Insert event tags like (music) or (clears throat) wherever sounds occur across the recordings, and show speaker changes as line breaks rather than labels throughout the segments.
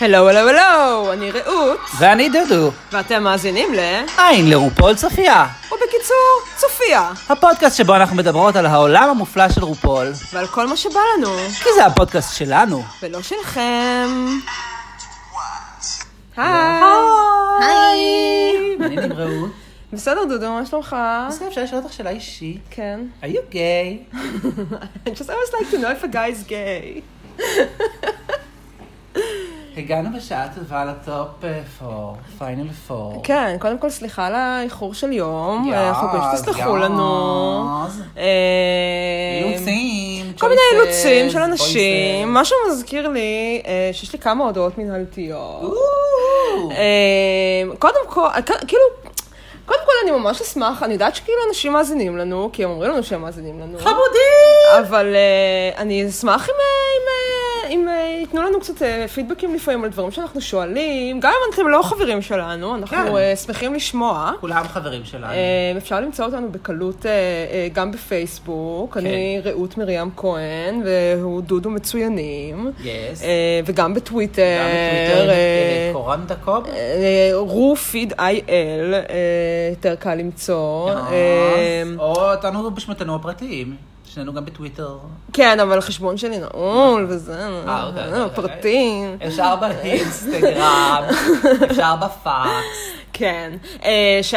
הלו, הלו, הלו, אני רעות,
ואני דודו,
ואתם מאזינים ל...
עין לרופול צופיה,
ובקיצור, צופיה,
הפודקאסט שבו אנחנו מדברות על העולם המופלא של רופול,
ועל כל מה שבא לנו,
כי זה הפודקאסט שלנו.
ולא שלכם. היי.
היי. מעניינים רעות.
בסדר, דודו, מה שלומך?
בסדר, אפשר לשאול אותך שאלה אישית.
כן.
are you gay?
I just always like to know if a guy is gay.
הגענו בשעה טובה לטופ אה, 4, פיינל 4.
כן, קודם כל סליחה על האיחור של יום,
יאז,
אנחנו מקווים שתסלחו לנו.
יאז.
אה,
אילוצים,
כל מיני
choices,
אילוצים של
voices.
אנשים, משהו מזכיר לי אה, שיש לי כמה הודעות מנהלתיות.
אוו.
אמ, קודם כל, כ- כאילו, קודם כל אני ממש אשמח, אני יודעת שכאילו אנשים מאזינים לנו, כי הם אומרים לנו שהם מאזינים לנו.
חמודים!
אבל אה, אני אשמח אם, אה, אם, אה, אם אה, ייתנו לנו קצת אה, פידבקים לפעמים על דברים שאנחנו שואלים, גם אם אתם לא חברים שלנו,
כן.
אנחנו אה, שמחים לשמוע.
כולם חברים שלנו.
אה, אפשר למצוא אותנו בקלות אה, אה, גם בפייסבוק,
כן.
אני רעות מרים כהן, והוא דודו מצוינים,
יס.
אה, וגם בטוויטר,
גם בטוויטר,
אה,
אה, קורנדה קופ.
אה, רו פיד איי-אל, יותר קל למצוא. אה,
או אותנו בשמותינו הפרטיים. שנינו גם בטוויטר.
כן, אבל החשבון שלי נעול וזה,
אה, אוקיי,
אה,
אוקיי.
פרטים.
אפשר באינסטגרם, אפשר בפאקס.
כן. אה, ש-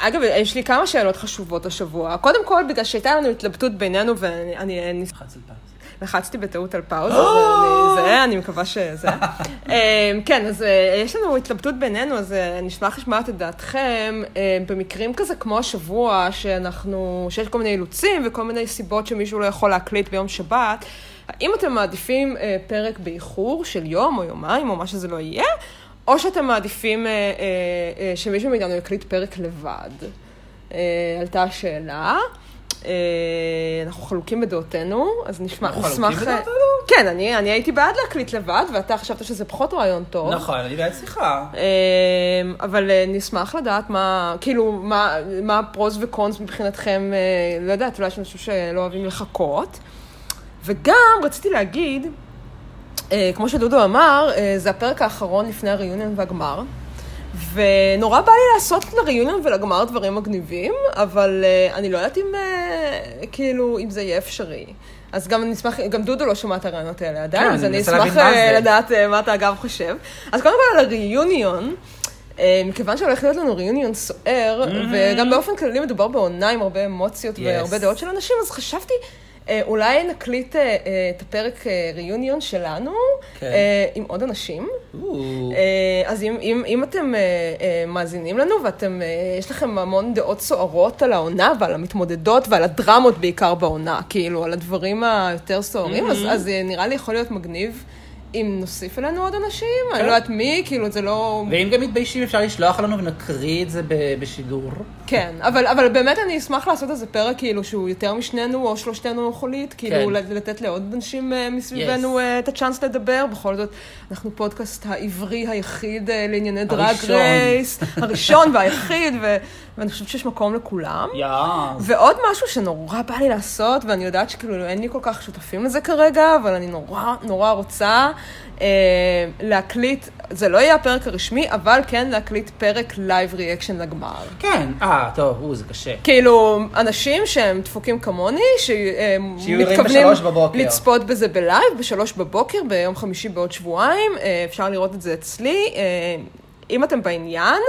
אגב, יש לי כמה שאלות חשובות השבוע. קודם כל, בגלל שהייתה לנו התלבטות בינינו, ואני אני- אני
חצי פעם.
לחצתי בטעות על פאוז, אז
(gasps)
אני- זה, אה, אני מקווה
(laughs)
שזה. אמ, כן, אז אה, יש לנו התלבטות בינינו, אז אה, אני אשמח לשמוע את דעתכם. אמ, במקרים כזה כמו השבוע, שאנחנו, שיש כל מיני אילוצים וכל מיני סיבות שמישהו לא יכול להקליט ביום שבת, האם אתם מעדיפים אה, פרק באיחור של יום או יומיים או מה שזה לא יהיה, או שאתם מעדיפים אה, אה, אה, שמישהו מאיתנו יקליט פרק לבד? אה, עלתה השאלה. אה, אנחנו חלוקים בדעותינו, אז נשמע,
אנחנו חלוקים
נשמח...
בדעותינו?
כן, אני, אני הייתי בעד להקליט לבד, ואתה חשבת שזה פחות רעיון טוב.
נכון, אני בעד שיחה.
אמ, אבל אה, נשמח לדעת מה, כאילו, מה, מה הפרוז וקונס מבחינתכם, אה, לא יודעת, אולי יש משהו שלא אוהבים לחכות. וגם רציתי להגיד, אה, כמו שדודו אמר, אה, זה הפרק האחרון לפני הריוניון והגמר. ונורא בא לי לעשות לריוניון ולגמר דברים מגניבים, אבל אה, אני לא יודעת אם, אה, כאילו, אם זה יהיה אפשרי. אז גם אני אשמח, גם דודו לא שומע את הרעיונות האלה עדיין,
כן,
אז
אני
אני
מנסה להבין
אשמח
מה
אה,
זה.
לדעת אה, מה אתה אגב חושב. אז קודם כל על הריוניון, אה, מכיוון שהולך להיות לנו ריוניון סוער, וגם באופן כללי מדובר בעונה עם הרבה אמוציות
Yes.
והרבה דעות של אנשים, אז חשבתי, אה, אולי נקליט אה, אה, את הפרק אה, ריוניון שלנו
כן.
אה, עם עוד אנשים.
אוו.
אה, אז אם, אם, אם אתם אה, אה, מאזינים לנו ואתם, אה, יש לכם המון דעות סוערות על העונה ועל המתמודדות ועל הדרמות בעיקר בעונה, כאילו, על הדברים היותר סוערים, אז, אז אה, נראה לי יכול להיות מגניב אם נוסיף אלינו עוד אנשים, אני
כן.
לא יודעת מי, כאילו, זה לא...
ואם גם מתביישים, אפשר לשלוח לנו ונקריא את זה ב- בשידור.
כן, אבל, אבל באמת אני אשמח לעשות איזה פרק, כאילו, שהוא יותר משנינו או שלושתנו חולית, כאילו,
כן.
כן. לתת לעוד אנשים אה, מסביבנו
Yes.
yes. את הצ'אנס לדבר. בכל זאת, אנחנו פודקאסט העברי היחיד אה, לענייני דרג
הראשון.
רייס, הראשון והיחיד, ו, ואני חושבת שיש מקום לכולם.
יאז.
ועוד משהו שנורא בא לי לעשות, ואני יודעת שכאילו אין לי כל כך שותפים לזה כרגע, אבל אני נורא נורא רוצה אה, להקליט, זה לא יהיה הפרק הרשמי, אבל כן להקליט פרק לייב ריאקשן לגמר.
כן, אה, טוב, או, זה קשה.
כאילו, אנשים שהם דפוקים כמוני,
שיהיו ערים
שמתכוונים
בשלוש בבוקר.
לצפות בזה בלייב, בשלוש בבוקר, ביום חמישי בעוד שבועיים, אה, אפשר לראות את זה אצלי. אה, אם אתם בעניין,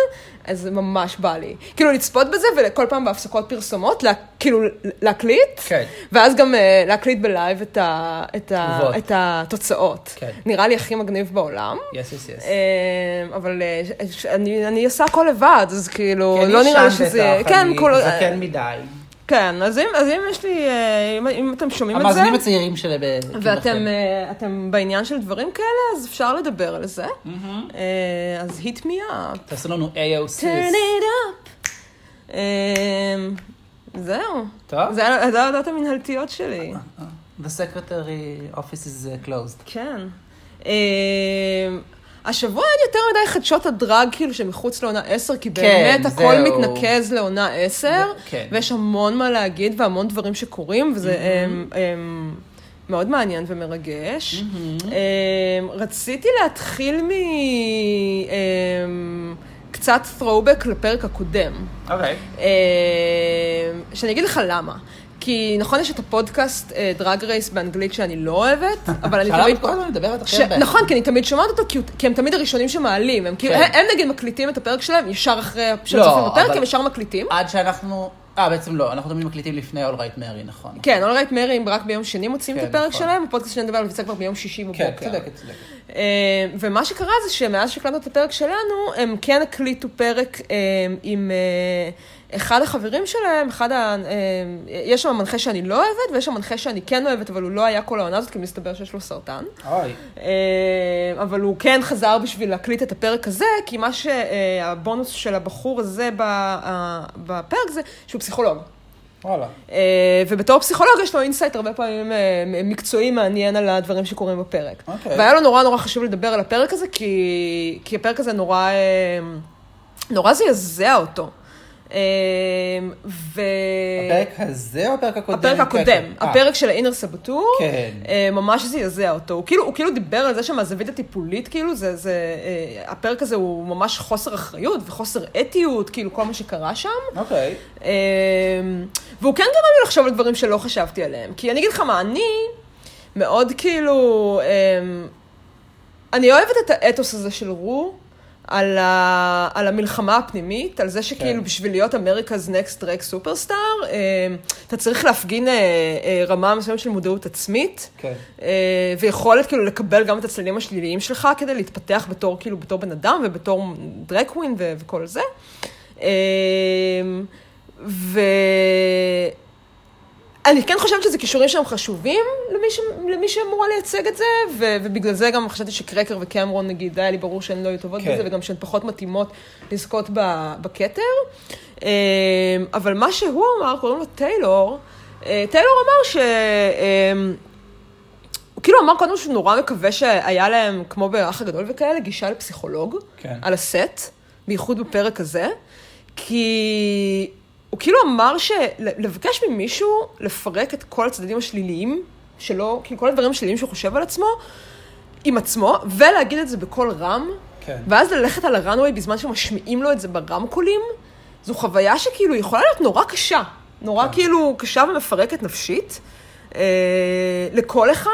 אז זה ממש בא לי. כאילו, לצפות בזה וכל פעם בהפסקות פרסומות, לה, כאילו, להקליט,
כן.
ואז גם אה, להקליט בלייב את, ה, את, ה,
תגובות.
את התוצאות.
כן.
נראה לי הכי מגניב בעולם.
יס, יס, יס.
אמ, אבל אה, ש- ש- אני אני עושה הכל לבד, אז כאילו,
כי אני
לא נראה לי
שם
שזה...
בטח,
כן,
אני
כל-
זקן מדי.
כן, אז אם אז אם יש לי... אה, אם- אם אתם שומעים את זה,
המאזינים הצעירים שלי. ב- כאילו כמוכם.
ואתם אה, אתם בעניין של דברים כאלה, אז אפשר לדבר על זה. אה, אז hit me up.
Mm-hmm. תעשו לנו AOC.
turn it up. אמ, זהו.
טוב.
זה היה- זה ההודעות המנהלתיות שלי.
The secretary office is uh, closed.
כן. אמ, השבוע אין יותר מדי חדשות הדרג, כאילו, שמחוץ לעונה 10, כי
כן,
באמת הכל
זהו.
מתנקז לעונה 10,
כן.
ויש המון מה להגיד והמון דברים שקורים, וזה אמ, אמ, מאוד מעניין ומרגש. אמ, רציתי להתחיל מ... אמ, קצת throwback לפרק הקודם.
אוקיי.
אמ, שאני אגיד לך למה. כי נכון, יש את הפודקאסט אה, דרג רייס באנגלית שאני לא אוהבת,
(laughs)
אבל אני
שלום,
תמיד...
את כל הזמן מדברת
ש...
אחרי הרבה.
נכון, כי אני תמיד שומעת אותו, כי, הוא- כי הם תמיד הראשונים שמעלים. הם, כאילו,
כן.
הם, הם נגיד מקליטים את הפרק שלהם ישר אחרי שהם
לא,
צופים בפרק,
אבל-
הם ישר מקליטים.
עד שאנחנו... אה, בעצם לא, אנחנו תמיד מקליטים לפני All Right Mary, נכון.
כן, אולרייט מרי, הם רק ביום שני מוציאים את
כן,
הפרק
נכון.
שלהם, הפודקאסט שאני מדברת עליו יוצא כבר ביום שישי
כן,
בבוקר.
צודקת, צודקת.
אה, ומה שקרה זה שמאז שהקלטנו את הפרק שלנו, הם כן הקליטו פרק אה, עם אה, אחד החברים שלהם, אחד ה... אה, יש שם מנחה שאני לא אוהבת, ויש שם מנחה שאני כן אוהבת, אבל הוא לא היה כל העונה הזאת, כי מסתבר שיש לו סרטן.
אוי.
אה, אבל הוא כן חזר בשביל להקליט את הפרק הזה, כי מה שהבונוס של הבחור הזה ב- ה- בפרק זה שהוא פסיכולוג.
וואלה.
אה, ובתור פסיכולוג יש לו אינסייט הרבה פעמים אה, מקצועי מעניין על הדברים שקורים בפרק.
אוקיי.
והיה לו נורא נורא חשוב לדבר על הפרק הזה, כי, כי הפרק הזה נורא, אה, נורא זעזע אותו. אה, ו...
הפרק הזה או הפרק הקודם?
אה, הפרק
כן,
הקודם,
כן. אה,
הפרק של האינר סבתור,
כן.
אה, ממש זעזע אותו. הוא כאילו, הוא כאילו דיבר על זה שמהזווית הטיפולית, כאילו, זה, זה, אה, הפרק הזה הוא ממש חוסר אחריות וחוסר אתיות, כאילו, כל מה שקרה שם.
אוקיי.
אה, והוא כן גרם לי לחשוב על דברים שלא חשבתי עליהם. כי אני אגיד לך מה, אני מאוד כאילו, אה, אני אוהבת את האתוס הזה של רו. על, ה, על המלחמה הפנימית, על זה שכאילו
כן.
בשביל להיות אמריקה's next track superstar, אה, אתה צריך להפגין אה, אה, רמה מסוימת של מודעות עצמית,
כן.
אה, ויכולת כאילו לקבל גם את הצללים השליליים שלך כדי להתפתח בתור כאילו בתור בן אדם ובתור דרקווין ו- וכל זה. אה, ו... אני כן חושבת שזה כישורים שהם חשובים למי, ש... למי שאמורה לייצג את זה, ו... ובגלל זה גם חשבתי שקרקר וקמרון, נגיד, היה לי ברור שהן לא היו טובות
כן.
בזה, וגם שהן פחות מתאימות לזכות ב... בכתר. אה, אבל מה שהוא אמר, קוראים לו טיילור, אה, טיילור אמר ש... אה, הוא כאילו אמר קודם שהוא נורא מקווה שהיה להם, כמו באח הגדול וכאלה, גישה לפסיכולוג,
כן.
על הסט, בייחוד בפרק הזה, כי הוא כאילו אמר שלבקש ממישהו לפרק את כל הצדדים השליליים שלו, כאילו כל הדברים השליליים שהוא חושב על עצמו, עם עצמו, ולהגיד את זה בקול רם,
כן.
ואז ללכת על הראנווי בזמן שמשמיעים לו את זה ברמקולים, זו חוויה שכאילו יכולה להיות נורא קשה.
כן.
נורא כאילו קשה ומפרקת נפשית אה, לכל אחד,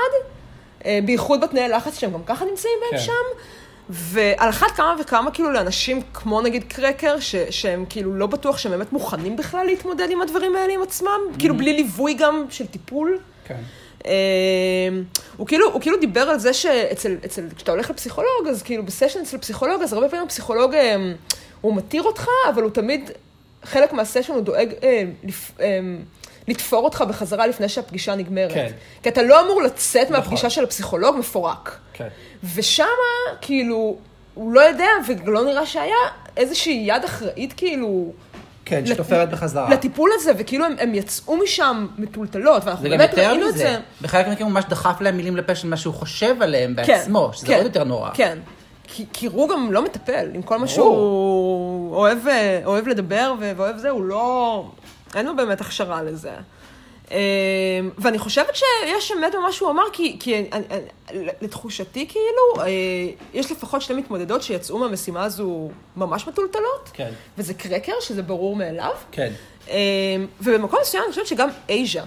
אה, בייחוד בתנאי לחץ שהם גם ככה נמצאים בהם
כן.
שם. ועל אחת כמה וכמה כאילו לאנשים כמו נגיד קרקר, ש- שהם כאילו לא בטוח שהם באמת מוכנים בכלל להתמודד עם הדברים האלה עם עצמם, כאילו בלי ליווי גם של טיפול.
כן.
אמ, הוא כאילו, הוא כאילו דיבר על זה שאצל, אצל, כשאתה הולך לפסיכולוג, אז כאילו בסשן אצל פסיכולוג, אז הרבה פעמים הפסיכולוג, אמ, הוא מתיר אותך, אבל הוא תמיד, חלק מהסשן הוא דואג אה, לפ, אה, לתפור אותך בחזרה לפני שהפגישה נגמרת.
כן.
כי אתה לא אמור לצאת
נכון.
מהפגישה של הפסיכולוג מפורק.
כן.
ושמה, כאילו, הוא לא יודע, ולא נראה שהיה איזושהי יד אחראית, כאילו,
כן,
לת-
שתופרת בחזרה.
לטיפול הזה, וכאילו הם, הם יצאו משם מטולטלות, ואנחנו
זה גם
באמת
יותר
ראינו את זה.
מזה. בחלק מהמקרים הוא ממש דחף להם מילים לפה של מה שהוא חושב עליהם
כן,
בעצמו, שזה
כן,
עוד יותר נורא.
כן. כי, כי רו גם לא מטפל, עם כל מה
ברור.
שהוא אוהב, אה, אוהב לדבר ו- ואוהב זה, הוא לא... אין לו באמת הכשרה לזה. אמ, ואני חושבת שיש אמת במה שהוא אמר, כי, כי אני, אני, אני- לתחושתי כאילו, אה, יש לפחות שתי מתמודדות שיצאו מהמשימה הזו ממש מטולטלות,
כן.
וזה קרקר, שזה ברור מאליו,
כן.
אמ, ובמקום מסוים אני חושבת שגם אייז'ה.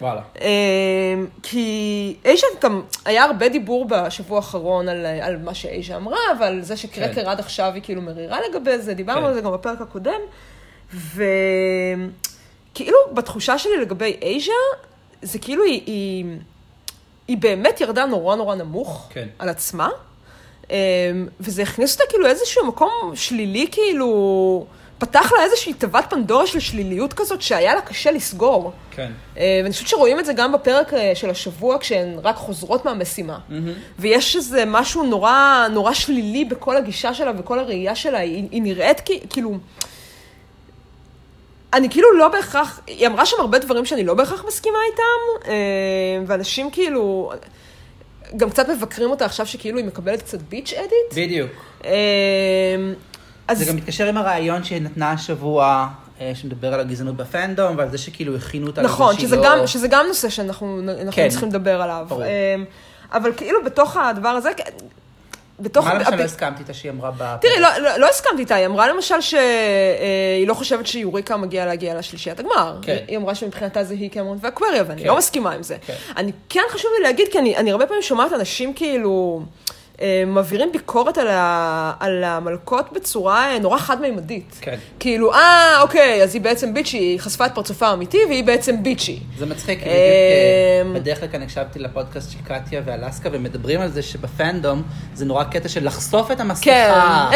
וואלה.
אמ, כי איישה גם, היה הרבה דיבור בשבוע האחרון על, על מה שאיישה אמרה, ועל זה שקרקר
כן.
עד עכשיו היא כאילו מרירה לגבי זה, דיברנו
כן.
על זה גם בפרק הקודם, וכאילו בתחושה שלי לגבי איישה, זה כאילו היא, היא, היא באמת ירדה נורא נורא נמוך
כן.
על עצמה, אמ, וזה הכניס אותה כאילו לאיזשהו מקום שלילי, כאילו, פתח לה איזושהי תיבת פנדורה של שליליות כזאת שהיה לה קשה לסגור.
כן.
אה, ואני חושבת שרואים את זה גם בפרק אה, של השבוע, כשהן רק חוזרות מהמשימה. ויש איזה משהו נורא, נורא שלילי בכל הגישה שלה וכל הראייה שלה, היא, היא נראית כי, כאילו... אני כאילו לא בהכרח, היא אמרה שם הרבה דברים שאני לא בהכרח מסכימה איתם, אה, ואנשים כאילו, גם קצת מבקרים אותה עכשיו שכאילו היא מקבלת קצת ביץ' אדיט.
בדיוק.
אה, אז
זה גם מתקשר עם הרעיון שהיא נתנה השבוע אה, שמדבר על הגזענות בפנדום, ועל זה שכאילו הכינו אותה לזה
נכון,
שהיא
שזה
לא-
גם, שזה גם נושא שאנחנו אנחנו
כן.
צריכים לדבר עליו.
ברור.
אמ, אבל כאילו בתוך הדבר הזה, כ- בתוך...
מה למשל
הפ-
לא הסכמתי איתה שהיא אמרה בפרק?
תראי, לא, לא, לא הסכמתי איתה, היא אמרה למשל שהיא לא חושבת שיוריקה מגיעה להגיע לשלישיית הגמר.
כן.
היא אמרה שמבחינתה זה היא קמרון ואקווריה, ואני
כן.
לא מסכימה עם זה.
כן.
אני כן חשוב לי להגיד, כי אני, אני הרבה פעמים שומעת אנשים כאילו... אה, מעבירים ביקורת על, ה, על המלכות בצורה אה, נורא חד-מימדית.
כן.
כאילו, אה, אוקיי, אז היא בעצם ביצ'י, היא חשפה את פרצופה האמיתי והיא בעצם ביצ'י.
זה מצחיק, כי
אמ,
בדיוק אה, בדרך כלל כאן הקשבתי לפודקאסט של קטיה ואלסקה, והם מדברים על זה שבפנדום זה נורא קטע של לחשוף את
כן,
המסכה.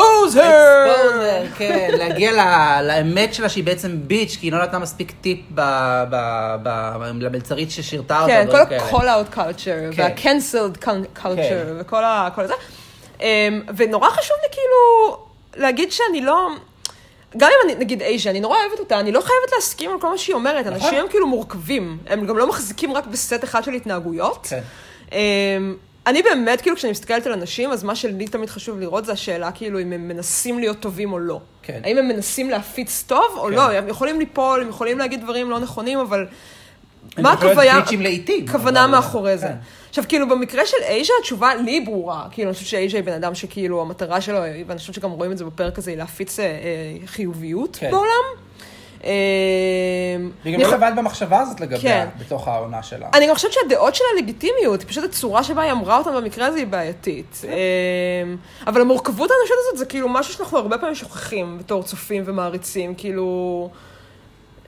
אקספוזר!
אקספוזר, כן, להגיע ל- לאמת שלה שהיא בעצם ביץ', כי היא לא נתנה מספיק טיפ ב- ב- ב- למלצרית ששירתה אותה.
כן, כל
דברים כאלה.
ה-call out culture,
כן.
וה-cancelled cul-
כן.
culture, וכל ה- כל זה. אמ, ונורא חשוב לי כאילו להגיד שאני לא... גם אם אני, נגיד אייז'ה, אני נורא אוהבת אותה, אני לא חייבת להסכים על כל מה שהיא אומרת.
נכון.
אנשים הם כאילו מורכבים, הם גם לא מחזיקים רק בסט אחד של התנהגויות.
כן.
אמ, אני באמת, כאילו, כשאני מסתכלת על אנשים, אז מה שלי תמיד חשוב לראות זה השאלה, כאילו, אם הם מנסים להיות טובים או לא.
כן.
האם הם מנסים להפיץ טוב או
כן.
לא, הם יכולים ליפול, הם יכולים להגיד דברים לא נכונים, אבל...
הם
מה
יכולים להיות
הכוונה,
ביצ'ים לעיתים,
כוונה
אבל-
מאחורי זה.
כן.
עכשיו, כאילו, במקרה של אייז'ה, התשובה לי היא ברורה. כאילו, אני חושבת שאייז'ה היא בן אדם שכאילו, המטרה שלו, היא- ואני חושבת שגם רואים את זה בפרק הזה, היא להפיץ אה, אה, חיוביות
כן.
בעולם. אה,
והיא
אני
גם לא
חו-
לבד במחשבה הזאת
כן.
לגביה, בתוך העונה שלה.
אני גם חושבת שהדעות שלה לגיטימיות, פשוט הצורה שבה היא אמרה אותן במקרה הזה היא
כן.
בעייתית. אמ, אבל המורכבות האנושית הזאת זה כאילו משהו שאנחנו הרבה פעמים שוכחים בתור צופים ומעריצים, כאילו...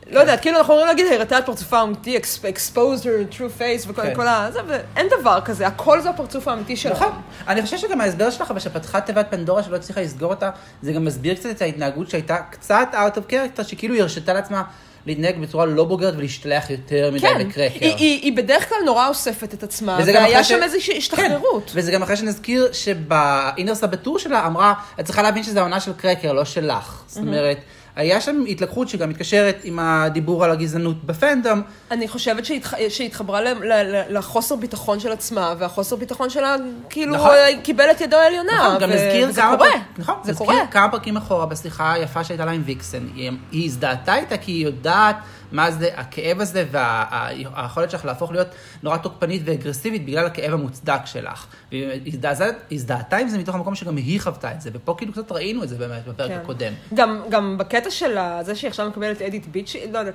כן.
לא יודעת, כאילו אנחנו אומרים להגיד, הראתה את פרצופה האמיתי, אקס- exposed her true face וכל
כן.
כל ה... זה, ואין דבר כזה, הכל זה הפרצוף האמיתי שלה.
נכון. אני חושב שגם ההסבר שלך, אבל שפתחה תיבת פנדורה שלא הצליחה לסגור אותה, זה גם מסביר קצת את ההתנהגות שהייתה קצת out of character, שכאילו היא הרשתה לעצמה להתנהג בצורה לא בוגרת ולהשתלח יותר מדי
כן,
לקרקר.
היא- היא היא בדרך כלל נורא אוספת את עצמה,
וזה גם
והיה
אחרי ש- כן.
שם איזושהי השתחררות.
וזה גם אחרי שנזכיר שבאינר סבתור שלה אמרה, את צריכה להבין שזו העונה של קרקר, לא שלך. זאת אומרת, היה שם התלקחות שגם מתקשרת עם הדיבור על הגזענות בפנדום,
אני חושבת שהתח... שהתחברה ל... ל... ל- לחוסר ביטחון של עצמה, והחוסר ביטחון שלה, כאילו,
נכון.
אה, קיבל את ידו העליונה.
נכון, גם
ו-
נזכיר
וזה
כמה
קורה.
פרק- נכון,
זה
נזכיר
קורה.
כמה פרקים אחורה בשיחה היפה שהייתה לה עם ויקסן. היא- היא הזדהתה איתה כי היא יודעת מה זה הכאב הזה והיכולת שלך להפוך להיות נורא תוקפנית ואגרסיבית בגלל הכאב המוצדק שלך. והיא הזדעזעת- הזדהתה עם זה מתוך המקום שגם היא חוותה את זה, ופה כאילו קצת ראינו את זה באמת בפרק
כן.
הקודם.
גם, גם בקטע של ה- זה שהיא עכשיו מקבלת אדיט ביצ'י, לא יודעת,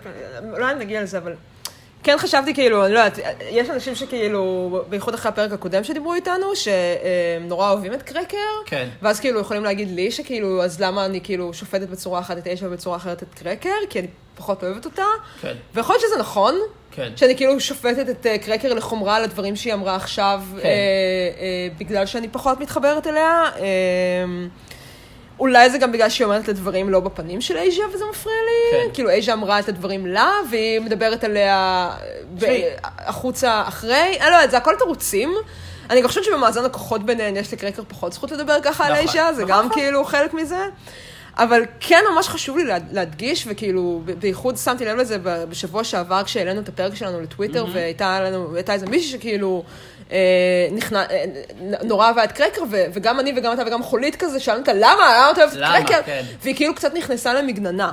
אולי נגיע לזה, אבל... כן חשבתי כאילו, אני לא יודעת, יש אנשים שכאילו, בייחוד אחרי הפרק הקודם שדיברו איתנו, שנורא אוהבים את קרקר,
כן.
ואז כאילו יכולים להגיד לי שכאילו, אז למה אני כאילו שופטת בצורה אחת את איישה ובצורה אחרת את קרקר, כי אני פחות אוהבת אותה,
כן.
ויכול להיות שזה נכון,
כן.
שאני כאילו שופטת את אה, קרקר לחומרה על הדברים שהיא אמרה עכשיו,
כן.
אה, אה, בגלל שאני פחות מתחברת אליה. אה, אולי זה גם בגלל שהיא אומרת את הדברים לא בפנים של אייז'ה, וזה מפריע לי.
כן.
כאילו, אייז'ה אמרה את הדברים לה, והיא מדברת עליה אה, ב-
תשמעי.
החוצה אחרי. אני לא יודעת, זה הכל תירוצים. אני גם חושבת שבמאזן הכוחות ביניהן יש לקרקר פחות זכות לדבר ככה על
נכון,
אייז'ה, זה
נכון,
גם
נכון.
כאילו חלק מזה. אבל כן ממש חשוב לי לה- להדגיש, וכאילו, ב- בייחוד שמתי לב לזה ב- בשבוע שעבר כשהעלינו את הפרק שלנו לטוויטר,
Mm-hmm.
והייתה לנו, הייתה איזה מישהי שכאילו אה, נכנע, אה, נ- נורא אהבה את קרקר, ו- וגם אני וגם אתה וגם חולית כזה, שאלנו אותה, למה? למה אתה אוהב
למה?
את קרקר?
כן. Mm-hmm.
והיא כאילו קצת נכנסה למגננה.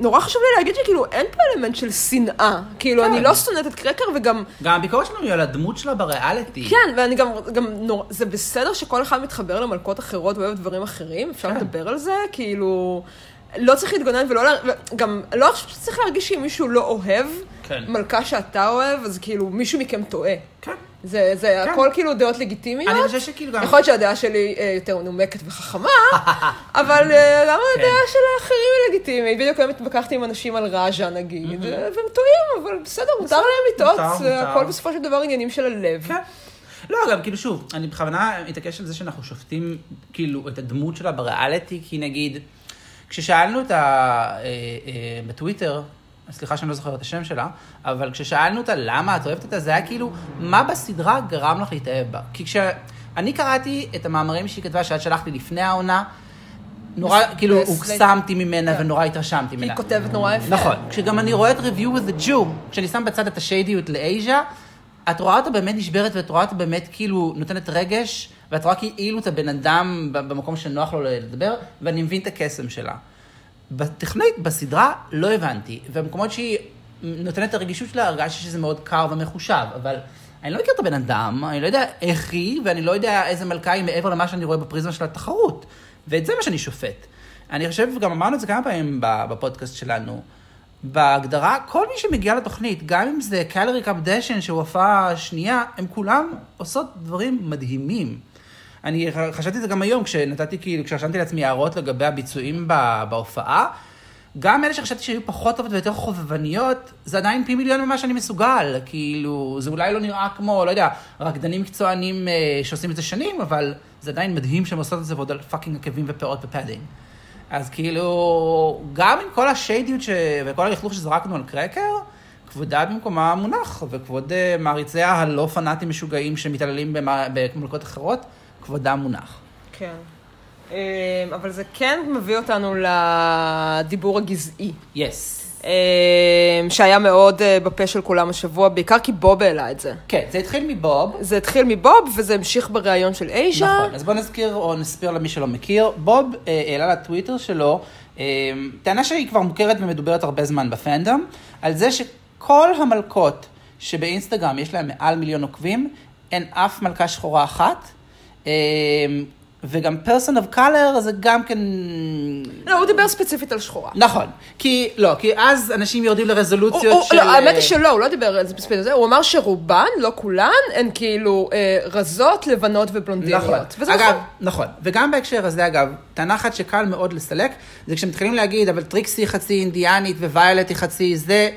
ונורא חשוב לי להגיד שכאילו, אין פה אלמנט של שנאה. כאילו,
כן.
אני לא שונאת את קרקר, וגם
גם הביקורת שלנו היא על הדמות שלה בריאליטי.
כן, ואני גם, גם נור... זה בסדר שכל אחד מתחבר למלכות אחרות ואוהב דברים אחרים, אפשר
כן.
לדבר על זה, כאילו, לא צריך להתגונן ולא, לה... גם, לא חושבת שצריך להרגיש שאם מישהו לא אוהב,
כן.
מלכה שאתה אוהב, אז כאילו, מישהו מכם טועה.
כן.
זה, זה
כן.
הכל כאילו דעות לגיטימיות.
אני חושב שכאילו גם...
יכול להיות שהדעה שלי אה, יותר מנומקת
(laughs)
וחכמה, אבל אה, למה
כן.
הדעה של האחרים היא לגיטימית? בדיוק היום התווכחתי עם אנשים על רג'ה נגיד, אה, והם טועים, אבל בסדר, מותר להם לטעות,
מותר,
אה,
מותר.
הכל בסופו של דבר עניינים של הלב.
כן. לא, גם כאילו שוב, אני בכוונה מתעקש על זה שאנחנו שופטים כאילו את הדמות שלה בריאליטי, כי נגיד, כששאלנו אותה אה, אה, בטוויטר, סליחה שאני לא זוכרת את השם שלה, אבל כששאלנו אותה למה את אוהבת אותה, זה היה כאילו, מה בסדרה גרם לך להתאהב בה? כי כש... אני קראתי את המאמרים שהיא כתבה, שאת שלחת לי לפני העונה, נורא,
בס-
כאילו,
בסלייט.
הוקסמתי ממנה
כן.
ונורא התרשמתי ממנה.
היא כותבת נורא יפה.
נכון. כשגם אני רואה את review with the Jew, כשאני שם בצד את השיידיות לאייז'ה, את רואה אותה באמת נשברת ואת רואה אותה באמת כאילו נותנת רגש, ואת רואה כאילו את הבן אדם ב- במקום שנוח לו לדבר, ואני מבין את הקסם שלה. בטכנית, בסדרה, לא הבנתי. והמקומות שהיא נותנת את הרגישות שלה, הרגשתי שזה מאוד קר ומחושב, אבל אני לא מכיר את הבן אדם, אני לא יודע איך היא, ואני לא יודע איזה מלכה היא מעבר למה שאני רואה בפריזמה של התחרות. ואת זה מה שאני שופט. אני חושב, גם אמרנו את זה כמה פעמים בפודקאסט שלנו. בהגדרה, כל מי שמגיע לתוכנית, גם אם זה קלרי קמדשן שהוא הופעה שנייה, הם כולם עושות דברים מדהימים. אני ח- חשבתי את זה גם היום, כשנתתי, כאילו, כשרשמתי לעצמי הערות לגבי הביצועים ב- בהופעה, גם אלה שחשבתי שהיו פחות טובות ויותר חובבניות, זה עדיין פי מיליון ממה שאני מסוגל. כאילו, זה אולי לא נראה כמו, לא יודע, רקדנים מקצוענים אה, שעושים את זה שנים, אבל זה עדיין מדהים שהם עושות את זה ועוד על פאקינג עקבים ופאות ופאדינג. אז כאילו, גם עם כל השיידיות ש... וכל הלכלוך שזרקנו על קרקר, כבודה במקומה מונח, וכבוד אה, מעריציה הלא פנאטים משוגעים שמתעללים במע- במלכות אחרות, כבודה מונח.
כן. אה, אבל זה כן מביא אותנו לדיבור הגזעי.
יס. Yes.
אה, שהיה מאוד אה, בפה של כולם השבוע, בעיקר כי בוב העלה את זה.
כן, זה התחיל מבוב.
זה התחיל מבוב וזה המשיך בריאיון של אייז'ה.
נכון, אז בואו נזכיר או נסביר למי שלא מכיר. בוב אה, העלה לטוויטר שלו אה, טענה שהיא כבר מוכרת ומדוברת הרבה זמן בפנדום, על זה שכל המלכות שבאינסטגרם יש להן מעל מיליון עוקבים, אין אף מלכה שחורה אחת. אה, וגם person of color זה גם כן...
לא, הוא דיבר ספציפית על שחורה.
נכון. כי, לא, כי אז אנשים יורדים
הוא-
לרזולוציות
הוא-
של... אה,
לא, האמת היא שלא, הוא לא דיבר על זה בספציפית על זה, הוא אמר שרובן, לא כולן, הן כאילו אה, רזות, לבנות ובלונדיניות. וזה
אגב,
נכון.
נכון. וגם בהקשר הזה, אגב, טענה אחת שקל מאוד לסלק, זה כשמתחילים להגיד, אבל טריקסי היא חצי אינדיאנית וויילט היא חצי זה,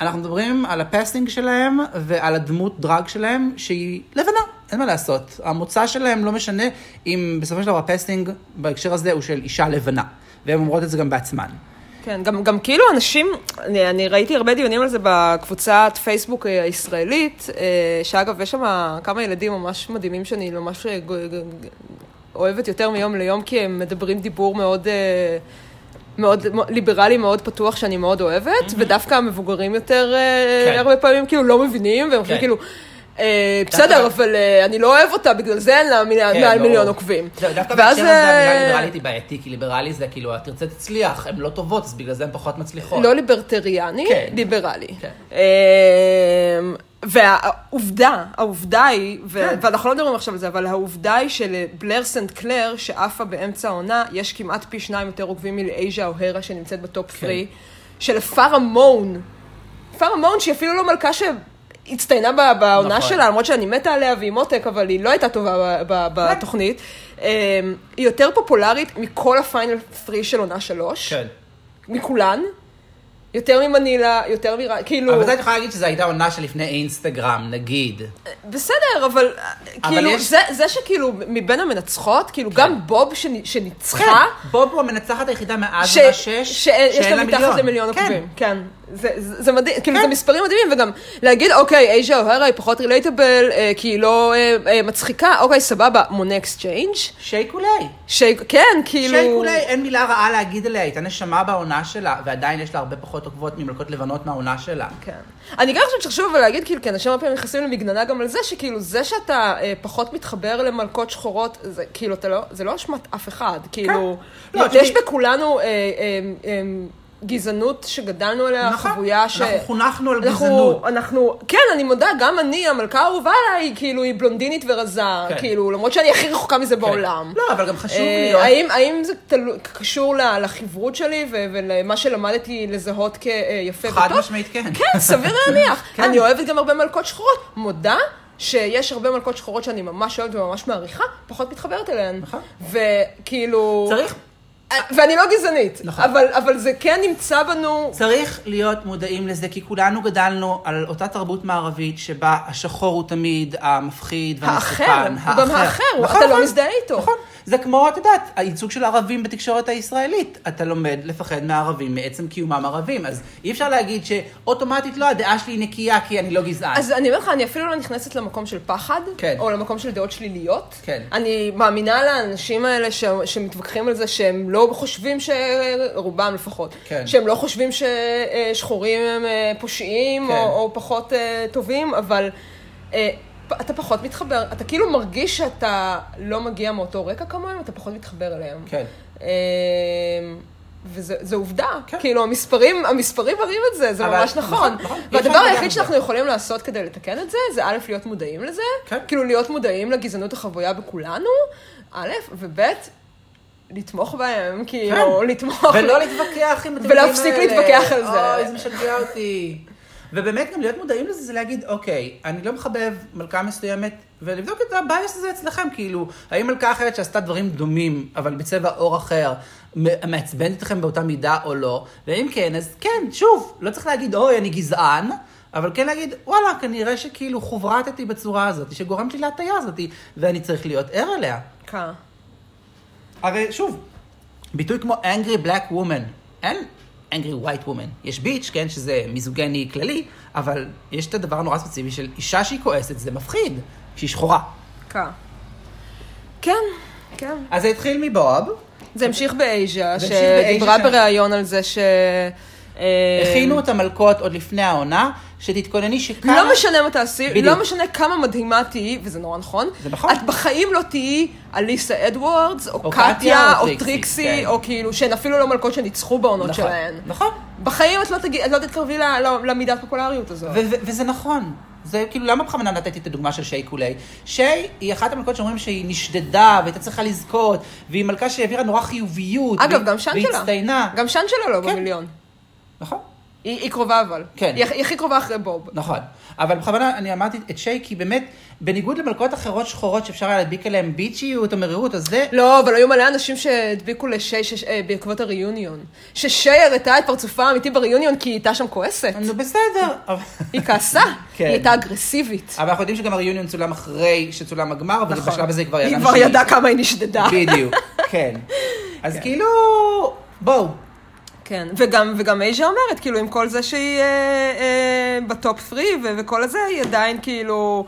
אנחנו מדברים על הפסינג שלהם ועל הדמות דרג שלהם, שהיא לבנה, אין מה לעשות. המוצא שלהם לא משנה אם בסופו של דבר הפסינג בהקשר הזה הוא של אישה לבנה, והן אומרות את זה גם בעצמן.
כן, גם, גם כאילו אנשים, אני, אני ראיתי הרבה דיונים על זה בקבוצת פייסבוק אה, הישראלית, אה, שאגב, יש שם כמה ילדים ממש מדהימים שאני ממש אה, ג- ג- ג- אוהבת יותר מיום ליום, כי הם מדברים דיבור מאוד... אה, מאוד מ- ליברלי, מאוד פתוח, שאני מאוד אוהבת, ודווקא המבוגרים יותר אה,
כן.
הרבה פעמים כאילו לא מבינים, והם חושבים
כן.
כאילו, אה, בסדר,
דווקא-
אבל אה, אני לא אוהב אותה, בגלל זה אין לה מיל-
כן,
מעל
לא.
מיליון עוקבים.
לא, דווקא
ואז,
בהקשר הזה המילה
אה,
ליברלית היא בעייתי, כי ליברלי זה כאילו, תרצה תצליח, הן לא טובות, אז בגלל זה הן פחות מצליחות.
לא ליברטריאני,
נכון. כן.
ליברלי.
כן.
אמ, והעובדה, העובדה היא, ו-
כן.
ואנחנו לא מדברים עכשיו על זה, אבל העובדה היא שלבלר סנט קלר, שעפה באמצע העונה, יש כמעט פי שניים יותר עוקבים מלאייז'ה או הרה שנמצאת בטופ
כן.
פרי, שלפארה מון, פארה מון שהיא אפילו לא מלכה ש... הצטיינה ב- בעונה
נכון.
שלה, למרות שאני מתה עליה והיא מותק, אבל היא לא הייתה טובה ב- ב-
כן.
בתוכנית. אמ, היא יותר פופולרית מכל הפיינל פרי של עונה שלוש.
כן.
מכולן. יותר ממנילה, יותר מרע, כאילו,
אבל זה את יכולה להגיד שזו הייתה עונה שלפני אינסטגרם, נגיד.
בסדר, אבל אה,
אבל
כאילו,
יש- כן.
זה, זה שכאילו מבין המנצחות, כאילו גם בוב שנ- שניצחה,
בוב הוא אה? המנצחת היחידה מאז
ש-
עונה שש,
שיש לה מתחת
מיליון.
למיליון
כן.
עוקבים, כן, זה- זה זה מדהים, כאילו זה מספרים מדהימים, וגם להגיד, אוקיי, אייז'ה אוהרה היא פחות רילייטבל, אה, כי היא לא אה, אה, מצחיקה, אוקיי, סבבה, מונה אקסצ'יינג',
שייק אולי.
שכן, כאילו,
שייק אולי, אין מילה רעה להגיד עליה, היא הייתה נשמה בעונה שלה, ועדיין יש לה הרבה פחות עוקבות ממלכות לבנות מהעונה שלה.
כן. אני גם חושבת שחשוב אבל להגיד, כאילו, כי אנשים הרבה פעמים נכנסים למגננה גם על זה, שכאילו, זה שאתה אה, פחות מתחבר למלכות שחורות, זה כאילו, אתה לא, זה לא אשמת אף אחד. כאילו,
לא,
לא, יש
תשמעי-
בכולנו אה, אה, אה, גזענות שגדלנו עליה,
נכון,
חבויה ש...
אנחנו חונכנו על
אנחנו-
גזענות.
אנחנו, כן, אני מודה, גם אני, המלכה האהובה עליי, כאילו, היא בלונדינית ורזה,
כן.
כאילו, למרות שאני הכי רחוקה מזה בעולם.
לא, אבל גם חשוב
אה,
להיות...
האם, האם זה תלו, קשור ל- לחברות שלי ו- ולמה שלמדתי לזהות כיפה וטוב?
חד משמעית כן.
כן, סביר להניח.
כן.
אני אוהבת גם הרבה מלכות שחורות. מודה שיש הרבה מלכות שחורות שאני ממש אוהבת וממש מעריכה, פחות מתחברת אליהן.
נכון.
וכאילו...
צריך
ואני לא גזענית.
נכון.
אבל, אבל זה כן נמצא בנו...
צריך להיות מודעים לזה, כי כולנו גדלנו על אותה תרבות מערבית שבה השחור הוא תמיד המפחיד והמסוכן.
האחר, הוא גם האחר, הוא- אתה לא מזדהה איתו.
נכון. זה כמו, את יודעת, הייצוג של ערבים בתקשורת הישראלית. אתה לומד לפחד מהערבים, מעצם קיומם ערבים. אז אי אפשר להגיד שאוטומטית לא, הדעה שלי היא נקייה כי אני לא גזען.
אז אני אומרת לך, אני אפילו לא נכנסת למקום של פחד,
כן.
או למקום של דעות שליליות.
כן.
אני מאמינה לאנשים האלה ש... שמתווכחים על זה שהם לא חושבים ש... רובם לפחות.
כן.
שהם לא חושבים ששחורים הם אה, פושעים,
כן.
או, או פחות אה, טובים, אבל אה, פ- אתה פחות מתחבר. אתה כאילו מרגיש שאתה לא מגיע מאותו רקע כמוהם, אתה פחות מתחבר אליהם.
כן.
אה, וזו עובדה.
כן.
כאילו, המספרים, המספרים מראים את זה, זה
אבל-
ממש נכון.
נכון, נכון. אי אפשר
והדבר
להתווכח עם
היחיד
זה.
שאנחנו יכולים לעשות כדי לתקן את זה, זה א', להיות מודעים לזה,
כן.
כאילו להיות מודעים לגזענות החבויה בכולנו, א', וב', לתמוך בהם, כאילו, לתמוך.
כן. ולא להתווכח עם הדברים האלה.
ולהפסיק להתווכח על זה.
אוי, זה משגע אותי. ובאמת, גם להיות מודעים לזה, זה להגיד, אוקיי, אני לא מחבב מלכה מסוימת, ולבדוק את הבייס הזה אצלכם, כאילו, האם מלכה אחרת שעשתה דברים דומים, אבל בצבע עור אחר, מ- מעצבנת אתכם באותה מידה או לא, ואם כן, אז כן, שוב, לא צריך להגיד, אוי, אני גזען. אבל כן להגיד, וואלה, כנראה שכאילו חוברתתי בצורה הזאת, שגורמת לי להטייה הזאת, ואני צריך להיות ער אליה.
כן.
הרי שוב, ביטוי כמו angry black woman, אין angry white woman. יש ביץ', כן, שזה מיזוגני כללי, אבל יש את הדבר הנורא ספציפי של אישה שהיא כועסת, זה מפחיד, שהיא שחורה.
כן. כן, כן.
אז זה התחיל מבוב,
זה המשיך באייז'ה,
זה המשיך באייז'ה
שדיברה
שם.
בריאיון על זה ש... אה,
הכינו את המלכות עוד לפני העונה, שתתכונני שכמה...
לא משנה מה תעשי,
בדיוק.
לא משנה כמה מדהימה תהיי, וזה נורא נכון,
זה נכון.
את בחיים לא תהיי אליסה אדוורדס, או,
או
קטיה,
קטיה,
או
או
טריקסי,
טריקסי, כן.
או כאילו, שהן אפילו לא מלכות שניצחו בעונות
נכון,
שלהן.
נכון,
בחיים את לא, תגיע, את לא תתקרבי ל- ל- למידת פופולריות הזאת.
ו- ו- וזה נכון. זה כאילו, למה בכוונה נתתי את הדוגמה של שיי קולי? שיי היא אחת המלכות שאומרים שהיא נשדדה, והייתה צריכה לזכות, והיא מלכה שהעבירה נורא חיוביות.
אגב,
והיא-
גם שאנג'לה.
והצטיינה.
גם שאנג'לה לא
כן.
במיליון.
נכון.
היא, היא קרובה אבל.
כן.
היא, הכ- היא הכי קרובה אחרי בוב.
נכון. אבל בכוונה אני אמרתי את שיי, כי באמת, בניגוד למלכות אחרות שחורות שאפשר היה להדביק עליהן ביצ'יות או מרירות, אז זה...
לא, אבל היו מלא אנשים שהדביקו לשי שש- אה, בעקבות הריוניון. ששי הראתה את פרצופה האמיתי בריוניון כי היא הייתה שם כועסת.
נו בסדר. (laughs) אבל-
היא כעסה,
(laughs) כן.
היא הייתה אגרסיבית.
אבל אנחנו יודעים שגם הריוניון צולם אחרי שצולם הגמר,
נכון.
ובשלב הזה היא כבר ידעה.
היא כבר
שהיא-
ידעה כמה היא נשדדה.
בדיוק,
(laughs)
כן. אז כאילו, בואו.
כן, וגם, וגם אייז'ה אומרת, כאילו, עם כל זה שהיא אה, אה, בטופ 3 ו- וכל הזה, היא עדיין כאילו...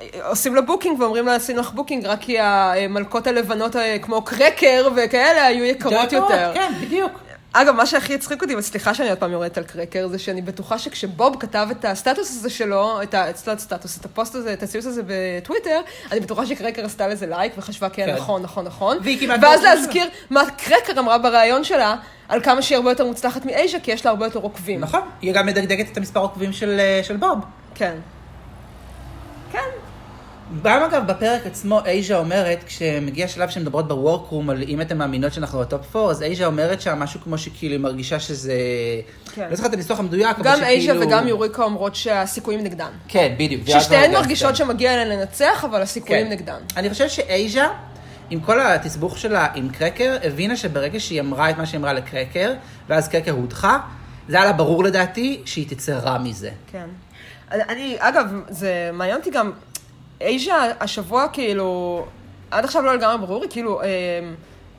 אה, עושים לה בוקינג ואומרים לה, עשינו לך בוקינג, רק כי המלכות הלבנות אה, כמו קרקר וכאלה היו יקרות
דאגות,
יותר.
כן, בדיוק.
אגב, מה שהכי הצחיק אותי, וסליחה שאני עוד פעם יורדת על קרקר, זה שאני בטוחה שכשבוב כתב את הסטטוס הזה שלו, את ה... לא את הסטטוס, את הפוסט הזה, את הציוץ הזה בטוויטר, אני בטוחה שקרקר עשתה לזה לייק וחשבה, כן,
כן.
נכון, נכון, נכון.
והיא כמעט
ואז
לא-
להזכיר מה קרקר אמרה בריאיון שלה, על כמה שהיא הרבה יותר מוצלחת מאייז'ה, כי יש לה הרבה יותר עוקבים.
נכון. היא גם מדגדגת את המספר עוקבים של אה, של בוב.
כן. כן.
גם אגב, בפרק עצמו, אייז'ה אומרת, כשמגיע שלב שהן מדברות בוורקרום על אם אתן מאמינות שאנחנו בטופ 4, אז אייז'ה אומרת שם משהו כמו שכאילו היא מרגישה שזה...
כן.
כן. לא זוכרת את הניסוח המדויק, אבל
גם
שכאילו...
אייז'ה וגם יוריקה אומרות שהסיכויים נגדן.
כן, בדיוק.
ששתיהן
ואז-
מרגישות
כן.
שמגיע להן לנצח, אבל הסיכויים
כן.
נגדן.
אני חושבת שאייז'ה, עם כל התסבוך שלה עם קרקר, הבינה שברגע שהיא אמרה את מה שהיא אמרה לקרקר, ואז קרקר הודחה, זה היה לה ברור לדעתי שהיא תצא רע מזה.
כן. אני, אגב, זה מעניין אותי גם, אייז'ה השבוע כאילו, עד עכשיו לא לגמרי ברור, היא כאילו, אה,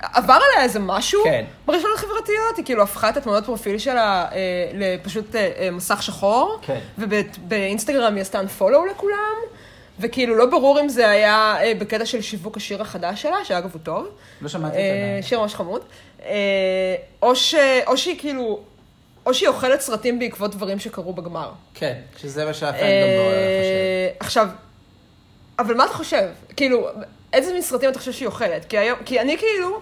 עבר עליה איזה משהו,
כן.
ברשתות החברתיות, היא כאילו הפכה את התמונות פרופיל שלה אה, לפשוט אה, אה, מסך שחור,
כן.
ובאינסטגרם היא עשתה unfollow לכולם, וכאילו לא ברור אם זה היה אה, בקטע של שיווק השיר החדש שלה, שאגב הוא טוב.
לא שמעתי את
אה,
זה.
שיר ממש חמוד. אה, או, ש, או שהיא כאילו, או שהיא אוכלת סרטים בעקבות דברים שקרו בגמר.
כן, שזה מה שהפנדום לא חושב.
אה, עכשיו, אבל מה אתה חושב? כאילו, איזה מין סרטים אתה חושב שהיא אוכלת? כי היום, כי אני כאילו,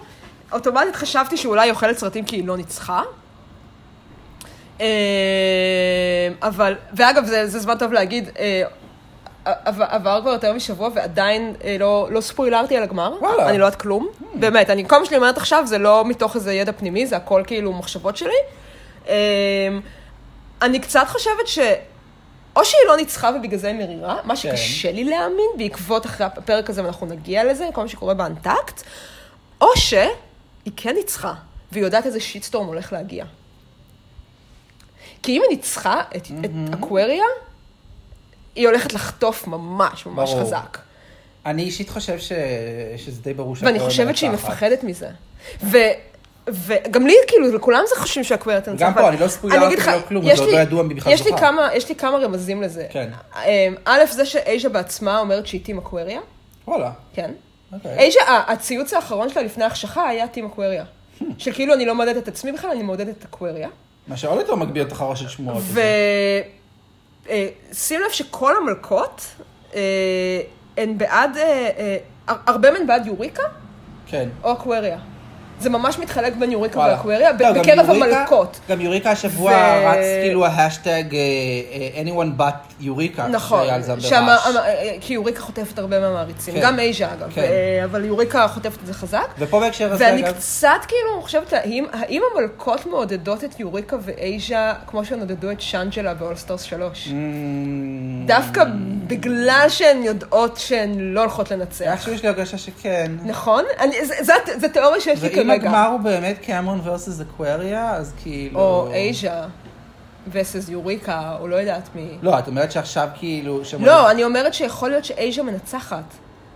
אוטומטית חשבתי שאולי היא אוכלת סרטים כי היא לא ניצחה. אה, אבל, ואגב, זה, זה זמן טוב להגיד, אה, עבר עבר כבר יותר משבוע ועדיין אה, לא, לא ספוילרתי על הגמר.
וואלה. Hmm.
אני לא יודעת כלום. באמת, אני, כל מה שאני אומרת עכשיו זה לא מתוך איזה ידע פנימי, זה הכל כאילו מחשבות שלי. אה, אני קצת חושבת ש... או שהיא לא ניצחה ובגלל זה היא מרירה,
כן.
מה שקשה לי להאמין, בעקבות אחרי הפרק הזה, ואנחנו נגיע לזה, כל מה שקורה באנטקט, או שהיא כן ניצחה, והיא יודעת איזה שיטסטורם הולך להגיע. כי אם היא ניצחה את, את אקווריה, היא הולכת לחטוף ממש ממש
ברור.
חזק.
אני אישית חושב ש... שזה די ברור
ואני
שהקורונה
חושבת שהיא
מנצחת.
מפחדת מזה. ו... וגם לי, כאילו, לכולם זה חושבים שהקוויר תנצח.
גם פה, אני לא ספוילרתי ולא כלום, זה עוד לא ידוע מי בכלל
יש לי,
זוכה.
כמה, יש לי כמה רמזים לזה.
כן.
אמ, א', זה שאייז'ה בעצמה אומרת שהיא טים אקווריה,
וואלה,
כן.
אוקיי.
אייז'ה, ה- הציוץ האחרון שלה לפני ההחשכה היה טים אקווריה. שכאילו אני לא מעודדת את עצמי בכלל, אני מעודדת את אקווריה.
מה שעוד יותר מגביר את החרושת שמועות.
ושים אה, לב שכל המלכות אה, הן בעד, אה, אה, הר- הרבה מהן בעד יוריקה
כן.
או אקווריה. זה ממש מתחלק בין יוריקה
וואלה.
ואקוויריה, ב-
לא, גם
בקרב
יוריקה-
המלכות.
גם יוריקה השבוע
ו-
רץ כאילו ההשטג אה, אה, anyone but יוריקה.
נכון,
שהיה אה, על זה הרבה
שמה-
רעש.
אמ- אה, כי יוריקה חוטפת הרבה מהמעריצים,
כן.
גם אייז'ה אגב,
כן.
אה, אבל יוריקה חוטפת את זה חזק.
ופה בהקשר הזה,
ואני
אגב,
קצת כאילו חושבת, האם, האם המלכות מעודדות את יוריקה ואייז'ה כמו שהן עודדו את שאנג'לה באולסטרס 3?
Mm. אמ,
דווקא בגלל שהן יודעות שהן לא הולכות לנצח.
איכשהו יש לי הרגשה שכן.
נכון? אני, זה, זה, הת- זה תיאוריה שיש לי
ואם
כרגע.
הגמר הוא באמת קמרון versus אקווריה, אז כאילו...
או אייז'ה וסס יוריקה, או לא יודעת מי.
לא, את אומרת שעכשיו כאילו... שמודד-
לא, אני אומרת שיכול להיות שאייז'ה מנצחת.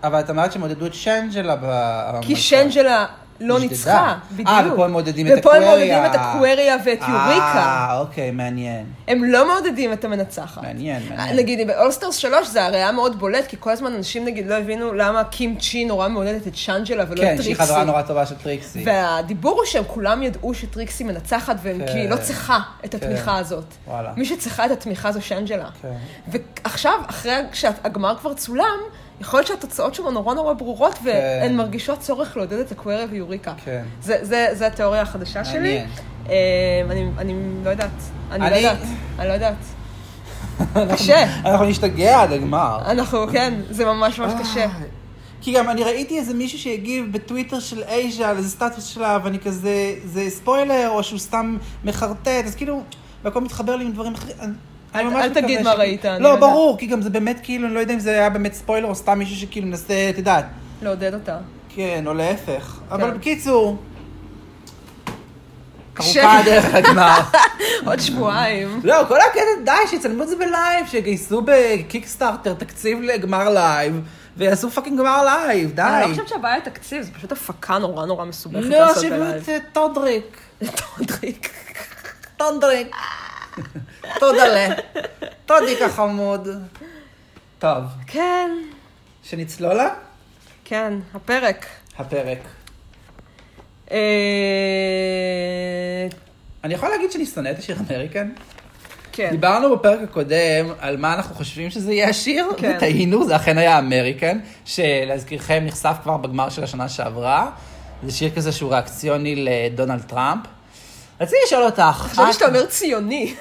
אבל את אמרת שמודדו את שנג'לה ב...
כי
במלכות.
שנג'לה לא
נשדדה.
ניצחה,
אה,
בדיוק.
ופה הם מעודדים את
ופה הם
אקווריה.
מעודדים את אקווריה ואת יוריקה.
אה, אוקיי, מעניין.
הם לא מעודדים את המנצחת. אה,
מעניין, מעניין.
נגיד, באולסטרס 3 זה הרי היה מאוד בולט, כי כל הזמן אנשים נגיד לא הבינו למה קים צ'י נורא מעודדת את שאנג'לה ולא את
כן, שהיא
לא טריקסי.
חברה נורא טובה של טריקסי.
והדיבור הוא שהם כולם ידעו שטריקסי מנצחת, והם
כן.
כאילו לא צריכה את התמיכה
כן.
הזאת.
וואלה.
מי שצריכה את התמיכה זו שאנג'לה.
כן.
ועכשיו, אחרי שהגמר כבר צולם, יכול להיות שהתוצאות שלו נורא נורא ברורות, והן מרגישות צורך לעודד את אקווריה ויוריקה.
כן.
זה, זה, זה התיאוריה החדשה שלי.
מעניין.
אה, אני, אני לא יודעת. אני, לא
אני-
יודעת. אני לא יודעת. קשה.
אנחנו נשתגע עד הגמר.
אנחנו, כן, זה ממש ממש קשה.
אה, כי גם אני ראיתי איזה מישהו שהגיב בטוויטר של אייז'ה על איזה סטטוס שלה, ואני כזה, זה ספוילר, או שהוא סתם מחרטט, אז כאילו, והכל מתחבר לי עם דברים אחרים. אני- אני ממש
אל
מקווה
תגיד מה
ש-
ראית, אני
לא,
יודעת.
ברור, כי גם זה באמת כאילו, אני לא יודע אם זה היה באמת ספוילר, או סתם מישהו שכאילו מנסה, את יודעת.
לעודד אותה.
כן, או להפך. אבל
כן.
בקיצור,
קשה.
ארוכה הדרך (laughs) לגמר.
עוד שבועיים.
לא, כל הקטע, די, שיצלמו את זה בלייב, שיגייסו בקיקסטארטר תקציב לגמר לייב, ויעשו פאקינג גמר לייב, די.
אני לא חושבת שהבעיה היא תקציב, זה פשוט הפקה נורא נורא מסובכת
לא,
לעשות
שיביאו את
בלייב.
אה, טודריק.
(laughs) טודריק.
(laughs) טודריק. תודלה. טודיק החמוד. טוב,
כן,
שנצלול לה?
כן, הפרק.
הפרק.
אה,
אני יכול להגיד שאני שונא את השיר אמריקן?
כן.
דיברנו בפרק הקודם על מה אנחנו חושבים שזה יהיה השיר,
כן.
וטעינו, זה אכן היה אמריקן, שלהזכירכם נחשף כבר בגמר של השנה שעברה. זה שיר כזה שהוא ריאקציוני לדונלד טראמפ. רציתי לשאול אותך,
חשבתי
את-
שאתה אומר ציוני.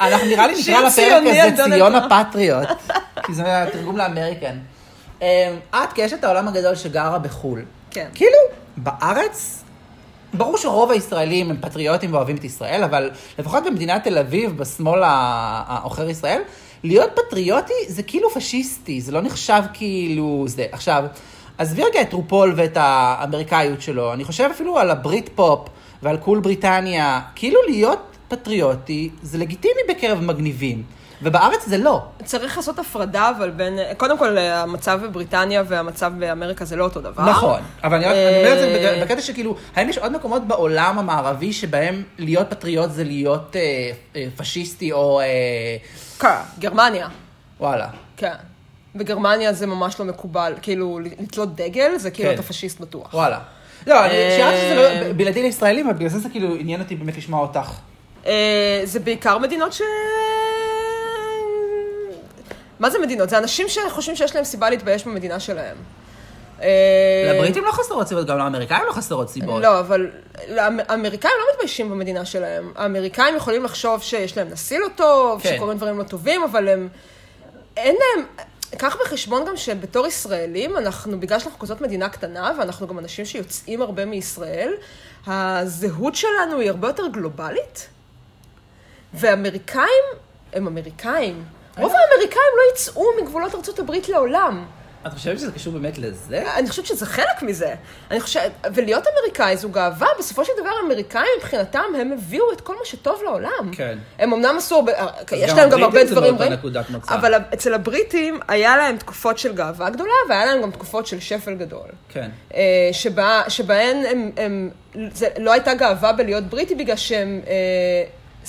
אנחנו נראה לי
שיר
נקרא לפרק
ציוני על
הזה
דונלד
ציון
טראמפ.
הפטריוט, כי זה תרגום לאמריקן. אמ, את כאשת העולם הגדול שגרה בחו"ל.
כן.
כאילו, בארץ, ברור שרוב הישראלים הם פטריוטים ואוהבים את ישראל, אבל לפחות במדינת תל אביב, בשמאל ה- העוכר ישראל, להיות פטריוטי זה כאילו פשיסטי, זה לא נחשב כאילו זה. עכשיו, עזבי רגע את רופול ואת האמריקאיות שלו, אני חושב אפילו על הברית פופ ועל קול בריטניה, כאילו להיות פטריוטי זה לגיטימי בקרב מגניבים, ובארץ זה לא.
צריך לעשות הפרדה, אבל בין... קודם כל, המצב בבריטניה והמצב באמריקה זה לא אותו דבר.
נכון, אבל אני רק- אני אומר את זה
אה,
בג- בקטע שכאילו, האם יש עוד מקומות בעולם המערבי שבהם להיות פטריוט זה להיות אה, אה, פשיסטי או אה,
כן, גרמניה.
וואלה.
כן. בגרמניה זה ממש לא מקובל. כאילו, לתלות דגל זה כאילו
כן.
אתה פשיסט בטוח.
וואלה. לא, אני
אה,
שאלתי שזה לא, ב- בלעדי לישראלים, אבל בגלל זה זה כאילו עניין אותי באמת לשמוע אותך.
אה, זה בעיקר מדינות ש... מה זה מדינות? זה אנשים שחושבים שיש להם סיבה להתבייש במדינה שלהם. אה,
לבריטים לא חסרות סיבות, גם לאמריקאים לא חסרות סיבות.
לא, אבל לאמ- האמריקאים לא מתביישים במדינה שלהם. האמריקאים יכולים לחשוב שיש להם נשיא לא טוב,
כן.
שקורים דברים לא טובים, אבל הם... אין להם... קח בחשבון גם שבתור ישראלים, אנחנו, בגלל שאנחנו כזאת מדינה קטנה, ואנחנו גם אנשים שיוצאים הרבה מישראל, הזהות שלנו היא הרבה יותר גלובלית. ואמריקאים, הם אמריקאים.
אה.
רוב האמריקאים לא יצאו מגבולות ארצות הברית לעולם.
את חושבת שזה קשור באמת לזה?
אני חושבת שזה חלק מזה. אני חושבת, ולהיות אמריקאי זו גאווה, בסופו של דבר האמריקאים מבחינתם, הם הביאו את כל מה שטוב לעולם.
כן.
הם אמנם עשו הרבה, אה, יש
גם
להם גם
הבריטים
הרבה
זה
דברים
מאותה נקודת מוצא.
אבל אצל הבריטים היה להם תקופות של גאווה גדולה, והיה להם גם תקופות של שפל גדול.
כן.
אה, שבה, שבהן הם, הם, זה, לא הייתה גאווה בלהיות בריטי בגלל שהם אה,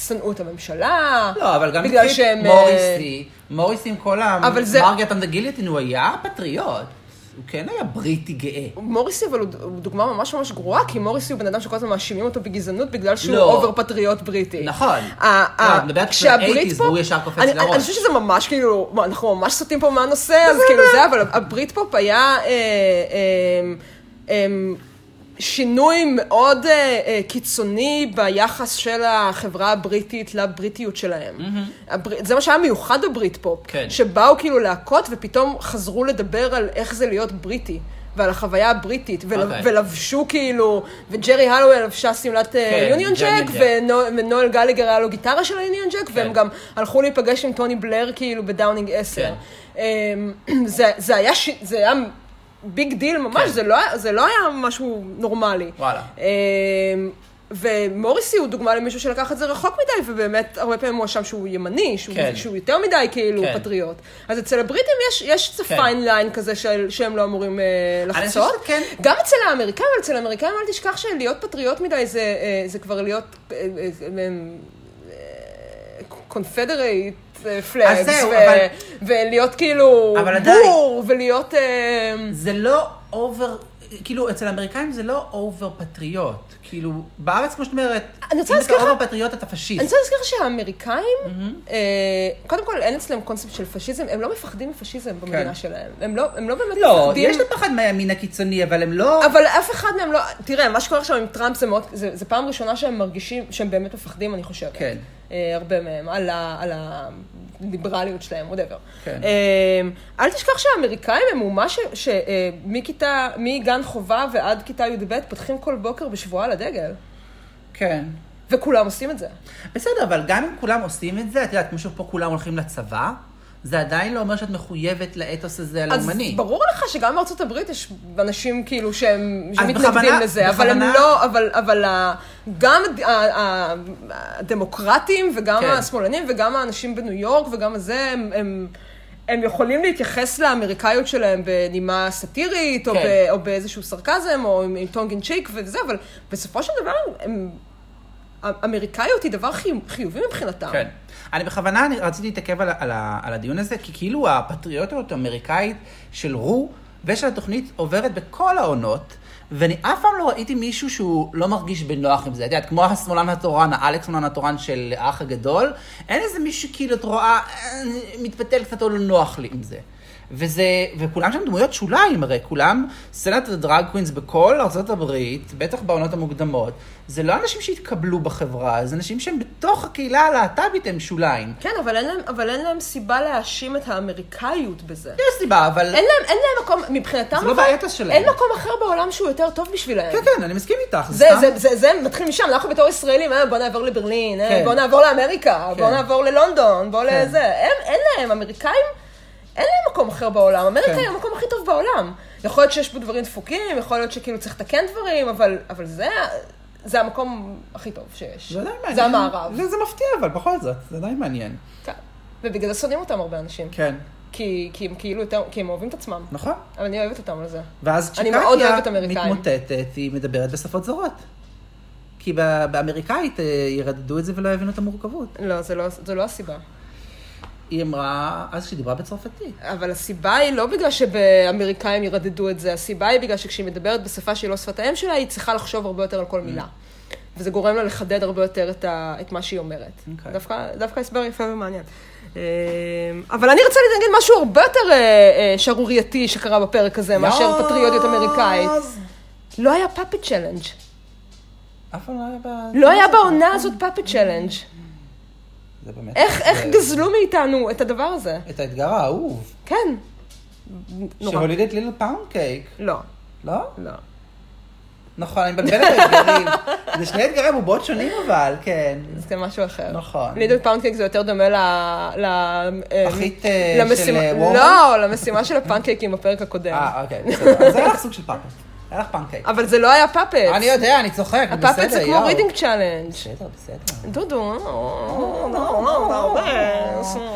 שנאו את הממשלה.
לא, אבל גם
בגלל
נגיד
שהם... אה,
מוריסי, מוריסי עם כל ה...
אבל זה-
מרגרט אנד הגיליטין, הוא היה פטריוט. הוא כן היה בריטי גאה.
מוריסי אבל הוא ד- הוא דוגמה ממש ממש גרועה, כי מוריסי הוא בן אדם שכל הזמן מאשימים אותו בגזענות בגלל שהוא
לא.
אובר פטריוט בריטי.
נכון.
ה- ה-
לא, את מדברת
כשהברית
על 80s,
פופ-
והוא ישר קופץ
אני-
לראש.
אני חושבת שזה ממש כאילו, מה, אנחנו ממש סוטים פה מהנושא, אז כאילו זה, אבל הברית פופ היה... אה, אה, אה, שינוי מאוד אה, אה, קיצוני ביחס של החברה הבריטית לבריטיות שלהם. הבר... זה מה שהיה מיוחד בברית פופ.
כן.
שבאו כאילו להכות ופתאום חזרו לדבר על איך זה להיות בריטי. ועל החוויה הבריטית, ול...
אוקיי.
ולבשו כאילו, וג'רי הלווי לבשה שמלת אה,
כן,
יוניון ג'ק,
Union Jack.
ונו... ונואל גלגר היה לו גיטרה של היוניון ג'ק, והם
כן.
גם הלכו להיפגש עם טוני בלר כאילו בדאונינג 10.
כן.
אמ, (clears throat) זה, זה היה, ש... זה היה ביג דיל ממש,
כן.
זה, לא, היה- זה לא היה משהו נורמלי.
וואלה.
אמ, ומוריסי הוא דוגמה למישהו שלקח את זה רחוק מדי, ובאמת הרבה פעמים הוא אשם שהוא ימני, שהוא,
כן.
שהוא יותר מדי כאילו
כן.
פטריוט. אז אצל הבריטים יש, יש את
כן.
הפיין ליין כזה של, שהם לא אמורים אה,
חושבת
לחצות.
שכן.
גם אצל האמריקאים, אבל אצל האמריקאים אל תשכח שלהיות פטריוט מדי זה, אה, זה כבר להיות אה, קונפדרייט
אז
פלאגס,
זהו, אבל-
אה, ולהיות כאילו
אבל עדיין-
בור, ולהיות... אה,
זה לא אובר, כאילו, אצל האמריקאים זה לא אובר פטריוט. כאילו, בארץ, כמו שאת אומרת,
אני רוצה
אם
להזכיר לך-
אתה אובר פטריוט, אתה פשיסט.
אני רוצה להזכיר שהאמריקאים, אה, קודם כל אין אצלם קונספט של פשיזם, הם לא מפחדים מפשיזם במדינה שלהם. הם לא הם לא באמת
כן. לא,
מפחדים.
יש להם פחד מהימין הקיצוני, אבל הם לא...
אבל אף אחד מהם לא... תראה, מה שקורה עכשיו עם טראמפ זה מאוד... זה, זה פעם ראשונה שהם מרגישים שהם באמת מפחדים, אני חושבת.
כן.
אה, הרבה מהם, על, ה, על הליברליות שלהם, whatever.
כן.
אה, אל תשכח שהאמריקאים הם אומה שמכיתה, מגן חובה ועד כיתה י"ב פותחים כל בוקר בשבועה על הדגל,
כן.
וכולם עושים את זה.
בסדר, אבל גם אם כולם עושים את זה, את יודעת, כמו שפה כולם הולכים לצבא, זה עדיין לא אומר שאת מחויבת לאתוס הזה הלאומני.
אז ברור לך שגם בארצות הברית יש אנשים כאילו שהם
אז
שמתנגדים
בכוונה-
לזה, אבל הם
בכוונה-
לא, אבל, אבל ה, גם הד- ה- ה- הדמוקרטים וגם
כן.
השמאלנים וגם האנשים בניו יורק וגם זה, הם, הם, הם יכולים להתייחס לאמריקאיות שלהם בנימה סאטירית, או,
כן.
ב, או באיזשהו סרקזם, או עם, עם טונג אין צ'יק וזה, אבל בסופו של דבר, הם, אמריקאיות היא דבר חי- חיובי מבחינתם.
כן. אני בכוונה אני רציתי להתעכב על, ה- על, ה- על הדיון הזה, כי כאילו הפטריוטיות האמריקאית של רו ושל התוכנית עוברת בכל העונות, ואני אף פעם לא ראיתי מישהו שהוא לא מרגיש בנוח עם זה. את יודעת, כמו השמאלן התורן, האלכס שמאלן התורן של האח הגדול, אין איזה מישהו כאילו, את רואה, "אה, מתפתל קצת או לא נוח לי עם זה. וזה, וכולם שם דמויות שוליים הרי, כולם, סצנת הדרג קווינס בכל ארה"ב, בטח בעונות המוקדמות, זה לא אנשים שהתקבלו בחברה, זה אנשים שהם בתוך הקהילה הלהט"בית הם שוליים.
כן, אבל אין, להם, אבל אין להם סיבה להאשים את האמריקאיות בזה.
יש סיבה, אבל...
אין להם, אין להם מקום, מבחינתם...
זה לא
אבל-
באתוס שלהם.
אין מקום אחר בעולם שהוא יותר טוב בשבילהם.
כן, כן, אני מסכים איתך.
זה,
סתם-
זה, זה, זה מתחיל משם, אנחנו בתור ישראלים, אה, בוא נעבור לברלין, אה,
כן.
בוא נעבור לאמריקה, בוא
כן.
נעבור ללונדון, בוא
כן.
לזה. הם, אין להם, אמריקאים, אין להם מקום אחר בעולם. אמריקה
כן.
היא המקום הכי טוב בעולם. יכול להיות שיש פה דברים דפוקים, יכול להיות שכאילו צריך לתקן דברים, אבל, אבל זה, זה המקום הכי טוב שיש.
זה עדיין מעניין.
זה המערב.
זה, זה מפתיע, אבל בכל זאת, זה עדיין מעניין.
כן. ובגלל זה שונאים אותם הרבה אנשים.
כן,
כי, כי הם כאילו, יותר- כי הם אוהבים את עצמם.
נכון.
אבל אני אוהבת אותם על זה.
ואז
אני מאוד אוהבת
צ'יקגיה
אמריקאים.
מתמוטטת, היא מדברת בשפות זרות. כי ב- באמריקאית אה, ירדדו את זה ולא הבינו את המורכבות.
לא, זה לא, זה לא הסיבה.
היא אמרה, אז כשהיא דיברה בצרפתית.
אבל הסיבה היא לא בגלל שבאמריקאים ירדדו את זה, הסיבה היא בגלל שכשהיא מדברת בשפה שהיא לא שפת האם שלה, היא צריכה לחשוב הרבה יותר על כל מילה. וזה גורם לה לחדד הרבה יותר את, ה, את מה שהיא אומרת.
אוקיי.
דווקא, דווקא הסבר יפה ומעניין. אמ, אבל אני רוצה להגיד משהו הרבה יותר אה, אה, שערורייתי שקרה בפרק
לא.
הזה, מאשר פטריוטיות אמריקאית.
אז-
לא היה פאפט צ'לנג'.
אף פעם לא היה ב...
לא היה בעונה הזאת פאפט צ'לנג'.
זה באמת...
איך, איך
זה-
גזלו מאיתנו את הדבר הזה?
את האתגר האהוב,
כן. נורא.
שהוליד את ליל פאונד קייק,
לא.
לא?
לא.
נכון, אני מבלבלת את
(laughs)
האתגרים. זה שני אתגרי בובות שונים אבל, כן.
זה משהו אחר.
נכון.
לידל פאונדקייק זה יותר דומה ל... ל... אה,
פחית, אה,
למשימה-
של, אה, וורן?
לא, למשימה של הפאנקייקים בפרק הקודם.
אה, אוקיי, בסדר. אז היה לך סוג של פאפט. היה לך פאנקייק.
אבל זה לא היה פאפט.
אני יודע, אני צוחק, בסדר, יואו.
הפאפט זה כמו רידינג צ'אלנג'.
בסדר, בסדר.
דודו.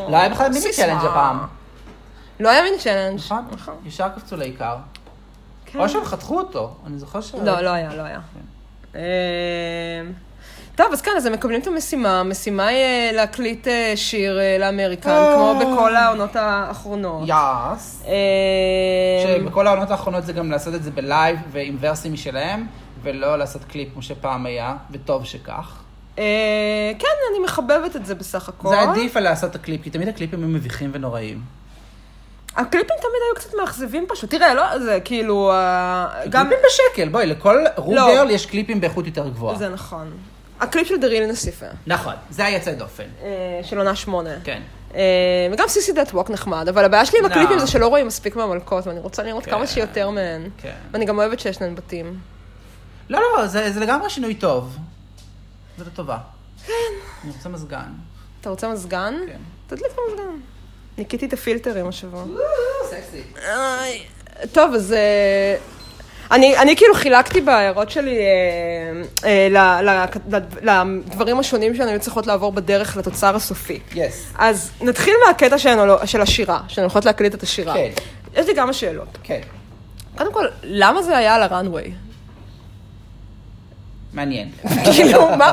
לא היה בכלל מיני
סיסמה.
צ'לנג' הפעם.
לא היה מיני צ'אלנג'.
נכון, נכון. ישר קפצו לעיקר.
כן.
או שהם חתכו אותו, אני זוכר ש...
לא, לא היה, לא היה.
כן.
אמ, טוב, אז כן, אז הם מקבלים את המשימה. המשימה היא אה, להקליט אה, שיר אה, לאמריקן,
אה.
כמו בכל העונות האחרונות.
יאס.
אמ,
שבכל העונות האחרונות זה גם לעשות את זה בלייב ועם ורסים משלהם, ולא לעשות קליפ כמו שפעם היה, וטוב שכך.
אה, כן, אני מחבבת את זה בסך הכל.
זה עדיף על לעשות את הקליפ, כי תמיד הקליפים הם מביכים ונוראים.
הקליפים תמיד היו קצת מאכזבים פשוט. תראה, לא, זה כאילו... אה, גם...
קליפים בשקל, בואי, לכל
לא.
רוגרל יש קליפים באיכות יותר גבוהה.
זה נכון. הקליפ של דריל נסיפה,
נכון, זה היה יוצא דופן.
אה, של עונה שמונה.
כן.
אה, וגם סיסי דט ווק נחמד, אבל הבעיה שלי עם
לא.
הקליפים זה שלא רואים מספיק מהמלכות, ואני רוצה לראות
כן.
כמה שיותר מהן.
כן.
ואני גם אוהבת שיש להן בתים.
לא, לא, זה זה לגמרי שינוי טוב. זה לטובה. כן. אני רוצה מזגן.
אתה רוצה מזגן?
כן.
תדליק את המזגן. ניקיתי את הפילטרים השבוע.
סקסי.
איי. אה, טוב, אז... אה, אני, אני כאילו חילקתי בהערות שלי אה, אה, ל- ל- ל- לדברים השונים שהן היו צריכות לעבור בדרך לתוצר הסופי.
יס.
אז נתחיל מהקטע שהן עולו- של השירה, שהן הולכות להקליט את השירה.
כן.
יש לי כמה שאלות.
כן.
קודם כל, למה זה היה על הראנוויי?
(laughs) מעניין.
(laughs) כאילו, מה,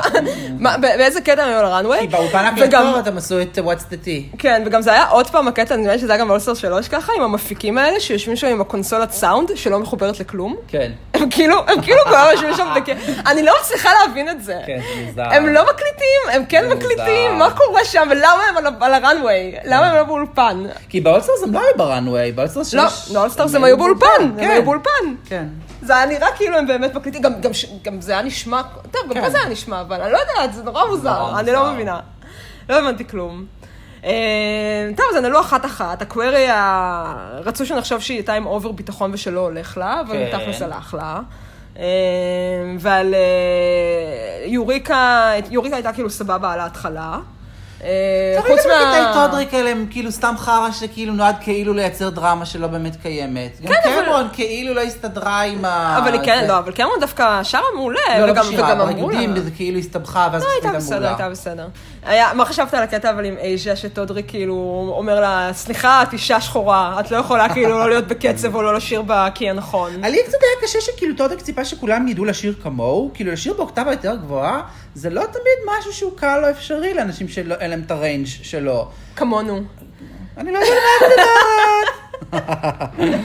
מה- בא- באיזה קטע הם היו על הראנוויי?
כי באולפן
וגם-
הקלטות הם עשו את What's the T.
כן, וגם זה היה עוד פעם הקטע, נדמה לי שזה היה גם באולסטר 3 ככה, עם המפיקים האלה שיושבים שם עם הקונסולת סאונד שלא מחוברת לכלום.
כן.
הם כאילו, הם כאילו כבר יושבים שם, וכ- אני לא מצליחה להבין את זה.
כן, זה מוזר.
הם לא מקליטים, הם כן
זה
מקליטים,
מוזר.
מה קורה שם, ולמה הם על ה- על הראנוויי? למה הם לא באולפן?
כי באולסטרס הם לא היו בראנוויי, באולסטרס
לא, נולסטארס הם היו באולפן, הם היו באולפן.
כן.
זה היה נראה כאילו הם באמת מקליטים, גם, גם, ש- גם זה היה נשמע, טוב, גם
כן.
פה זה היה נשמע, אבל אני לא יודעת, זה נורא מוזר,
נורא
אני לא
מוזר.
מבינה. לא הבנתי כלום. אה, טוב, אז ענו אחת-אחת, הקווירי, ה- רצו שנחשוב שהיא הייתה עם אובר ביטחון ושלא הולך לה, אבל
כן.
תכלס הלך לה. אה, ועל אה, יוריקה, יוריקה הייתה כאילו סבבה על ההתחלה. אה,
חוץ מה... קטעי טודריק האלה הם כאילו סתם חרא שכאילו נועד כאילו לייצר דרמה שלא באמת קיימת. כן,
אבל-
גם קמרון כאילו לא הסתדרה עם ה...
אבל היא כן,
אה, זה-
לא, אבל קמרון דווקא שרה מעולה,
לא, לא
וגם-
בשירה,
וגם אמרו לה.
בריקודים, וזה כאילו הסתבכה, ואז
לא,
פתאום
הייתה
גם
בסדר,
מולה.
הייתה בסדר. היה, מה חשבת על הקטע אבל עם אייז'ה, שטודריק כאילו אומר לה, סליחה, את אישה שחורה, את לא יכולה כאילו לא להיות בקצב או לא לשיר בה כי הנכון.
לי קצת היה קשה שכאילו טודק ציפה שכולם ידעו לשיר כמוהו, כאילו לשיר באוקטבה יותר גבוהה, זה לא תמיד משהו שהוא קל או אפשרי לאנשים שאין להם את הריינג' שלו.
כמונו.
אני לא יודעת מה את (laughs) יודעת.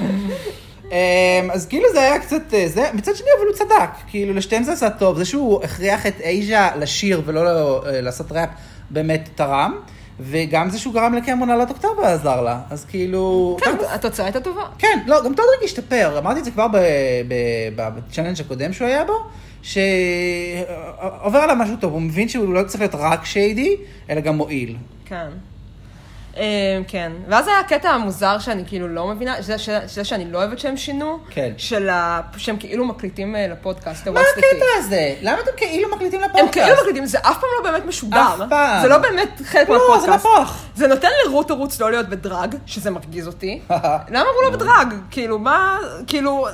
אמ, אז כאילו זה היה קצת, אה, זה, מצד שני אבל הוא צדק, כאילו לשתיהם זה עשה טוב, זה שהוא הכריח את אייז'ה לשיר ולא אה, לעשות ראפ באמת תרם, וגם זה שהוא גרם לקמון לעלות אוקטובה עזר לה, אז כאילו...
כן,
תכלס-
התוצאה הייתה טובה.
כן, לא, גם טודריק השתפר, אמרתי את זה כבר ב- ב- ב- בצ'אלנג' הקודם שהוא היה בו, שעובר עליו משהו טוב, הוא מבין שהוא לא צריך להיות רק שיידי, אלא גם מועיל.
כן. אמ, כן, ואז היה הקטע המוזר שאני כאילו לא מבינה, שזה- שזה שזה שאני לא אוהבת שהם שינו,
כן.
של ה... שהם כאילו מקליטים אה, לפודקאסט,
מה
ה-What's the Tea.
הקטע הזה? למה אתם כאילו מקליטים לפודקאסט?
הם כאילו מקליטים, זה אף פעם לא באמת משודר.
אף פעם.
זה לא באמת חלק
לא,
מהפודקאסט.
זה נפח.
זה נותן לרות ערוץ לא להיות בדרג, שזה מרגיז אותי. (laughs) למה הוא
אה.
לא בדרג? כאילו, מה, כאילו,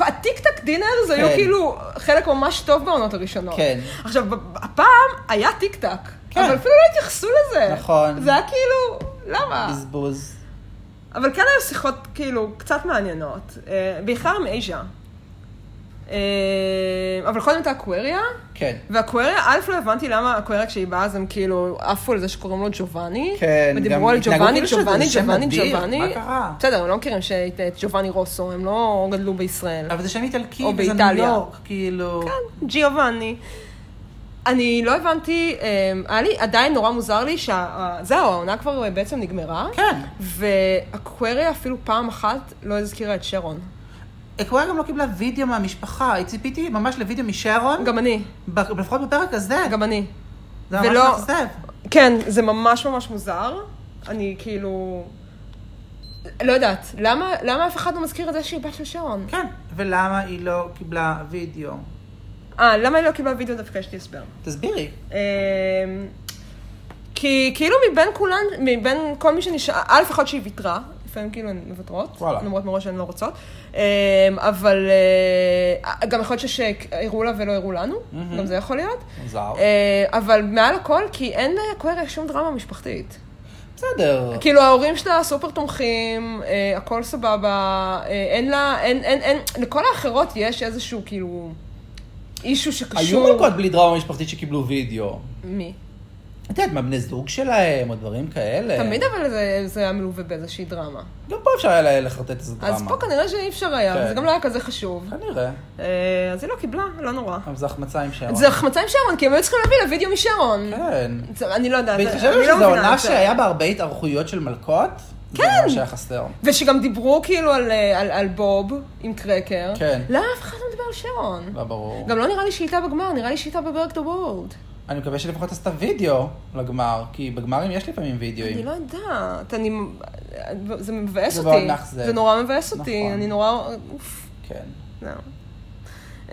הטיק טק דינר זה היו
כן.
כאילו חלק ממש טוב בעונות הראשונות.
כן.
עכשיו, ב- ב- הפעם היה טיק טק,
כן.
אבל אפילו לא התייחסו לזה.
נכון.
זה היה כאילו, למה?
בזבוז.
אבל כן היו שיחות כאילו קצת מעניינות, אה, בעיקר עם אייז'ה. אה, אבל קודם הייתה אקווריה.
כן.
והקוויריה, א' לא הבנתי למה הקוויריה כשהיא באה אז הם כאילו עפו על זה שקוראים לו ג'ובאני.
כן, גם
ודיברו על
התנהגו
ג'ובאני,
כאילו שזה
ג'ובאני,
שם
ג'ובאני,
אדיר,
ג'ובאני.
מה קרה?
בסדר, הם לא מכירים שאת את ג'ובאני רוסו, הם לא גדלו בישראל.
אבל זה שם איטלקי,
או
וזה ניו
באיטליה.
יורק, כאילו...
כן, ג'יובאני. אני לא הבנתי, אמ, היה לי עדיין נורא מוזר לי שזהו, העונה כבר בעצם נגמרה.
כן.
והקוויריה אפילו פעם אחת לא הזכירה את שרון.
אקוויה גם לא קיבלה וידאו מהמשפחה, היא ציפיתי ממש לוידאו משרון,
גם אני,
ב- לפחות בפרק הזה.
גם אני.
זה ממש
ולא-
מאכזב.
כן, זה ממש ממש מוזר. אני כאילו... לא יודעת, למה, למה אף אחד לא מזכיר את זה שהיא בת של שרון?
כן. ולמה היא לא קיבלה וידאו?
אה, למה היא לא קיבלה וידאו דווקא? יש לי הסבר.
תסבירי.
אמ, כי כאילו מבין כולן, מבין כל מי שנשאר, אה, א' אחד שהיא ויתרה, לפעמים כאילו הן מוותרות,
וואלה.
למרות מראש שהן לא רוצות, אמ, אבל אה, גם יכול להיות שהראו לה ולא הראו לנו, גם זה יכול להיות,
מוזר.
אה, אבל מעל הכל, כי אין לקוויריה שום דרמה משפחתית.
בסדר.
כאילו ההורים שלה סופר תומכים, אה, הכל סבבה, אה, אין לה, אין, אין, אין, לכל האחרות יש איזשהו כאילו אישו
היו
שקשור.
מלכות בלי דרמה משפחתית שקיבלו וידאו.
מי?
את יודעת, מה בני זוג שלהם, או דברים כאלה.
תמיד אבל זה, זה היה מלווה באיזושהי דרמה.
גם פה אפשר היה לחרטט איזה דרמה.
אז פה כנראה שאי אפשר היה,
כן.
וזה גם לא היה כזה חשוב.
כנראה.
אה, אז היא לא קיבלה, לא נורא.
אבל זה החמצה עם שרון.
זה החמצה עם שרון, כי הם היו צריכים להביא לה וידאו משרון.
כן.
זה- אני לא יודעת,
בהתחשב
אני לא
שזו
מבינה
עונה
את זה.
שהיה בה הרבה התארכויות של מלכות, כן. זה ממש היה חסר.
ושגם דיברו כאילו על, אה, על, על בוב עם קרקר.
כן.
למה אף אחד לא מדבר על שרון?
לא ברור.
גם לא נראה לי שהיא איתה בגמר, נראה לי שהיא איתה בברק דה וולד.
אני מקווה שלפחות עשתה וידאו לגמר, כי בגמרים יש לפעמים
אני
וידאוים.
לא יודעת, אני... זה מבאס
כן. זה
אותי.
מאוד מאכזב.
זה נורא מבאס אותי,
נכון.
אני נורא... אוף,
כן.
לא.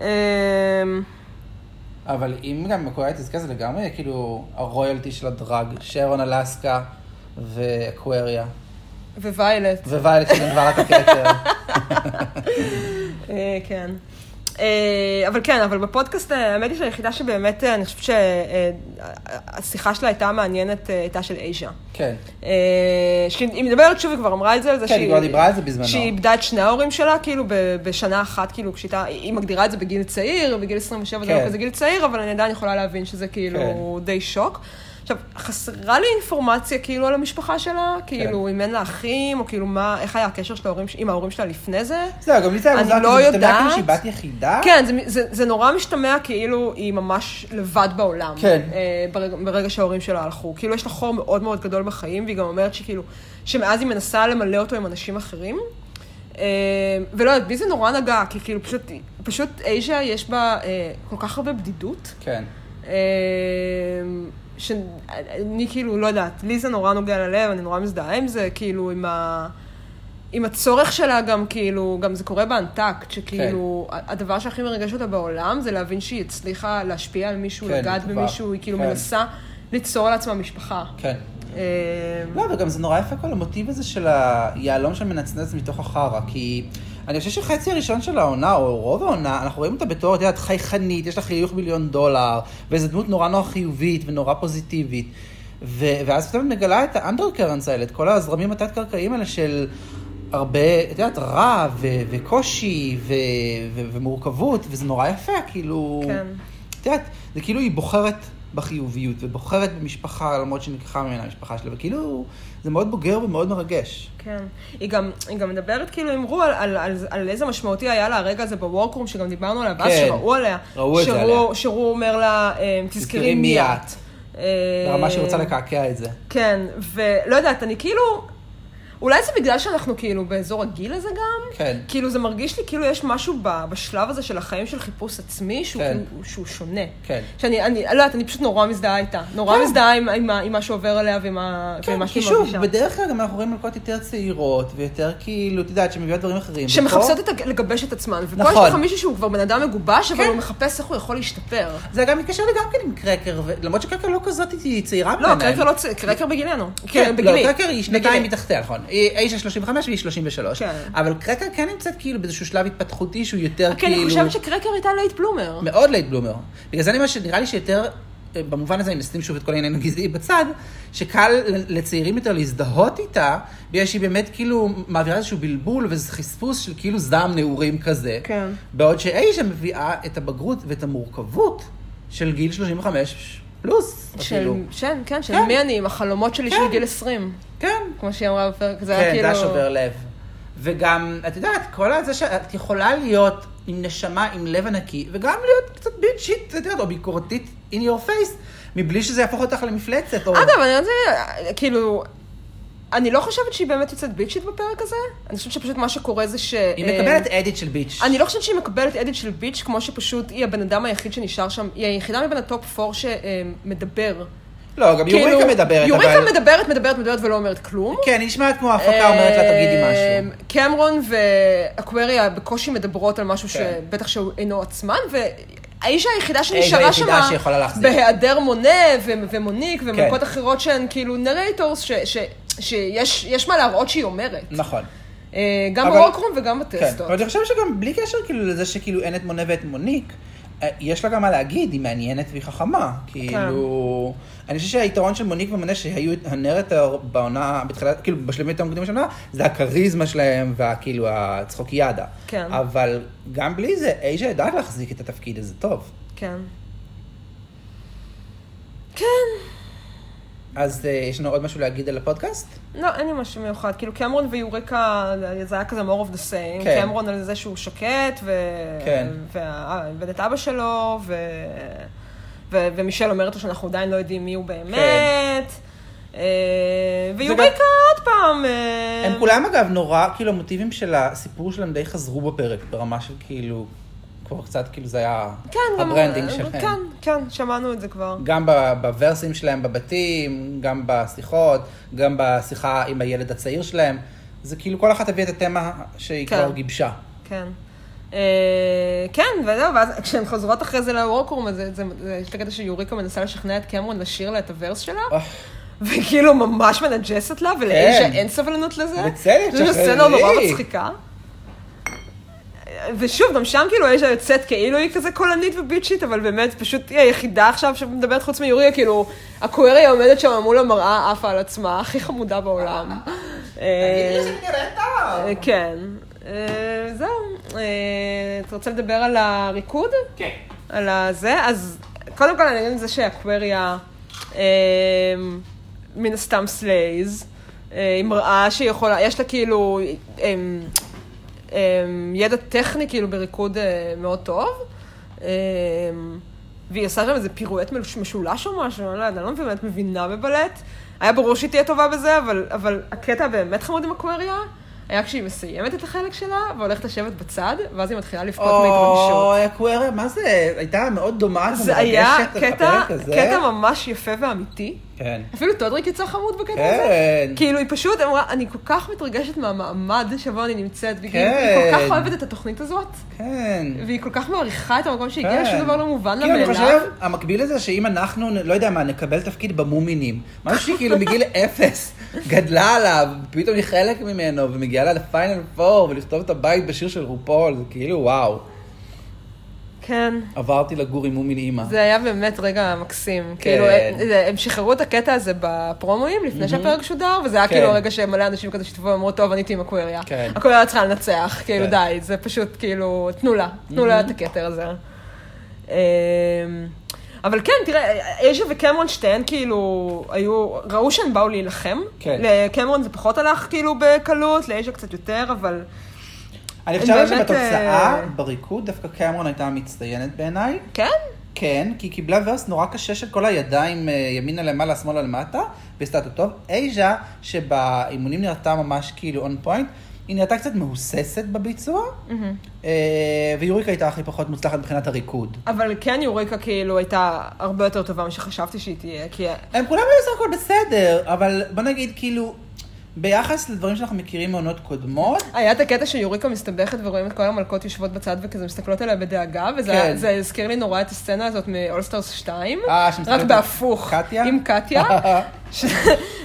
אמ,
אבל אם גם אקוויה תזכה, זה לגמרי כאילו הרויאלטי של הדרג. שרון אלסקה ואקוויריה.
וויילט.
וויילט שגנבה לה
(laughs)
את הכתר.
אה, כן. אה, אבל כן, אבל בפודקאסט, אה, האמת היא שהיחידה שבאמת, אה, אני חושבת שהשיחה שלה הייתה מעניינת, אה, הייתה של אייז'ה.
כן.
אה, שהיא מדברת שוב, היא כבר אמרה את זה, על זה
כן, היא כבר דיברה על זה בזמנו.
שהיא איבדה את שני ההורים שלה, כאילו, ב- בשנה אחת, כאילו, כשהייתה, היא מגדירה את זה בגיל צעיר, בגיל 27 זה
כן.
לא כזה גיל צעיר, אבל אני עדיין יכולה להבין שזה כאילו די שוק. עכשיו, חסרה לי אינפורמציה כאילו על המשפחה שלה,
כן.
כאילו, אם אין לה אחים, או כאילו, מה, איך היה הקשר של ההורים, ש- עם ההורים שלה לפני זה?
זהו, גם לי זה היה
אני
מוזר, כי
לא
זה משתמע כאילו
יודעת.
שהיא בת יחידה.
כן, זה, זה, זה נורא משתמע כאילו היא ממש לבד בעולם.
כן.
אה, ברגע, ברגע שההורים שלה הלכו. כאילו, יש לה חור מאוד מאוד גדול בחיים, והיא גם אומרת שכאילו, שמאז היא מנסה למלא אותו עם אנשים אחרים. אה, ולא יודעת, בי זה נורא נגע, כי כאילו פשוט, פשוט אייז'ה יש בה אה, כל כך הרבה בדידות,
כן.
אה, שאני אמ, כאילו, לא יודעת, לי זה נורא נוגע ללב, אני נורא מזדהה עם זה, כאילו, עם ה... עם הצורך שלה גם, כאילו, גם זה קורה באנטקט, שכאילו, כן. הדבר שהכי מרגש אותה בעולם זה להבין שהיא הצליחה להשפיע על מישהו,
כן,
לגעת
לטובה.
במישהו, היא כאילו
כן.
מנסה ליצור על עצמה משפחה.
כן.
אה,
לא, וגם זה נורא יפה כל המוטיב הזה של היהלום שמנצנץ מתוך החרא, כי אני חושב שחצי הראשון של העונה, או רוב העונה, אנחנו רואים אותה בתור, את יודעת, חייכנית, יש לה חיוך מיליון דולר, ואיזו דמות נורא נורא חיובית ונורא פוזיטיבית. ו- ואז פתאום את מגלה את האנדרקרנס האלה, את כל הזרמים התת-קרקעיים האלה של הרבה, את יודעת, רע ו- וקושי ו- ו- ומורכבות, וזה נורא יפה, כאילו...
כן.
את יודעת, זה כאילו היא בוחרת בחיוביות, ובוחרת במשפחה, למרות שנלקחה ממנה המשפחה שלה, וכאילו, זה מאוד בוגר ומאוד מרגש.
כן. היא גם, היא גם מדברת, כאילו, אמרו על, על, על, על איזה משמעותי היה לה הרגע הזה בוורקרום, שגם דיברנו עליו, אז
כן.
שראו עליה.
ראו את זה
שרו-
עליה.
שרו אומר לה, אה,
תזכרי
תזכרי
מי
מי
את."
את. אה,
ברמה שהיא רוצה לקעקע את זה.
כן, ולא יודעת, אני כאילו... אולי זה בגלל שאנחנו כאילו באזור הגיל הזה גם?
כן.
כאילו זה מרגיש לי כאילו יש משהו ב- בשלב הזה של החיים של חיפוש עצמי שהוא,
כן.
כאילו, שהוא שונה.
כן.
שאני, אני, לא יודעת, אני פשוט נורא מזדהה איתה. נורא
כן.
מזדהה עם, עם, ה- עם מה שעובר עליה ועם, ה, ועם
כן,
מה
כי
שהיא
שוב,
מרגישה.
בדרך כלל גם אנחנו רואים מלכות יותר צעירות, ויותר כאילו, את יודעת, שמביאות דברים אחרים.
שמחפשות
ופה-
את, ה- לגבש את עצמן. ופה
נכון.
יש לך מישהו שהוא כבר בן אדם מגובש, אבל
כן.
הוא מחפש איך הוא יכול להשתפר.
זה גם מתקשר לי גם כן עם קרקר, ו- למרות שקרקר לא כזאת, היא צעירה
לא,
בעיניי.
קרקר, לא, צ- קרקר בגילנו.
כן,
בגילי.
לא, קרקר היא שנתיים
בגילי.
מתחתיה, נכון. היא אישה 35 והיא 33.
כן.
אבל קרקר כן נמצאת כאילו באיזשהו שלב התפתחותי שהוא יותר
כן,
כאילו...
אני חושבת שקרקר הייתה לייט בלומר.
מאוד לייט בלומר. בגלל זה אני אומר שנראה לי שיותר, אה, במובן הזה, אם נשים שוב את כל העניין הגזעי בצד, שקל ל- לצעירים יותר להזדהות איתה, בגלל שהיא באמת כאילו מעבירה איזשהו בלבול ואיזה חספוס של כאילו זעם נעורים כזה.
כן.
בעוד שאיישה מביאה את הבגרות ואת המורכבות של גיל 35 פלוס,
של,
אפילו.
כן, כן, של
כן.
מי אני, עם החלומות שלי של
כן.
גיל 20.
כן.
כמו שהיא אמרה בפרק, זה היה
כן,
כאילו...
זה היה שובר לב. וגם, את יודעת, כל הזה שאת יכולה להיות עם נשמה, עם לב ענקי, וגם להיות קצת ביצ'ית, את יודעת, או ביקורתית in your face, מבלי שזה יהפוך אותך למפלצת, או...
אגב, אני רוצה, כאילו... אני לא חושבת שהיא באמת יוצאת ביצ'ית בפרק הזה. אני חושבת שפשוט מה שקורה זה ש...
היא
אה,
מקבלת אדיט של ביץ'.
אני לא חושבת שהיא מקבלת אדיט של ביץ', כמו שפשוט היא הבן אדם היחיד שנשאר שם. היא היחידה מבין הטופ 4 שמדבר. כאילו,
לא, גם יוריקה מדברת, אבל...
יוריקה מדברת, מדברת, מדברת ולא אומרת כלום.
כן, היא נשמעת כמו ההפקה אומרת לה, תגידי משהו.
אה, קמרון ואקווריה בקושי מדברות על משהו
כן.
שבטח שהוא אינו עצמן, והאישה היחידה
האישה
שנשארה שם,
היחידה שיכולה להחזיק.
בהיעדר מונה ו- ומוניק ומלכות
כן.
אחרות שהן כאילו נרייטורס, ש- ש- שיש יש מה להראות שהיא אומרת.
נכון.
אה, גם
אבל-
בוורקרום וגם
כן,
בטסטות.
אבל אני חושב שגם בלי קשר כאילו לזה שכאילו אין את מונה ואת מוניק, אה, יש לה גם מה להגיד, היא מעניינת והיא חכמה. כאילו...
כן.
אני חושב שהיתרון של מוניק ומונה שהיו הנרטור בעונה, בתחילת, כאילו בשלבים יותר מוקדמים של העונה, זה הכריזמה שלהם והכאילו הצחוקיאדה.
כן.
אבל גם בלי זה, אייז'ה יודעת להחזיק את התפקיד הזה טוב.
כן.
אז אה, יש לנו עוד משהו להגיד על הפודקאסט?
לא, אין לי משהו מיוחד. כאילו, קמרון ויוריקה, זה היה כזה more of the same.
כן.
קמרון על זה שהוא שקט, ו...
כן.
ואיבד את אבא שלו, ו... ו... ומישל אומרת לו שאנחנו עדיין לא יודעים מי הוא באמת. אה, ויוריקה,
כן. זה גם-
עוד פעם, פעם... אה,
הם כולם אגב נורא, כאילו המוטיבים של הסיפור שלהם די חזרו בפרק, ברמה של כאילו, כבר קצת כאילו זה היה
כן, גם-
הברנדינג
אה,
שלהם.
כן, כן, שמענו את זה כבר.
גם ב- בוורסים שלהם בבתים, גם בשיחות, גם בשיחה עם הילד הצעיר שלהם. זה כאילו כל אחת הביאה את התמה שהיא
כן.
כבר גיבשה.
כן. אה, כן, וזהו, ואז כשהן חוזרות אחרי זה לוורקרום, אז זה- זה- זה- יש את הקטע שיוריקה מנסה לשכנע את קמרון לשיר לה את הוורס שלה,
אה.
וכאילו ממש מנג'סת לה, ולאישה
כן.
אין סבלנות לזה.
בצדק,
זו
שחררי.
סצנה נורא לא, מצחיקה. ושוב, גם שם כאילו אישה יוצאת כאילו היא כזה קולנית וביצ'ית, אבל באמת פשוט היא היחידה עכשיו שמדברת חוץ מיוריה, כאילו, הקווירי עומדת שם מול המראה עפה על עצמה, הכי חמודה בעולם. אה, אה, כן. אה, זהו. אה, אתה רוצה לדבר על הריקוד?
כן.
על הזה? אז קודם כל אני אגיד את זה שהאקווריה אה, מן הסתם סלייז. אה, היא מראה שהיא יכולה, יש לה כאילו אה, אה, ידע טכני כאילו בריקוד אה, מאוד טוב. אה, והיא עושה שם איזה פירואט מלוש- משולש או משהו, אני לא יודעת, אני לא באמת מבינה בבלט. היה ברור שהיא תהיה טובה בזה, אבל, אבל הקטע הבאמת חמוד עם אקווריה, היה כשהיא מסיימת את החלק שלה, והולכת לשבת בצד, ואז היא מתחילה לבכות מהתרגשות.
אוי, הקווירה, מה זה? הייתה מאוד דומה.
זה היה
ומרגשת,
קטע,
הפרק הזה.
קטע ממש יפה ואמיתי.
כן.
אפילו טודריק יצא חמוד בקטע הזה.
כן.
כאילו, היא פשוט אמרה, אני כל כך מתרגשת מהמעמד שבו אני נמצאת, וכאילו,
כן.
היא כל כך אוהבת את התוכנית הזאת,
כן.
והיא כל כך מעריכה את המקום שהיא הגיעה,
כן.
שום דבר לא מובן לה
כאילו, אני
מאליו.
חושב, המקביל לזה, שאם אנחנו, לא יודע מה, נקבל תפקיד במומינים, משהו שהיא כאילו
(laughs)
מגיל אפס גדלה עליו, פתאום היא חלק ממנו, ומגיעה לה לפיינל פור, ולכתוב את הבית בשיר של רופול, זה כאילו, וואו,
כן.
עברתי לגור עם מומין אימא.
זה היה באמת רגע מקסים.
כן.
כאילו, אה, הם שחררו את הקטע הזה בפרומואים לפני שהפרק שודר, וזה היה
כן.
כאילו רגע שמלא אנשים כזה שיתפו ואמרו, טוב, אני הייתי עם הקוויריה.
כן.
הקוויריה צריכה לנצח, כאילו,
כן.
די, זה פשוט כאילו, תנו לה, תנו לה את הכתר הזה. אמ, אבל כן, תראה, אייז'ה וקמרון שתיהן כאילו היו, ראו שהן באו להילחם.
כן.
לקמרון זה פחות הלך כאילו בקלות, לאייז'ה קצת יותר, אבל...
אני חושבת
באמת,
שבתוצאה,
אה,
בריקוד, דווקא קמרון הייתה המצטיינת בעיניי.
כן?
כן, כי היא קיבלה ורס נורא קשה של כל הידיים אה, ימינה למעלה, שמאלה למטה, ועשתה אותו טוב. אייז'ה, שבאימונים נראתה ממש כאילו און פוינט, היא נראתה קצת מהוססת בביצוע, אה, ויוריקה הייתה הכי פחות מוצלחת מבחינת הריקוד.
אבל כן יוריקה כאילו הייתה הרבה יותר טובה ממה שחשבתי שהיא תהיה, כי
הם כולם היו בסך הכל בסדר, אבל בוא נגיד כאילו, ביחס לדברים שאנחנו מכירים מעונות קודמות,
היה את הקטע שיוריקה מסתבכת ורואים את כל המלכות יושבות בצד וכזה מסתכלות עליה בדאגה, וזה
כן.
זה הזכיר לי נורא את הסצנה הזאת מאולסטרס 2,
אה, שמסתכלת
רק
על
בהפוך,
קטיה?
עם
(laughs)
קטיה, ש-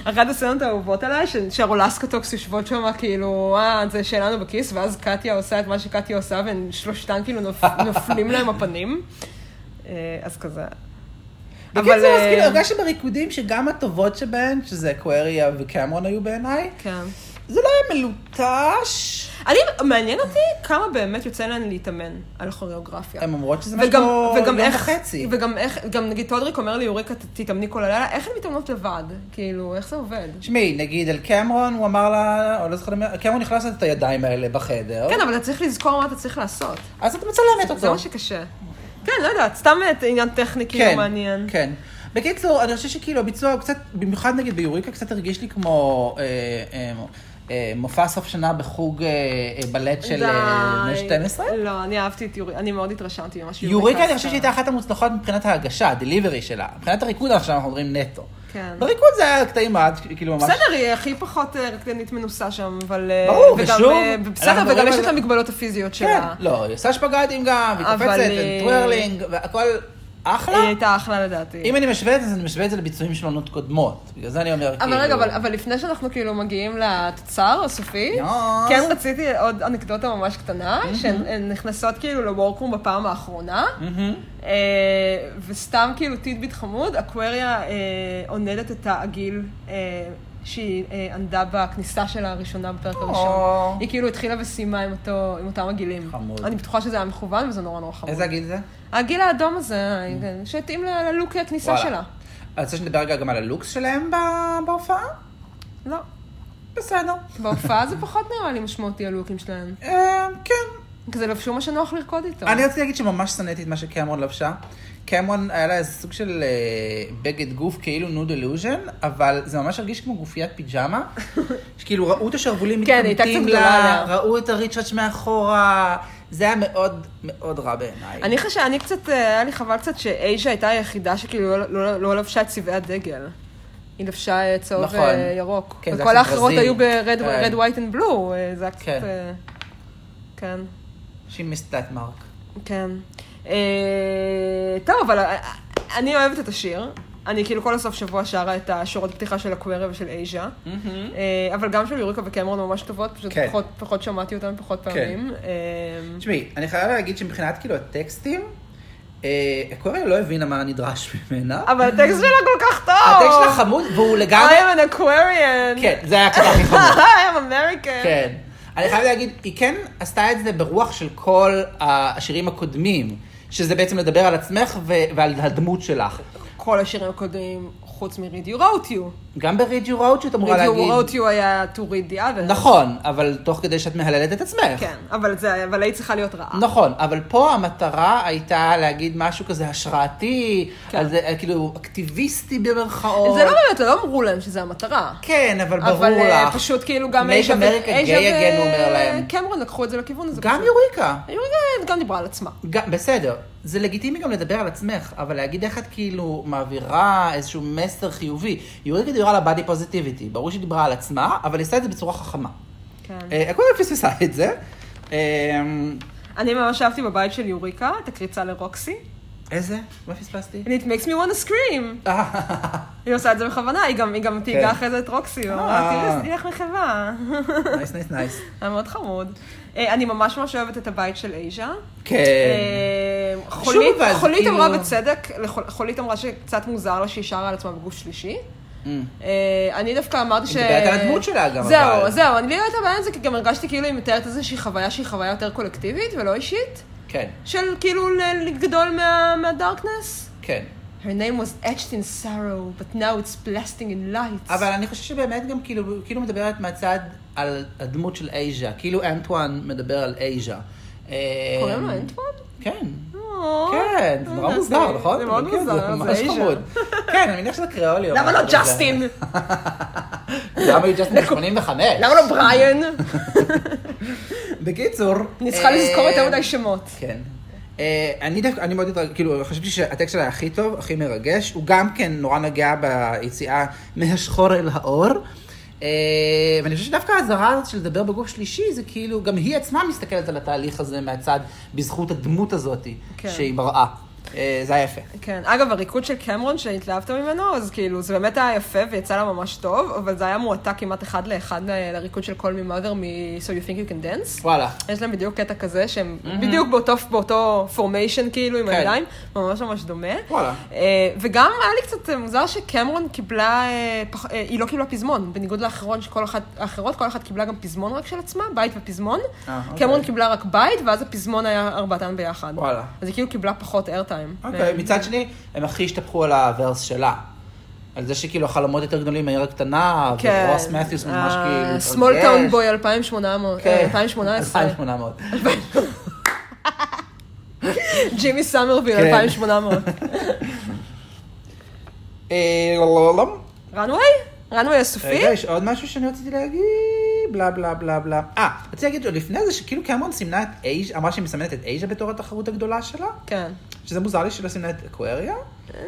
אחת הסצנות האהובות עליי, ש- שהרולסקוטוקס יושבות שם כאילו, אה, זה שלנו בכיס, ואז קטיה עושה את מה שקטיה עושה, והן שלושתן כאילו
(laughs)
נופ- נופלים להם הפנים. אה, אז כזה.
בקיצור, אז
אה,
כאילו, הרגשתי בריקודים שגם הטובות שבהן, שזה אקווריה וקמרון היו בעיניי,
כן.
זה לא היה מלוטש.
אני, מעניין אותי כמה באמת יוצא להן להתאמן על כוריאוגרפיה.
הן אומרות שזה משהו כמו יום וחצי.
וגם איך, גם נגיד טודריק אומר לי, יוריקה, ת- תתאמני כל הלילה, איך הן מתאמנות לבד? כאילו, איך זה עובד?
תשמעי, נגיד על קמרון, הוא אמר לה, או לא זוכר, למי- קמרון נכנס לתת את הידיים האלה בחדר,
כן, אבל אתה צריך לזכור מה אתה צריך לעשות.
אז את רוצה לאמת
זה
אותו.
מה שקשה. כן, לא יודעת, סתם את עניין טכני כאילו
כן,
מעניין.
כן. בקיצור, אני חושבת שכאילו הביצוע הוא קצת, במיוחד נגיד ביוריקה, קצת הרגיש לי כמו אה, אה, אה, מופע סוף שנה בחוג אה, אה, בלט של אה, בני
די.
12.
לא, אני אהבתי את יוריקה, אני מאוד התרשמתי ממה שיוריקה
יוריקה, כן, אני
עשתה.
חושבת שהייתה אחת המוצלחות מבחינת ההגשה, הדליברי שלה. מבחינת הריקוד עכשיו אנחנו אומרים נטו.
כן.
בריקוד זה היה קטעים עד, כאילו ממש...
בסדר, היא הכי פחות אה, רקדנית מנוסה שם, אבל... אה,
ברור,
וגם,
ושוב,
אה, בסדר,
אנחנו
וגם
מדברים
יש
על
את
זה-
המגבלות הפיזיות
כן,
שלה.
לא, היא עושה שפגטים גם, והיא
אבל,
קופצת,
אה,
וטווירלינג, והכל אחלה.
היא הייתה אחלה לדעתי.
לא, אם אני משווה את זה, אז אני משווה את זה לביצועים של עונות קודמות. בגלל זה אני אומר, כאילו...
אבל רגע, אבל, אבל לפני שאנחנו כאילו מגיעים לתוצר הסופי,
יוס.
כן רציתי עוד אנקדוטה ממש קטנה, שהן הן נכנסות כאילו לוורקרום בפעם האחרונה,
מהמם.
אה, וסתם כאילו טידביט חמוד, אקווריה אה, עונדת את העגיל אה, שהיא אה, ענדה בכניסה שלה הראשונה בפרק הראשון. היא כאילו התחילה וסיימה עם, אותו, עם אותם עגילים.
חמוד.
אני בטוחה שזה היה מכוון וזה נורא נורא חמוד.
איזה הגיל זה?
העגיל האדום הזה, אה, שהתאים ל- ללוק הכניסה
וואלה.
שלה.
אני רוצה שנדבר רגע גם על הלוקס שלהם ב- בהופעה?
לא.
בסדר.
בהופעה זה פחות נראה לי משמעותי הלוקים שלהם.
אה, כן.
כזה לבשו מה שנוח לרקוד איתו.
אני רציתי להגיד שממש שנאתי את מה שקמרון לבשה. קמרון היה לה סוג של אה, בגד גוף כאילו נו דלוז'ן, אבל זה ממש הרגיש כמו גופיית פיג'מה,
(laughs)
שכאילו ראו את השרוולים
כן, היא הייתה קצת
מתקמטים
גדולה
לה,
עליה.
ראו את הריצ'אץ' מאחורה, זה היה מאוד מאוד רע בעיניי.
אני חושב, אני קצת, אה, היה לי חבל קצת שאייז'ה הייתה היחידה שכאילו לא- לא- לא לבשה את צבעי הדגל. היא לבשה אה, צהוב
נכון.
אה, ירוק.
כן, זה
וכל
היה של
האחרות
ברזיל.
היו ברד,
כן.
רד, ווייט אנד בלו. אה, זה היה קצת...
כן.
אה, כן.
She missed that mark.
כן. אה, טוב, אבל אה, אני אוהבת את השיר. אני כאילו כל הסוף שבוע שרה את השורות פתיחה של אקוויריה ושל אייז'ה. אה, אבל גם של יוריקה וקמרון ממש טובות, פשוט
כן.
פחות- פחות שמעתי אותן פחות
כן.
פעמים. אה,
תשמעי, אני חייב להגיד שמבחינת כאילו הטקסטים, אה, אקווריה לא הבינה מה נדרש ממנה.
אבל הטקסט שלה כל כך טוב!
הטקסט שלה חמוד, והוא
I
לגמרי...
am an Aquarian.
כן, זה היה הקטע הכי חמוד.
(laughs) I am American.
כן. אני חייב להגיד, היא כן עשתה את זה ברוח של כל השירים הקודמים, שזה בעצם לדבר על עצמך ו- ועל הדמות שלך.
כל השירים הקודמים, חוץ מ-Read You Wrote You.
גם ב-read you wrote שאת אמורה
Read You
להגיד.
Wrote You היה To Read the Other.
נכון, אבל תוך כדי שאת מהללת את עצמך.
כן, אבל זה, אבל היית צריכה להיות רעה.
נכון, אבל פה המטרה הייתה להגיד משהו כזה השראתי, על זה, כאילו אקטיביסטי במרכאות.
כן. זה לא באמת, לא אמרו להם שזה המטרה.
כן, אבל ברור
אבל אה,
לך.
פשוט כאילו גם
Make America Gay Again, הוא אומר להם.
קמרון לקחו את זה לכיוון הזה.
גם
פשוט.
יוריקה.
יוריקה גם דיברה על עצמה.
גם, בסדר, זה לגיטימי גם לדבר על עצמך, אבל להגיד איך את כאילו מעבירה איזשהו מסר חיובי. יוריקה דיברה על הבאדי פוזיטיביטי, ברור שהיא דיברה על עצמה, אבל היא עשתה את זה בצורה חכמה.
כן.
אה, הכל פספסה את זה. אה,
אני ממש אהבתי בבית של יוריקה את הקריצה לרוקסי.
איזה? מה פספסתי?
And it makes me want to scream.
(laughs)
היא עושה את זה בכוונה, היא גם, היא גם תהיגה אחרי זה את רוקסי, היא אמרה,
כן. אה.
תראי, תראי איך מחווה.
נייס, נייס, נייס.
(laughs) היה מאוד חמוד. אה, אני ממש ממש אוהבת את הבית של אייז'ה.
כן.
אה, חולית-
אבל,
חולית
כאילו-
אמרה בצדק, לחול- חולית אמרה שקצת מוזר לה שהיא שרה על עצמה בגוף שלישי.
אמ,
אה, אני דווקא אמרתי ש...
היא מדברת על הדמות שלה גם, אבל.
זהו, זהו, אני לא יודעת הבעיה עם זה, כי גם הרגשתי כאילו היא מתארת איזושהי חוויה שהיא חוויה יותר קולקטיבית ולא אישית,
כן,
של כאילו ל- לגדול מה- מהדארקנס.
כן.
Her name was etched in sorrow, but now it's blasting in lights.
אבל אני חושב שבאמת גם כאילו, כאילו מדברת מהצד על הדמות של אייז'ה, כאילו אנטואן מדבר על אייז'ה. אה,
קוראים לו אנטואן?
כן.
או,
כן, זה
לא
נורא
יודעת,
מוזר, נכון?
זה מאוד
כן,
מוזר,
ממש
זה אייז'ה.
חמוד. כן, אני מניח שזה קריאולי.
למה
אבל
לא
זה-
ג'סטין?
למה לא
(laughs)
ג'סטין? 85.
למה לא בריאן?
בקיצור...
אני צריכה לזכור יותר
אה,
מדי שמות.
כן. אה, אני דווקא, אני מאוד התרגשתי, כאילו, חשבתי שהטקסט שלה היה הכי טוב, הכי מרגש. הוא גם כן נורא נגע ביציאה מהשחור אל האור. אה, ואני חושבת שדווקא האזהרה הזאת של לדבר בגוף שלישי, זה כאילו, גם היא עצמה מסתכלת על התהליך הזה מהצד, בזכות הדמות הזאת,
כן.
שהיא מראה. אה, זה היה יפה.
כן, אגב, הריקוד של קמרון שהתלהבת ממנו, אז כאילו, זה באמת היה יפה ויצא לה ממש טוב, אבל זה היה מועתק כמעט אחד לאחד ל- לריקוד של כל ממאדר מ-So You Think You Can Dance.
וואלה.
יש להם בדיוק קטע כזה, שהם בדיוק באותו, באותו פורמיישן כאילו, עם
כן.
הידיים, ממש ממש דומה.
וואלה.
אה, וגם היה לי קצת אה, מוזר שקמרון קיבלה, אה, פח- אה, היא לא קיבלה פזמון, בניגוד לאחרון, שכל אחת, האחרות, כל אחת קיבלה גם פזמון רק של עצמה, בית ופזמון.
אה, אוקיי.
קמרון קיבלה רק בית, ואז הפזמון היה ארבעתן ביחד.
וואלה.
אז היא כאילו קיבלה פחות איירטיים.
אוקיי, מצד שני, הם הכי השתפכו על הוורס שלה. על זה שכאילו החלומות יותר גדולים מהעיר הקטנה,
כן.
ורוס מתיוס ממש
אה,
כאילו... כן.
סמול טאון בוי 2800, אה, 2018,
2800.
ג'ימי סמרוויל
כן.
2800.
אה, לא, לא, לא.
runway? runway הסופי?
רגע, יש עוד משהו שאני רציתי להגיד? בלה בלה בלה בלה. אה, רציתי להגיד עוד לפני זה שכאילו קמרון סימנה את אייז'ה, אמרה שהיא מסמנת את אייז'ה בתור התחרות הגדולה שלה,
כן.
שזה מוזר לי שלא סימנה את אקווריה, אה,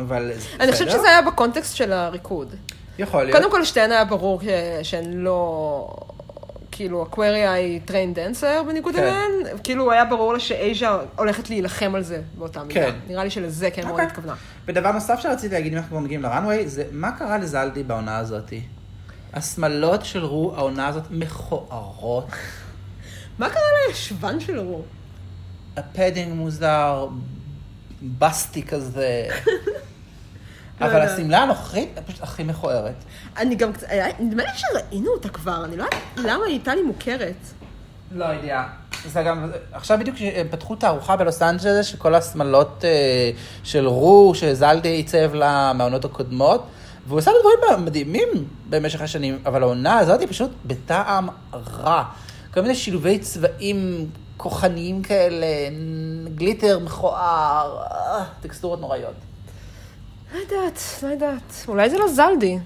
אבל זה
אני חושבת
בסדר.
שזה היה בקונטקסט של הריקוד.
יכול להיות.
קודם כל, שתיהן היה ברור ש- שהן לא... כאילו, אקווריה היא טריין דנסר בניגוד
כן.
אליהן. כאילו, היה ברור לה שאייז'ה הולכת להילחם על זה באותה מידה.
כן.
נראה לי שלזה כן מאוד
אוקיי.
התכוונה.
ודבר נוסף שרציתי להגיד, אם אנחנו כבר מגיעים לרנוויי, זה מה קרה לזלדי בעונה הזאתי. השמלות של רו, העונה הזאת
(laughs)
מכוערות.
מה קרה לישבן של רו?
הפדינג מוזר, בסטי כזה.
(laughs) לא
אבל
יודעת.
השמלה הנוכחית פשוט הכי מכוערת.
אני גם קצת, היה- נדמה לי שראינו אותה כבר, אני לא יודעת למה היא הייתה לי מוכרת.
לא יודע. זה גם, עכשיו בדיוק כשהם פתחו תערוכה בלוס אנג'לס, שכל השמלות אה, של רו, שזלדי עיצב לה מהעונות הקודמות, והוא עשה דברים מדהימים במשך השנים, אבל העונה הזאת היא פשוט בטעם רע. כל מיני שילובי צבעים כוחניים כאלה, גליטר מכוער, אה, טקסטורות נוראיות.
לא יודעת, לא יודעת. אולי זה לא זלדי,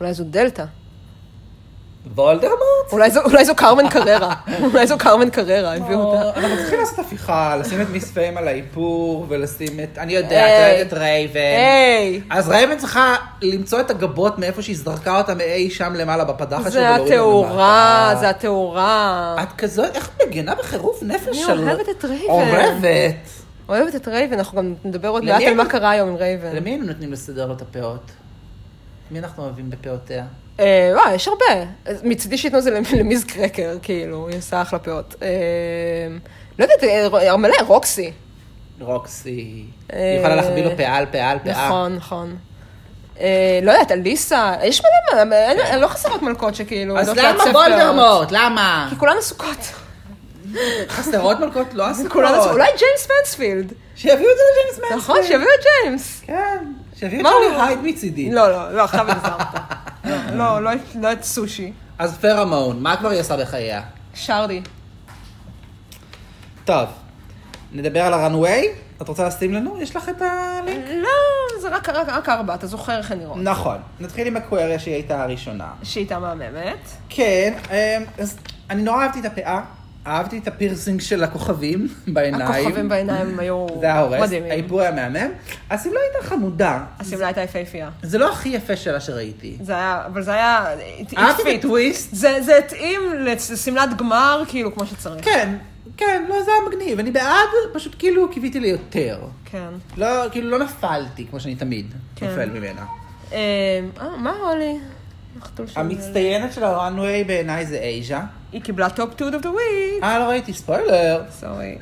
אולי זו דלתא.
וולדרמורט?
אולי זו- אולי זו קרמן
(laughs)
קררה. אולי זו קרמן קררה, הביאו אותה.
אנחנו צריכים לעשות הפיכה, לשים את מיס פיים על האיפור ולשים את, אני יודע,
היי.
את אוהבת את רייבן.
היי,
אז רייבן צריכה למצוא את הגבות מאיפה שהיא זרקה אותה מאי שם לא למעלה בפדחת
זה
ולהוריד אותם
התאורה,
למטה.
זה התאורה.
את כזאת, איך את מגנה בחירוף נפש
אני
על...
אוהבת את רייבן.
אוהבת.
אוהבת את רייבן, אנחנו גם נדבר עוד
למי
מעט על
היינו-
מה קרה היום עם רייבן.
למי היינו נותנים לסדר לו את הפאות? מי אנחנו אוהבים בפאותיה?
אה, וואי, יש הרבה. אז מצידי שייתנו את זה למ- למיז קרקר, כאילו, היא עושה אחלה פאות. אה, לא יודעת, אה, אה, מלא, רוקסי.
רוקסי.
אה,
היא יכולה להחביא לו פאה על פאה על פאה.
נכון, נכון. אה, לא יודעת, אליסה, יש מלא, מלא, אין- אין- לא חסרות מלכות שכאילו,
אז
יודעות לעצב
למה
פאות.
וולדרמורט? למה?
כי כולן עסוקות.
חסרות מלכות לא
כולן עסוקות.
עסוקות.
אולי ג'יימס מנספילד.
שיביאו את זה לג'יימס מנספילד.
נכון, שיביאו את
(laughs)
ג'יימס.
כן. שיביאו את
מה
ג'וני
הוא-
הייד מצידי.
לא, לא, לא, עכשיו הגזרת. לא, לא, לא את- לא את סושי.
אז פרמון, מה כבר היא עושה בחייה?
שרדי.
טוב, נדבר על הראנוויי? את רוצה לשים לנו? יש לך את הלינק?
לא, זה רק- רק רק ארבע, אתה זוכר איך הן נראות.
נכון. נתחיל עם הקוויריה שהיא הייתה הראשונה.
שהייתה מהממת.
כן, אמ, אז אני נורא אהבתי את הפאה, אהבתי את הפירסינג של הכוכבים (laughs) בעיניים.
הכוכבים בעיניים היו
Mm. זה היה הורס,
מדהימים.
האיפור היה מהמם. השמלה לא הייתה חמודה.
השמלה הייתה יפהפייה.
זה לא הכי יפה שלה שראיתי.
זה היה, אבל זה היה... it- it
אהבתי את
fit.
הטוויסט.
זה זה התאים לשמלת גמר, כאילו, כמו שצריך.
כן, כן, לא, זה היה מגניב. אני בעד, פשוט כאילו קיוויתי ליותר.
כן.
לא, כאילו לא נפלתי, כמו שאני תמיד
כן.
נופל ממנה.
אה, אה, מה הולי? החתול של-
המצטיינת של הראנוויי בעיניי זה אייז'ה.
היא קיבלה טופ טוד אוף דה וויק.
אה, לא ראיתי, ספוילר.
סורי.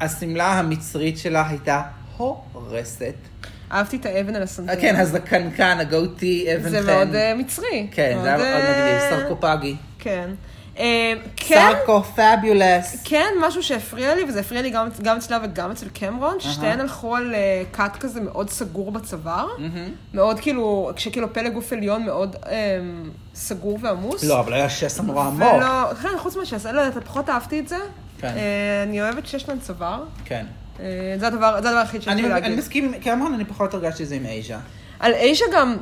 השמלה המצרית שלה הייתה הורסת.
אה, אהבתי את האבן על הסנדל.
אה, כן, אז הקנקן, הגוטי, אבן חן.
זה מאוד אה, מצרי. אה,
כן, זה היה מאוד מגניב, סרקופגי.
כן. אה, כן,
סרקופביולס.
כן, משהו שהפריע לי, וזה הפריע לי גם, גם אצלה וגם אצל קמרון, ששתיהן הלכו על אה, קאט כזה מאוד סגור בצוואר, מאוד כאילו, כשכאילו פלג גוף עליון מאוד אה, סגור ועמוס.
לא, אבל היה שסע נורא עמוק.
ולא, כן, חוץ מהשעשה, לא יודעת, פחות אהבתי את זה.
כן.
אה, אני אוהבת שיש להן צוואר.
כן.
אה, זה הדבר, זה הדבר היחיד שיש לי
אני
להגיד.
אני מסכים, עם- קמרון, אני פחות הרגשתי את זה עם אייז'ה.
על איישה גם,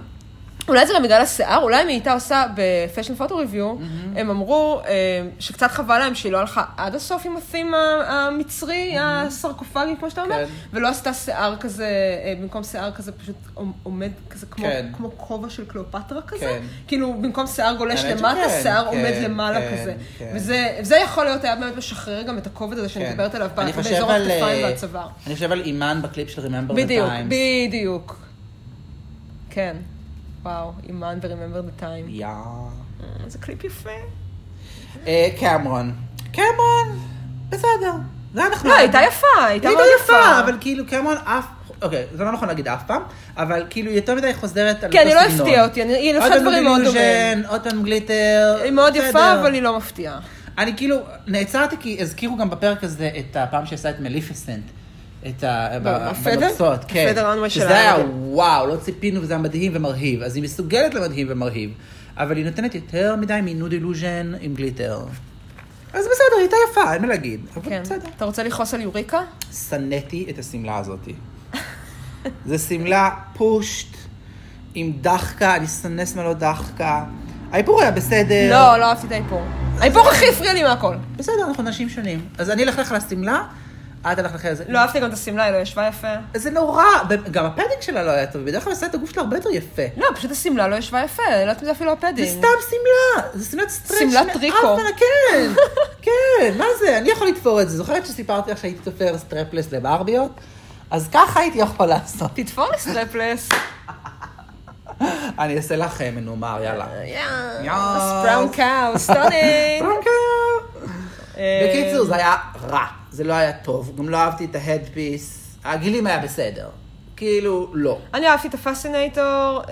אולי זה גם בגלל השיער, אולי אם היא הייתה עושה בפשן פוטו ריוויו, הם אמרו אה, שקצת חבל להם שהיא לא הלכה עד הסוף עם ה-theme ה- המצרי, הסרקופגי, כמו שאתה אומר,
כן.
ולא עשתה שיער כזה, אה, במקום שיער כזה פשוט עומד כזה כמו-
כן.
כמו כובע של קליאופטרה כזה,
כן.
כאילו במקום שיער גולש
האמת
למטה,
שכן,
שיער
כן,
עומד למעלה
כן,
כזה.
כן.
וזה זה יכול להיות היה באמת משחרר גם את הכובד הזה שאני
כן.
מדברת עליו,
אני חושב
באזור
על,
הכתפיים
אה,
והצוואר.
אני חושב על אימן בקליפ של Remember the Times.
בדיוק, בדיוק. כן. וואו, אימן ו-Remember the time.
יא.
אה, זה קליפ יפה.
אה, קמרון. קמרון, בסדר. זה אנחנו...
לא, הייתה יפה, הייתה
היא
מאוד
לא
יפה.
יפה, אבל כאילו קמרון אף... אוקיי, זה לא נכון להגיד אף פעם, אבל כאילו יותר מדי חוזרת על
כן, היא לא
הסגנון.
הפתיעה אותי, אני- היא
עוד
עושה
פעם
דברים מאוד דומים.
דילוז'ן, עוד פעם גליטר.
היא מאוד יפה,
בסדר.
אבל היא לא מפתיעה.
אני כאילו, נעצרתי כי הזכירו גם בפרק הזה את הפעם שעשה את מליפיסנט. את ה... ב-
הפדר?
בנוצות, כן.
הפדר runway שלה.
שזה היה וואו, לא ציפינו, וזה היה מדהים ומרהיב. אז היא מסוגלת למדהים ומרהיב, אבל היא נותנת יותר מדי מנוד אילוז'ן עם גליטר. אז בסדר, היא הייתה יפה, אין מה להגיד. אבל
כן.
בסדר.
אתה רוצה לכעוס על יוריקה?
שנאתי את השמלה הזאת. זו שמלה פושט, עם דחקה, אני שונא שמלות דחקה. האיפור היה בסדר.
לא, לא אהבתי את האיפור. האיפור הכי הפריע לי מהכל.
בסדר, אנחנו אנשים שונים. אז אני אלך לך לשמלה, את הלכת לך לזה.
לא אהבתי גם את השמלה, היא לא ישבה יפה.
זה נורא, גם הפדינג שלה לא היה טוב, בדרך כלל עושה את הגוף שלה הרבה יותר יפה.
לא, פשוט השמלה לא ישבה יפה, אני לא יודעת אם זה אפילו
זה
הפדינג.
סתם שמלה, זה שמלת סטרץ'.
שמלת
מעפנה,
טריקו.
כן, כן, מה זה, אני יכול לתפור את זה. זוכרת שסיפרתי לך שהייתי תופר סטרפלס לברביות? אז ככה הייתי יכול לעשות.
תתפור לי סטרפלס.
אני אעשה לך אה, מנומר, יאללה. יאס.
ספראון קאו, (laughs) סטונינג.
בקיצור, זה היה רע, זה לא היה טוב. גם לא אהבתי את ההדפיס. הגילים היה בסדר. כאילו, לא.
אני אהבתי את הפסינטור, אה,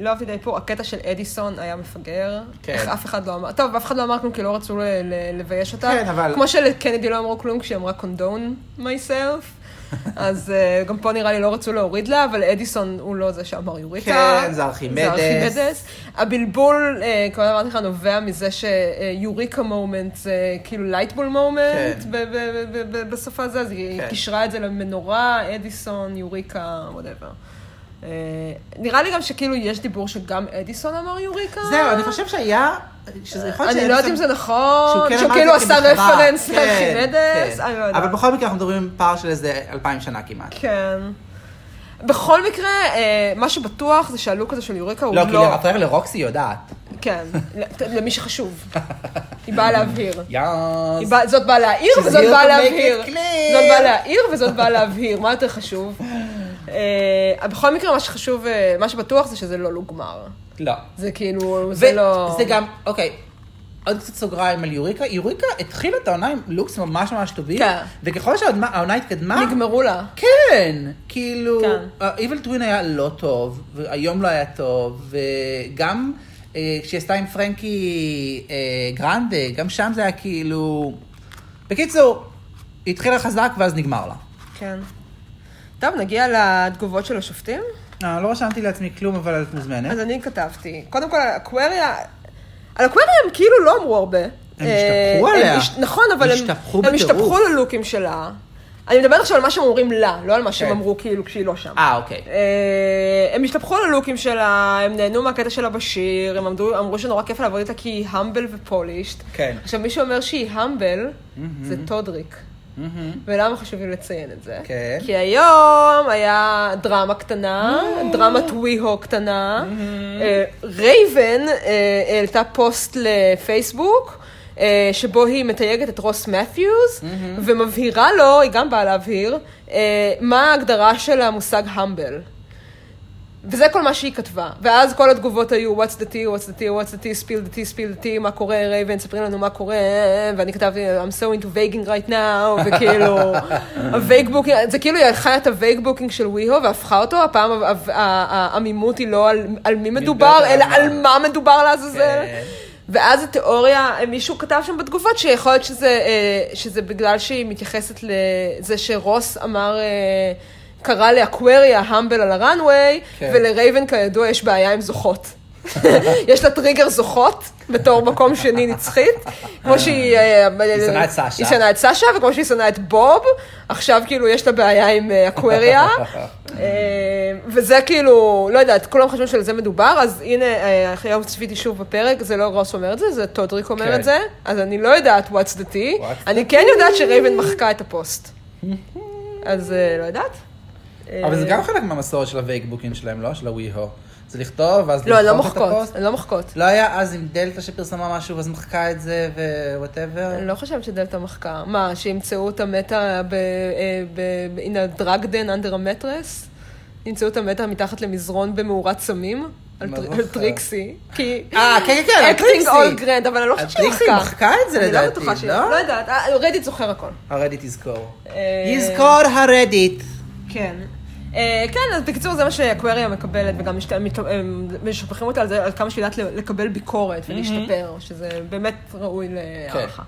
לא אהבתי את האיפור, הקטע של אדיסון היה מפגר.
כן.
איך אף אחד לא אמר, טוב, אף אחד לא אמר כלום כי לא רצו ל- ל- לבייש אותה.
כן, אבל- (laughs)
כמו שלקנדי לא אמרו כלום כשהיא אמרה קונדון מייסלף. אז אה, גם פה נראה לי לא רצו להוריד לה, אבל אדיסון הוא לא זה שאמר יוריקה.
כן, זה ארכימדס.
זה ארכימדס. הבלבול, אה, כבר אמרתי לך, נובע מזה אה, שיוריקה מומנט זה כאילו לייטבול מומנט
כן.
בשפה הזו, אז היא
כן.
קישרה את זה למנורה, אדיסון, יוריקה, וואטאבר. נראה לי גם שכאילו יש דיבור שגם אדיסון אמר יוריקה.
זהו, אני חושב שהיה, שזה יכול להיות
אני לא יודעת אם זה
שהוא
נכון,
כן
שהוא
אמר
כאילו
את זה
עשה
כמחווה.
רפרנס
כן,
לארכימדס,
כן.
אני לא
אבל
יודעת.
בכל מקרה אנחנו מדברים פער של איזה אלפיים שנה כמעט.
כן. בכל מקרה, אה, מה שבטוח זה שהלוק הזה של יוריקה הוא
לא, כי
לא...
לרפרר לרוקסי יודעת.
כן, ל- למי שחשוב. היא באה להבהיר. היא
יאס.
באה- זאת באה להעיר
She's
וזאת
here
באה
to make
להבהיר.
it clear.
זאת באה להעיר וזאת באה להבהיר, מה יותר חשוב? אה, בכל מקרה, מה שחשוב, אה, מה שבטוח זה שזה לא לוג גמר.
לא.
זה כאילו, זה לא...
זה גם, אוקיי. עוד קצת סוגריים על יוריקה. יוריקה התחילה את העונה עם לוקס ממש ממש טובים.
כן.
וככל שהעונה התקדמה...
נגמרו לה.
כן, כאילו,
כן.
Evil Twin היה לא טוב, והיום לא היה טוב, וגם אה, כשהיא עשתה עם פרנקי אה, גרנדה, גם שם זה היה כאילו... בקיצור, היא התחילה חזק ואז נגמר לה.
כן. טוב, נגיע לתגובות של השופטים.
אה, לא רשמתי לעצמי כלום, אבל את מוזמנת.
אז אני כתבתי. קודם כל, על אקווריה, על אקווריה הם כאילו לא אמרו הרבה.
הם
אה,
השתפכו
הם
עליה.
הש- נכון, אבל הם
השתפכו
הם
בטירוף.
השתפכו ללוקים שלה. אני מדברת עכשיו על מה שהם אומרים לה, לא על מה שהם
כן.
אמרו כאילו כשהיא לא שם.
אה, אוקיי.
אה, הם השתפכו ללוקים שלה, הם נהנו מהקטע שלה בשיר, הם עמדו, אמרו שנורא כיף לעבוד איתה כי היא המבל ופולישט.
כן. Mm-hmm.
עכשיו, מי שאומר שהיא המבל, זה טודריק. ולמה חשוב לי לציין את זה?
כן.
כי היום היה דרמה קטנה,
Mm-hmm.
דרמת וויהו קטנה. אה, רייבן אה, העלתה פוסט לפייסבוק. אה, שבו היא מתייגת את רוס מת'יוז,
Mm-hmm.
ומבהירה לו, היא גם באה להבהיר, אה, מה ההגדרה של המושג המבל. וזה כל מה שהיא כתבה. ואז כל התגובות היו, what's the tea, what's the tea, what's the tea, spill the tea, spill the tea, מה קורה, רייבן, ספרי לנו מה קורה, ואני כתבתי, I'm so into vaging right now, (laughs) וכאילו, ה-vague booking, זה כאילו היא הלכה את ה-vague booking של WeHo והפכה אותו, הפעם ה- ה- ה- העמימות היא לא על, על מי מדובר,
מדובר,
אלא
על מה.
על מה מדובר לעזאזל.
כן.
ואז התיאוריה, מישהו כתב שם בתגובות שיכול להיות שזה, אה, שזה בגלל שהיא מתייחסת לזה שרוס אמר, אה, קרא לאקווריה המבל על הראנוויי,
כן.
ולרייבן כידוע יש בעיה עם זוכות. (laughs) יש לה טריגר זוכות בתור מקום שני נצחית, כמו שהיא... אה,
היא שנאה את סשה.
היא שנאה את סשה, וכמו שהיא שנאה את בוב, עכשיו כאילו יש לה בעיה עם אה,
(laughs)
אקווריה. אה, וזה כאילו, לא יודעת, כולם חושבים שלזה מדובר, אז הנה, אה, היום צפיתי שוב בפרק, זה לא רוס אומר את זה, זה טודריק אומר
כן.
את זה, אז אני לא יודעת what's the tea,
What's
אני כן יודעת שרייבן מחקה את
(laughs)
הפוסט. אז אה, לא יודעת.
אבל זה
אה,
גם חלק מהמסורת של הווייק בוקינג שלהם, לא? של הווי-הו. זה לכתוב, ואז
לא, הן לא
למחוק את
מוחקות,
הפוסט.
הן לא מוחקות.
לא היה אז עם דלתא שפרסמה משהו, ואז מחקה את זה, ווואטאבר.
אני לא חושבת שדלתא מחקה. מה, שימצאו אותה מתה ב... אה, ב- in a drug den under a mattress? ימצאו אותה מתה מתחת למזרון במאורת סמים? על
מה
טר-
זה
על
אחר?
טריקסי. כי...
אה, כן, כן, על
אקטינג
טריקסי.
אול גרנד, אבל אני לא חושבת שהיא מחקה.
הטריקסי מחקה את זה
אני
לדעתי,
לא בטוחה שהיא...
לא?
לא יודעת. אה, רדיט זוכר הכל.
הרדיט יזכור.
אה,
יזכור הרדיט.
כן. אה, כן, אז בקיצור, זה מה שאקווריה מקבלת, וגם משת- מת- אה, משבחים אותה על זה, על כמה שהיא יודעת ל- לקבל ביקורת ולהשתפר, שזה באמת ראוי להערכה.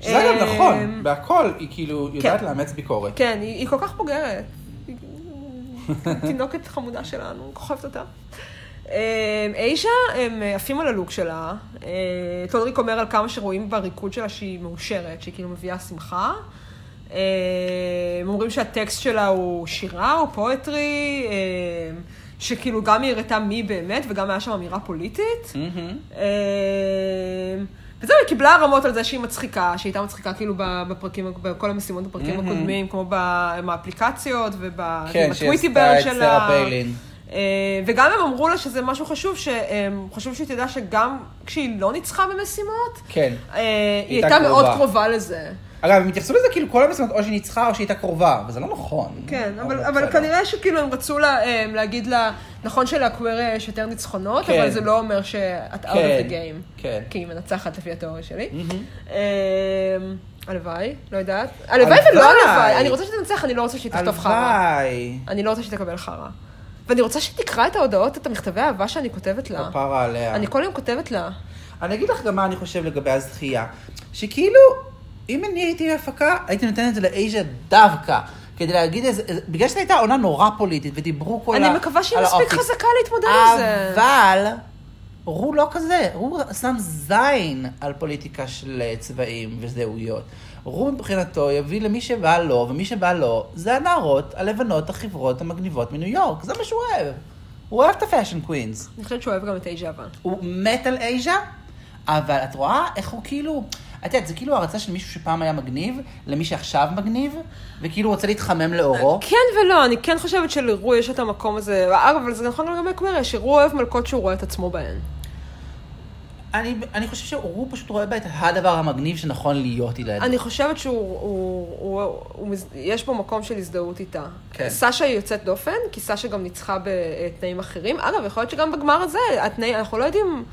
שזה גם
אה,
כן. נכון, בהכל היא כאילו יודעת
כן.
לאמץ ביקורת.
כן, היא, היא כל כך בוגרת. היא- תינוקת חמודה שלנו, כוכבת אותה. אה, איישה, הם עפים על הלוק שלה. אה, טודריק אומר על כמה שרואים בריקוד שלה שהיא מאושרת, שהיא כאילו מביאה שמחה. אה, הם אומרים שהטקסט שלה הוא שירה, הוא פואטרי, אה, שכאילו גם היא הראתה מי באמת, וגם היה שם אמירה פוליטית.
מהמם.
אמ, וזהו, היא קיבלה הרמות על זה שהיא מצחיקה, שהיא הייתה מצחיקה כאילו ב- בפרקים, בכל המשימות בפרקים
מהמם.
הקודמים, כמו ב- עם האפליקציות וב...
כן,
עם
שהיא
הטוויטיבר
עשתה את
שלה.
סרה פיילין.
אה, וגם הם אמרו לה שזה משהו חשוב, שחשוב שהיא תדע שגם כשהיא לא ניצחה במשימות,
כן.
אה, היא
הייתה
הייתה מאוד
קרובה.
קרובה לזה.
אגב, הם התייחסו לזה כאילו כל המשימות, או שהיא ניצחה או שהיא הייתה קרובה, וזה לא נכון.
כן, אבל, אבל
בסדר.
כנראה שכאילו הם רצו לה, אה, להגיד לה, נכון שלאקווריה יש יותר ניצחונות,
כן.
אבל זה לא אומר שאת out of
כן,
the game.
כן.
כי היא מנצחת לפי התיאוריה שלי. אה, הלוואי, לא יודעת. הלוואי ולא
הלוואי.
הלוואי. אני רוצה שתנצח, אני לא רוצה שהיא תכתוב חרא.
הלוואי.
אני לא רוצה שהיא תקבל חרא. ואני רוצה שהיא תקרא את ההודעות, את המכתבי האהבה שאני כותבת לה.
כפרה עליה.
אה. אני כל יום כותבת לה.
אני אגיד לך גם מה אני חושב לגבי הזכייה. שכאילו, אם אני הייתי בהפקה, הייתי נותנת את זה לאייז'ה דווקא. כדי להגיד איזה... איזה- בגלל שזו הייתה עונה נורא פוליטית, ודיברו כל
אני מקווה שהיא
על
מספיק
האופי.
חזקה להתמודד עם זה.
אבל הוא לא כזה, הוא שם זין על פוליטיקה של אה, צבעים וזהויות. הוא מבחינתו יביא למי שבא לו, ומי שבא לו, זה הנערות הלבנות החברות המגניבות מניו יורק, זה מה שהוא אוהב. הוא אוהב את הפאשן קווינס.
אני חושבת שהוא אוהב גם את אי ג'אווה.
הוא מת על אייז'ה, אבל את רואה איך הוא כאילו... את יודעת, זה כאילו הרצה של מישהו שפעם היה מגניב, למי שעכשיו מגניב, וכאילו הוא רוצה להתחמם לאורו.
כן ולא, אני כן חושבת שלרו יש את המקום הזה. אגב, אבל זה נכון גם לגבי קווירי, שרו אוהב מלכות שהוא רואה את עצמו בהן.
אני, אני חושב שהוא פשוט רואה בה את הדבר המגניב שנכון להיות ילד.
אני חושבת שהוא, הוא, הוא, הוא, מז- יש בו מקום של הזדהות איתה.
כן.
סשה היא יוצאת דופן, כי סשה גם ניצחה בתנאים אחרים. אגב, יכול להיות שגם בגמר הזה, התנאים, אנחנו לא יודעים...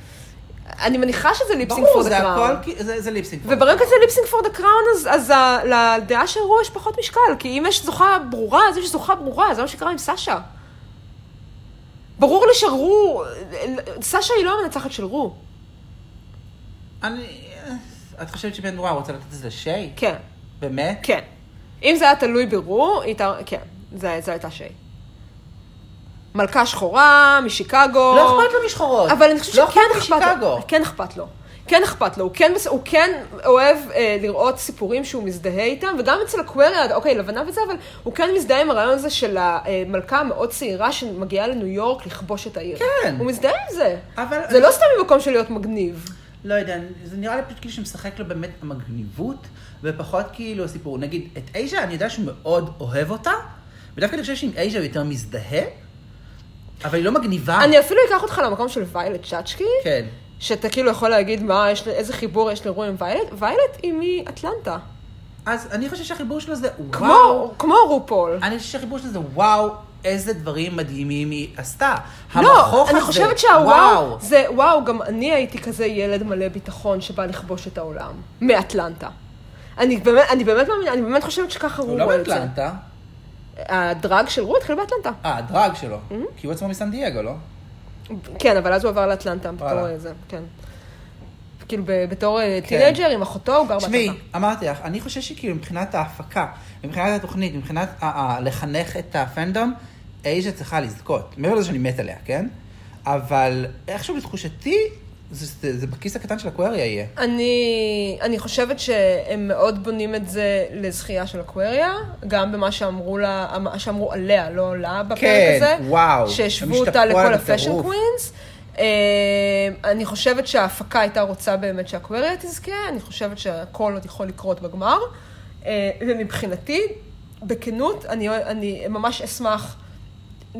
אני מניחה שזה ליפסינג
ברור,
פור
זה
דה קראון.
הכל, כי- זה, זה ליפסינג.
וברגע כזה ליפסינג פור דה קראון, אז, אז ה- לדעה של רו יש פחות משקל, כי אם יש זוכה ברורה, אז יש זוכה ברורה, זה מה שקרה עם סשה. ברור לי שרו, סשה היא לא המנצחת של רו.
אני... אה, את חושבת שבן דורה רוצה לתת איזה שי?
כן,
באמת?
כן. אם זה היה תלוי ברו, היא הייתה, כן, זה, זה הייתה שיי. מלכה שחורה, משיקגו.
לא אכפת לו משחורות.
אבל אני חושבת
לא
שכן
אכפת לו.
אכפת לו.
משיקגו.
כן אכפת לו. כן אכפת לו, הוא כן, בס- הוא כן אוהב אה, לראות סיפורים שהוא מזדהה איתם, וגם אצל הקווירי, אוקיי, לבנה וזה, אבל הוא כן מזדהה עם הרעיון הזה של המלכה המאוד צעירה שמגיעה לניו יורק לכבוש את העיר.
כן.
הוא מזדהה עם זה.
אבל...
זה לא סתם ממקום של להיות מגניב.
לא יודע, זה נראה לי פשוט כאילו שמשחק לו באמת המגניבות, ופחות כאילו הסיפור. נגיד, את אייז'ה, אני יודע שהוא מאוד אוהב אותה, ודווקא אני חושב שעם אייז'ה הוא יותר מזדהה, אבל היא לא מגניבה.
אני אפילו אקח אותך למקום של ויילט צ'אצ'קי,
כן.
שאתה כאילו יכול להגיד מה, יש, ל- איזה חיבור יש לרועי עם ויילט, ויילט היא מאטלנטה.
אז אני חושב שהחיבור שלו זה וואו.
כמו, כמו רופול.
אני חושב שהחיבור שלו זה וואו, איזה דברים מדהימים היא עשתה.
לא,
המכוך
אני
הזה,
חושבת שהוואו, זה וואו, גם אני הייתי כזה ילד מלא ביטחון שבא לכבוש את העולם, מאטלנטה. אני באמת, אני באמת מאמינה, אני באמת חושבת שככה
הוא
הוא
לא
רואה את זה.
באטלנטה.
הדרג של רו התחיל באטלנטה.
אה, הדרג שלו. כי הוא עצמו מסן דייגו, לא?
כן, אבל אז הוא עבר לאטלנטה, בתור
וואלה. כן.
איזה, כן. כאילו, ב- בתור אה, טינג'ר עם אחותו, הוא גר
תשמעי,
באטלנטה.
אמרתי לך, אני חושב שכאילו מבחינת ההפקה, מבחינת התוכנית, מבחינת ה- ה- לחנך את הפנדום, אייז'ה צריכה לזכות. מעבר לזה שאני מת עליה, כן? אבל איכשהו לתחושתי, זה- זה זה בכיס הקטן של הקוויריה יהיה.
אני, אני חושבת שהם מאוד בונים את זה לזכייה של אקוויריה, גם במה שאמרו, לה, מה שאמרו עליה, לא לה בפרק
כן,
הזה.
וואו. הם
שהשוו
השתפרו
אותה לכל
עליה
הפאשן
בטירוף.
קווינס. אה, אני חושבת שההפקה הייתה רוצה באמת שהאקוויריה תזכה, אני חושבת שהכל עוד יכול לקרות בגמר. אה, ומבחינתי, בכנות, אני, אני ממש אשמח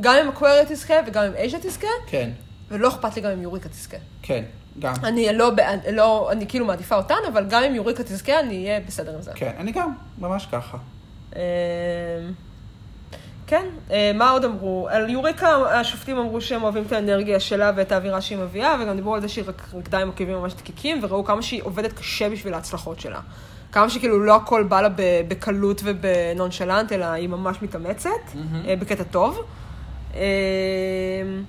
גם אם אקוויריה תזכה וגם אם אייז'ה תזכה,
כן,
ולא אכפת לי גם אם יוריקה תזכה.
כן, גם.
אני לא, בעד- לא, אני כאילו מעדיפה אותן, אבל גם אם יוריקה תזכה, אני אהיה בסדר עם זה.
כן, אני גם, ממש ככה.
אמ, כן, אה, מה עוד אמרו? על יוריקה השופטים אמרו שהם אוהבים את האנרגיה שלה ואת האווירה שהיא מביאה, וגם דיברו על זה שהיא רק- רקדה עם עקבים ממש דקיקים, וראו כמה שהיא עובדת קשה בשביל ההצלחות שלה. כמה שכאילו לא הכל בא לה ב- בקלות ובנונשלנט, אלא היא ממש מתאמצת, אה, בקטע טוב. אמ,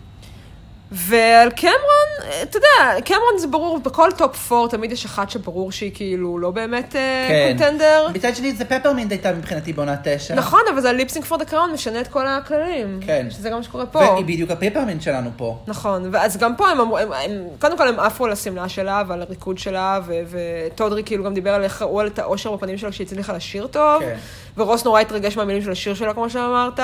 ועל קמרון, אה, אתה יודע, קמרון זה ברור, בכל טופ 4 תמיד יש אחת שברור שהיא כאילו לא באמת אה, קונטנדר.
כן. מצד שני, זה פפרמינד הייתה מבחינתי בעונה תשע.
נכון, אבל זה הליפסינג פור דה קראון משנה את כל הכללים.
כן.
שזה גם מה שקורה פה.
והיא בדיוק הפפרמינד שלנו פה.
נכון, ואז גם פה הם אמרו, הם, הם, קודם כל הם עפו על השמלה שלה ועל הריקוד שלה, ו- וטודרי כאילו גם דיבר על איך ראו את האושר בפנים שלה כשהיא הצליחה לשיר טוב,
כן.
ורוס נורא התרגש מהמילים של השיר שלה, כמו שאמרת,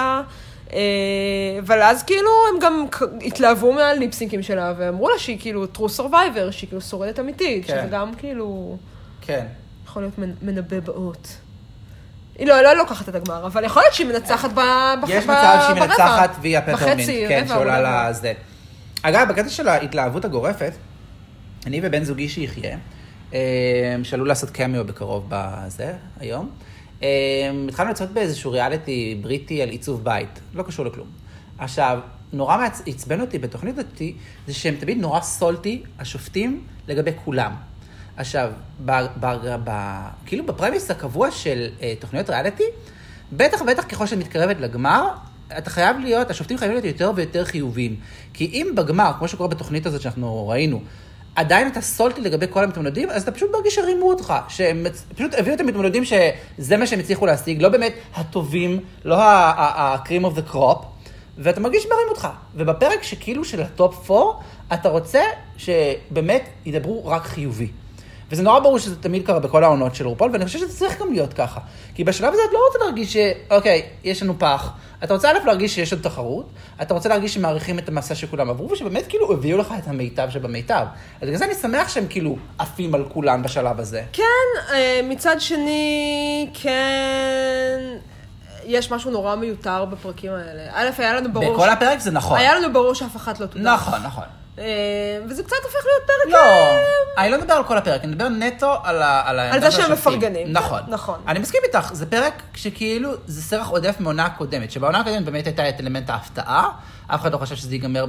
אה, אבל אז כאילו הם גם כ- התלהבו מהליפסינקים שלה, ואמרו לה שהיא כאילו true survivor, שהיא כאילו שורדת אמיתית,
כן.
שזה גם כאילו
כן.
יכול להיות מנ- מנבא באות. היא לא, לא לוקחת את הגמר, אבל יכול להיות שהיא מנצחת ב... בח-
יש
ב-
מצב שהיא
ברבע.
מנצחת והיא הפטרמינט,
בחצי,
כן,
רבע, לא.
שעולה
רבע.
לזה. אגב, בקטע של ההתלהבות הגורפת, אני ובן זוגי שיחיה, אה, שעלול לעשות קמיו בקרוב בזה, היום, אה, התחלנו לצאת באיזשהו ריאליטי בריטי על עיצוב בית, לא קשור לכלום. עכשיו, נורא מעצ- עצבן אותי בתוכנית הזאת, זה שהם תמיד נורא סולטי, השופטים, לגבי כולם. עכשיו, ב, ב, ב, כאילו בפרמיס הקבוע של אה, תוכניות ריאליטי, בטח ובטח ככל שאת מתקרבת לגמר, אתה חייב להיות, השופטים חייבים להיות יותר ויותר חיוביים. כי אם בגמר, כמו שקורה בתוכנית הזאת שאנחנו ראינו, עדיין אתה סולטי לגבי כל המתמודדים, אז אתה פשוט מרגיש שרימו אותך, שהם מצ- פשוט הביאו את המתמודדים שזה מה שהם הצליחו להשיג, לא באמת הטובים, לא ה-cream of the crop, ואתה מרגיש שמרים אותך. ובפרק שכאילו של הטופ 4, אתה רוצה שבאמת ידברו רק חיובי. וזה נורא ברור שזה תמיד קרה בכל העונות של רופול, ואני חושב שזה צריך גם להיות ככה. כי בשלב הזה את לא רוצה להרגיש ש... אוקיי, יש לנו פח. אתה רוצה א' להרגיש שיש עוד תחרות, אתה רוצה להרגיש שמעריכים את המסע שכולם עברו, ושבאמת כאילו הביאו לך את המיטב שבמיטב. אז בגלל זה אני שמח שהם כאילו עפים על כולם בשלב הזה.
כן, אה, מצד שני, כן, יש משהו נורא מיותר בפרקים האלה. א', היה לנו ברור...
בכל
ש-
הפרק זה נכון.
היה לנו ברור שאף אחת לא תודה.
נכון, נכון.
אה, וזה קצת הופך להיות פרק...
לא,
אה,
אני לא מדבר על כל הפרק, אני מדבר נטו על ה... על, העמדה
זה
של
שהם
השופטים.
מפרגנים.
נכון.
נכון.
אני מסכים איתך, זה פרק שכאילו זה סרח עודף מהעונה הקודמת, שבעונה הקודמת באמת הייתה את אלמנט ההפתעה, אף אחד לא חשב שזה ייגמר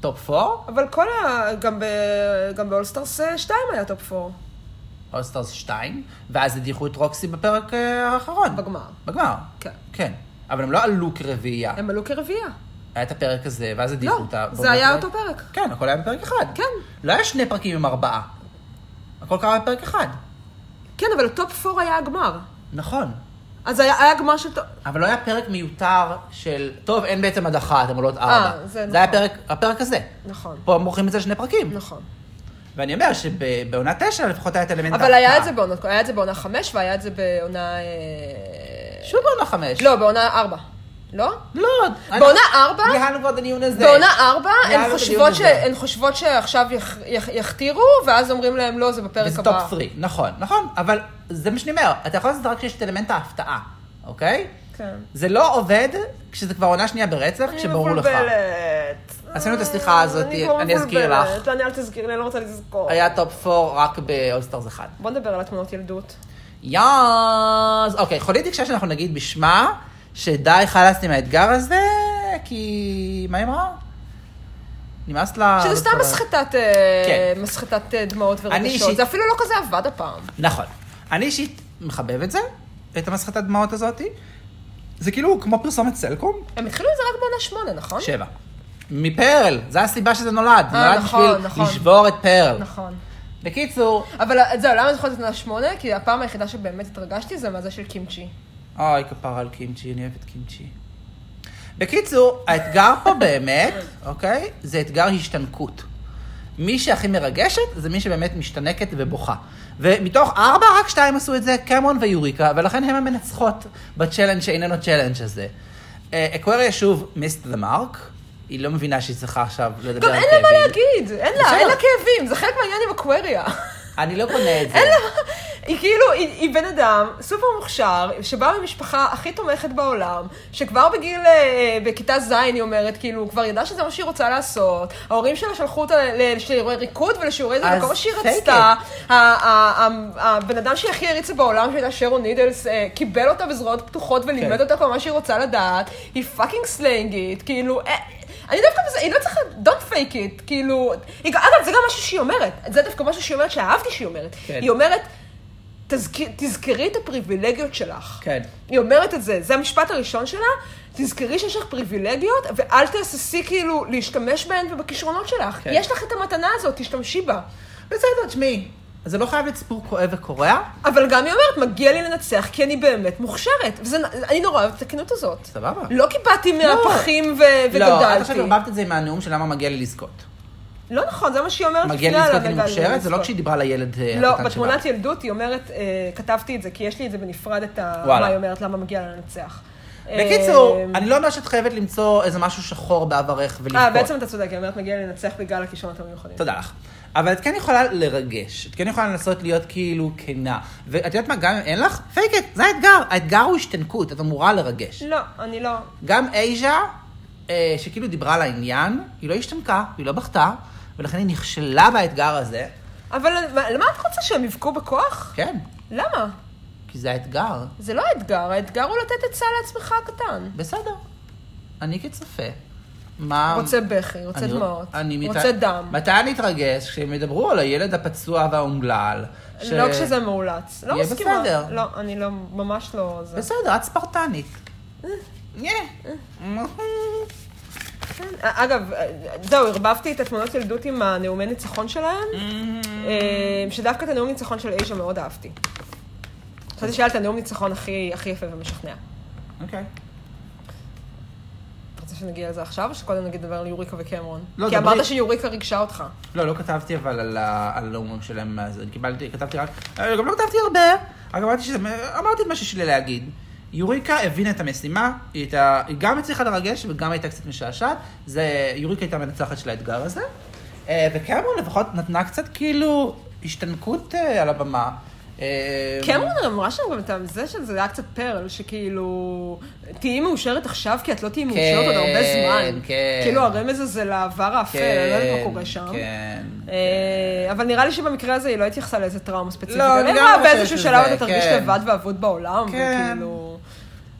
בטופ 4,
אבל כל ה... גם ב... גם באולסטארס 2 היה טופ 4.
אולסטארס 2, ואז הדיחו את רוקסי בפרק אה, האחרון.
בגמר.
בגמר.
כן.
כן. אבל הם לא עלו כרביעייה.
הם עלו כרביעייה.
היה את הפרק הזה, ואז הדיחו
לא,
אותה.
זה היה אותו פרק.
כן, הכל היה בפרק אחד.
כן.
לא היה שני פרקים עם ארבעה. הכל קרה בפרק אחד.
כן, אבל הטופ 4 היה הגמר.
נכון.
אז היה היה גמר של... טופ-
אבל לא היה פרק מיותר של, טוב, אין בעצם הדחה, אתם עולות ארבע.
זה נכון.
זה היה פרק, הפרק הזה.
נכון,
פה הם מורחים את זה לשני פרקים.
נכון.
ואני אומר שבעונה תשע לפחות היה את אלמנט
אבל היה
ההפתעה.
את זה בעונות... היה את זה בעונה 5 והיה את זה בעונה... אה,
שוב בעונה חמש.
לא, בעונה 4. לא?
לא.
בעונה ארבע?
ניהלנו כבר את הדיון הזה.
בעונה ארבע,
יאללה,
הן
זה
חושבות,
דיון
ש...
נהדר.
הן חושבות שעכשיו יח... יח... יכתירו, ואז אומרים להם, לא, זה בפרק
וזה
הבא.
טופ 3, נכון, נכון, אבל זה מה שאני אומר, אתה יכול לעשות את זה רק כשיש את אלמנט ההפתעה, אוקיי?
כן.
זה לא עובד כשזה כבר עונה שנייה ברצף, כשברור לך.
מבולבלת.
עשינו את השיחה הזאת,
אני כבר
אני אזכיר
מבולבלת.
לך.
לא, אני אל תזכיר לי, אני לא רוצה לזכור.
היה טופ 4 רק באולסטארס 1.
בוא נדבר על התמונות ילדות.
יאז! אוקיי, חולית ביקשה שאנחנו נגיד בשמה, שדי חלאס עם האתגר הזה, כי... מה היא אמרה? נמאס לה...
שזה סתם
כל ה-
מסחטת, אה,
כן.
מסחטת אה, דמעות
אני
ורגשות.
אישית-
זה אפילו לא כזה עבד הפעם.
נכון. אני אישית מחבב את זה, את המסחטת הדמעות הזאתי. זה כאילו כמו פרסומת סלקום,
הם התחילו את זה רק בעונה שמונה, נכון?
שבע. מפרל, זו הסיבה שזה נולד.
אה,
נולד
נכון,
בשביל
נכון.
לשבור את פרל.
נכון.
בקיצור,
אבל אה, זהו, למה אני זוכרת את עונה שמונה? כי הפעם היחידה שבאמת התרגשתי זה מהזה של קימצ'י.
אוי, כפרה על קימצ'י, אני אוהבת קימצ'י. בקיצור, האתגר פה באמת, אוקיי? זה אתגר השתנקות. מי שהכי מרגשת, זה מי שבאמת משתנקת ובוכה. ומתוך ארבע, רק שתיים עשו את זה, קמרון ויוריקה, ולכן הן המנצחות בצ'לנג' שאיננו צ'לנג' הזה. אה, אקווריה שוב מיסט דה מרק, היא לא מבינה שהיא צריכה עכשיו לדבר
גם
על
אין לה מה
כאבים.
להגיד, אין לה,
בסדר.
אין לה כאבים, זה חלק מהעניין עם אקווריה.
אני לא קונה את זה.
היא כאילו, היא היא בן אדם סופר מוכשר, שבא ממשפחה הכי תומכת בעולם, שכבר בגיל, אה, בכיתה ז' היא אומרת, כאילו, כבר ידעה שזה מה שהיא רוצה לעשות, ההורים שלה שלחו אותה ל- לשיעורי ריקוד ולשיעורי זה
אז
וכל מה שהיא
fake it.
רצתה. ה- ה- ה- הבן אדם שהיא הכי הריצה בעולם, שהייתה שרון נידלס, אה, קיבל אותה בזרועות פתוחות ולימד
כן.
אותה כל מה שהיא רוצה לדעת, היא פאקינג סלנגית, כאילו, אה, אני דווקא בזה, היא לא צריכה, don't fake it, כאילו, היא, גם- אגב, זה גם משהו שהיא אומרת, זה דווקא משהו שהיא אומרת, שאהבתי שהיא אומרת.
כן.
היא אומרת, תזכ... תזכרי את הפריבילגיות שלך.
כן.
היא אומרת את זה, זה המשפט הראשון שלה, תזכרי שיש לך פריבילגיות, ואל תהססי כאילו להשתמש בהן ובכישרונות שלך.
כן.
יש לך את המתנה הזאת, תשתמשי בה.
בסדר, תשמעי, זה לא חייב להיות סיפור כואב וקורע,
אבל גם היא אומרת, מגיע לי לנצח, כי אני באמת מוכשרת. וזה, אני נורא אוהבת את הכנות הזאת.
סבבה.
לא כי באתי מהפחים ו...
לא, את עכשיו
וגדלתי.
ערבבת את זה עם הנאום של למה מגיע לי לזכות.
לא נכון, זה מה שהיא אומרת
מגיע לי
לפני
לזכות כי
הלגדה
אני מוכשרת, זה לא
לזכות.
כשהיא דיברה לילד אה, הקטן שלה.
לא, בתמונת ילדות היא אומרת, אה, כתבתי את זה, כי יש לי את זה בנפרד, את ה...
וואלה.
מה היא אומרת, למה מגיע לה לנצח.
בקיצור,
אה,
אני לא אומר שאת חייבת למצוא איזה משהו שחור בעברך ולבכות.
אה, בעצם אתה צודק, היא אומרת, מגיע לי לנצח בגלל הכישרונות המיוחדים.
תודה לך. אבל את כן יכולה לרגש, את כן יכולה לנסות להיות כאילו כנה. ואת יודעת מה, גם אם אין לך, פייק את, זה האתגר. האתגר הוא השתנקות, את אמורה לרגש.
לא, אני לא.
גם אייז'ה, אה, שכאילו דיברה על העניין, היא לא השתנקה, היא לא בכתה, ולכן היא נכשלה באתגר הזה.
אבל מה- למה את רוצה שהם יבכו בכוח?
כן,
למה?
כי זה האתגר.
זה לא האתגר, האתגר הוא לתת עצה לעצמך הקטן.
בסדר. אני כצופה. מה...
רוצה בכי, רוצה
אה, אני- לא-
דמעות,
אני מת-
רוצה דם.
מתי אני אתרגש? כשהם ידברו על הילד הפצוע והאומלל. ש-
לא כשזה מאולץ. לא
יהיה
מסכימה.
בסדר.
לא, אני לא, ממש לא... זה. אה.
בסדר, את ספרטנית. נה.
כן. אגב, זהו, ערבבתי את התמונות ילדות עם הנאומי ניצחון שלהם, אה, שדווקא את הנאום ניצחון של אייז'ה מאוד אהבתי. חשבתי שהיה לה את הנאום ניצחון הכי הכי יפה ומשכנע.
אוקיי.
רוצה שנגיע לזה עכשיו, או שקודם נגיד נדבר על יוריקה וקמרון?
לא,
כי
דברי.
אמרת שיוריקה ריגשה אותך.
לא, לא כתבתי אבל על ה- על הנאומים שלהם, אז אני קיבלתי, כתבתי רק, אה, גם לא כתבתי הרבה, רק אמרתי שזה, אמרתי את מה שיש לי להגיד. יוריקה הבינה את המשימה, היא הייתה, היא גם הצליחה לרגש וגם הייתה קצת משעשעת, זה, יוריקה הייתה מנצחת של האתגר הזה, אה, וקמרון לפחות נתנה קצת כאילו השתנקות אה, על הבמה. אה,
קמרון אמרה שם גם את זה שזה היה קצת פרל, שכאילו, תהיי מאושרת עכשיו, כי את לא תהיי מאושרת עוד הרבה זמן.
כן.
כאילו הרמז הזה לעבר האפל, אני לא יודעת מה קורה שם.
כן.
אה, אבל נראה לי שבמקרה הזה היא לא התייחסה לאיזה טראומה ספציפית.
לא,
היא
אני גם
אמרה
לא
באיזשהו
חושבת
שלב
שזה,
אתה תרגיש
כן.
לבד ואבוד בעולם,
כן.
וכאילו...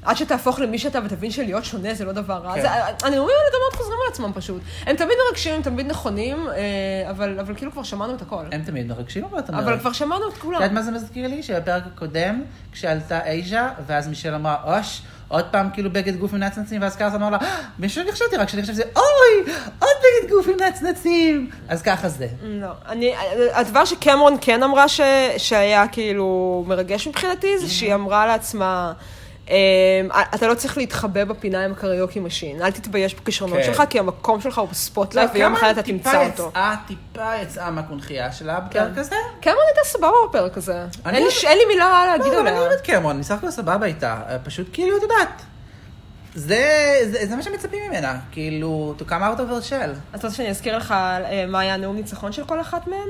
עד שתהפוך למי שאתה ותבין שלהיות שונה זה לא דבר רע.
כן.
זה- הנאומים האלה גם מאוד חוזרים על עצמם פשוט. הם תמיד מרגשים, הם תמיד נכונים, אה, אבל אבל כאילו כבר שמענו את הכל.
הם תמיד מרגשים, אבל אתה
אבל כבר שמענו את
את יודעת
כולם.
מה זה מזכיר לי? שבפרק הקודם, כשעלתה אייז'ה, ואז מישל אמרה, אוש, עוד פעם כאילו בגד גוף עם נצנצים, ואז קארס אמר לה, "אה, מישהו אני חשבתי רק שאני חשבתי, אוי, עוד בגד גוף עם נצנצים. אז ככה זה.
לא. אני, הדבר שקמרון כן אמרה ש, שהיה כאילו מרגש מבחינתי, זה שהיא אמרה לעצמה, אמ, אתה לא צריך להתחבא בפינה עם הקריוקי משין, אל תתבייש בכישרונות
כן. לא,
שלך, כי המקום שלך הוא בספוטלייט, לא, ויום אחד אתה תמצא אותו. כן.
טיפה יצאה, טיפה יצאה מהקונכייה שלה בפרק הזה.
קמרון הייתה סבבה בפרק הזה.
אני
אין לי-
אוהבת-
אין לי מילה רעה
לא,
להגיד
גם אני
עליה.
אוהבת קמרון, אני סך הכל סבבה איתה. אה, פשוט כאילו, את יודעת. זה, זה, זה מה שמצפים ממנה, כאילו, to come out of her shell.
אז רוצה שאני אזכיר לך אה, מה היה הנאום ניצחון של כל אחת מהן?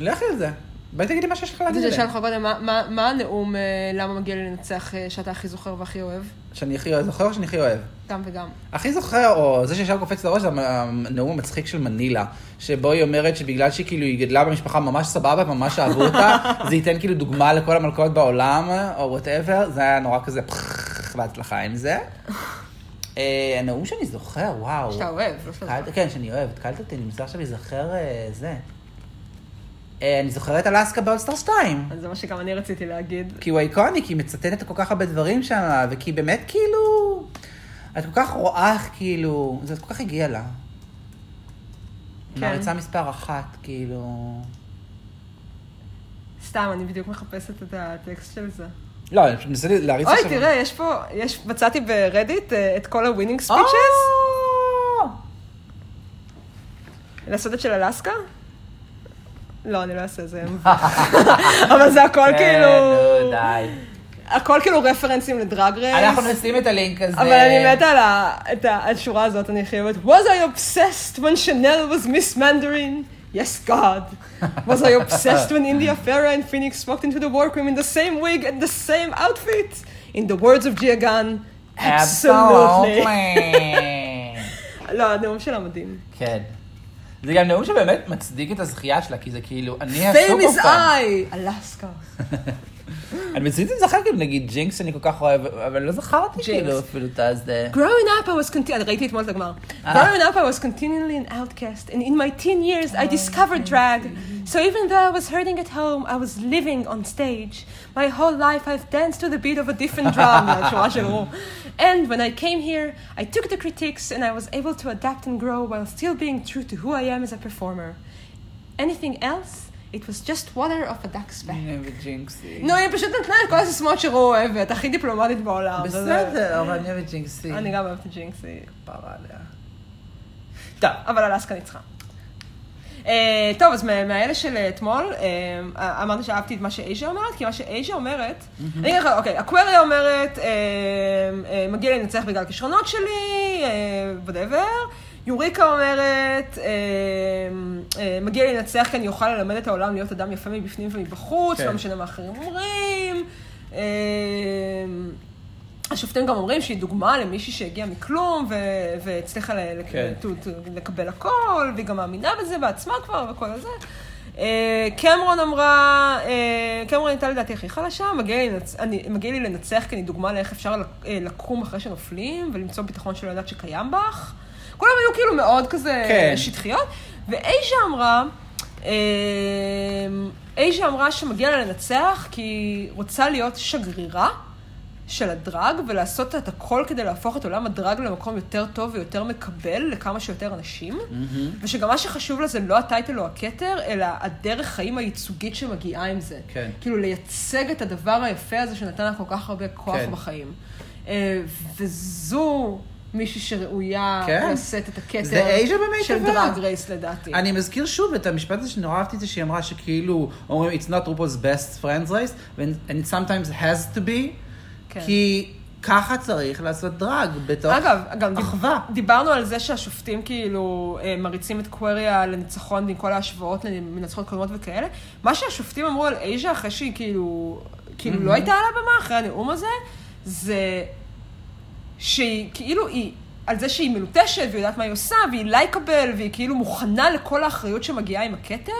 לכי על זה. בואי תגידי מה שיש לך להגיד
אני
עליהם.
אשאל אותך קודם, מה- מה- מה הנאום, אה, למה מגיע לי לנצח אה, שאתה הכי זוכר והכי אוהב?
שאני הכי אוהב, זוכר או שאני הכי אוהב?
גם וגם.
הכי זוכר, או זה שישר קופץ לראש, זה הנאום המצחיק של מנילה, שבו היא אומרת שבגלל שכאילו היא גדלה במשפחה ממש סבבה, ממש אהבו
(laughs)
אותה, זה ייתן כאילו דוגמה לכל המלכות בעולם, או וואטאבר, זה היה נורא כזה פחח, בהצלחה עם זה. אה, הנאום שאני זוכר, וואו.
שאתה אוהב, לא שאתה
קלט- כן, שאני אוהב, התקלת אותי, אני מנסה עכשיו להיזכר אה, זה. אה, אני זוכר את אלסקה באולסטר 2.
אז זה מה שגם אני רציתי להגיד.
כי הוא איקוני, כי היא מצטטת כל כך הרבה דברים שם, וכי באמת כאילו... את כל כך רואה איך כאילו... זה כל כך הגיע לה.
כן.
מעריצה מספר אחת, כאילו...
סתם, אני בדיוק מחפשת את הטקסט של זה.
לא, אני פשוט מנסה להריץ
אוי, תראה, יש פה, יש, מצאתי ברדיט אה, את כל הווינינג ספיצ'ס.
אה!
לעשות את של אלסקה? לא, אני לא אעשה את
(laughs)
זה. אבל זה הכל כאילו,
כן, לא, די.
הכל כאילו רפרנסים לדרג רייס.
אנחנו נשים את הלינק הזה.
אבל אני מתה על ה- את ה- השורה הזאת, אני חייבת. Was I obsessed when Chanel was Miss Mandarin? Yes, God. Was I obsessed when India Farah and Phoenix walked into the workroom in the same wig and the same outfit? In the words of Giagan, absolutely.
Absolutely.
(laughs) לא, הנאום שלה מדהים.
כן. זה גם נאום שבאמת מצדיק את הזכייה שלה, כי זה כאילו, אני
Fame
הסופר
is
פאן.
I, אלסקה.
אני מצליח לזכר כאילו, נגיד ג'ינקס אני כל כך אוהב, אבל לא זכרתי
ג'ינקס.
כאילו אפילו את הזה.
Growing up, I was continually... ראיתי אתמול את הגמר. Growing up, I was continually an outcast, and in my teen years, I discovered drag. So even though I was hurting at home, I was living on stage. My whole life, I've danced to the beat of a different drum. התשובה של רו. And when I came here, I took the critiques, and I was able to adapt and grow while still being true to who I am as a performer. Anything else? It was just water off a duck's back.
הנה, וג'ינקסי.
נו, היא פשוט נתנה את כל הסיסמאות שרו אוהבת, הכי דיפלומטית בעולם. זה-
בסדר, אבל אני אוהבת ג'ינקסי.
אני גם אוהבת את ג'ינקסי.
פרה עליה. טוב,
אבל אלסקה ניצחה. Uh, טוב, אז מה- מהאלה של אה, אתמול, uh, אמרנו שאהבתי את מה שאייז'ה אומרת, כי מה שאייז'ה אומרת, אני אגיד לך, אוקיי, אקווריה אומרת, uh, uh, מגיע לי לנצח בגלל הכישרונות שלי, וואטאבר, יוריקה אומרת, uh, uh, מגיע לי לנצח כי אני אוכל ללמד את העולם להיות אדם יפה מבפנים ומבחוץ,
כן.
לא משנה מה אחרים אומרים. אה, השופטים גם אומרים שהיא דוגמה למישהי שהגיעה מכלום ו- והצליחה ל- לק-
כן.
to- to- לקבל הכל, והיא גם מאמינה בזה בעצמה כבר וכל הזה. אה, קמרון אמרה, אה, קמרון הייתה לדעתי הכי חלשה, מגיע לי, לנצ... אני, מגיע לי לנצח כי אני דוגמה לאיך אפשר לק- אה, לקום אחרי שנופלים ולמצוא ביטחון שלא יודעת שקיים בך. כולם היו כאילו מאוד כזה
כן.
שטחיות, ואייז'ה אמרה, אה, אייז'ה אמרה שמגיע לה לנצח כי היא רוצה להיות שגרירה. של הדרג, ולעשות את הכל כדי להפוך את עולם הדרג למקום יותר טוב ויותר מקבל לכמה שיותר אנשים.
Mm-hmm.
ושגם מה שחשוב לה זה לא הטייטל או הכתר, אלא הדרך חיים הייצוגית שמגיעה עם זה.
כן.
כאילו לייצג את הדבר היפה הזה שנתן לה כל כך הרבה כוח
כן.
בחיים. אה, וזו מישהי שראויה
כן.
לשאת את הכתר
זה אייג'ה
של
במיטבה.
דרג רייס לדעתי.
אני מזכיר שוב את המשפט הזה שנורא אהבתי את זה, שהיא אמרה שכאילו, אומרים, it's not RuPaul's best friends race, and it sometimes has to be,
כן.
כי ככה צריך לעשות דרג, בתוך
אגב, גם דיב-
אחווה.
דיברנו על זה שהשופטים כאילו אה, מריצים את קווריה לניצחון בין כל ההשוואות למנצחות קודמות וכאלה. מה שהשופטים אמרו על אייז'ה אחרי שהיא כאילו, כאילו
Mm-hmm.
לא הייתה על הבמה אחרי הנאום הזה, זה שהיא כאילו היא... על זה שהיא מלוטשת והיא יודעת מה היא עושה, והיא לייקבל, והיא כאילו מוכנה לכל האחריות שמגיעה עם הכתר.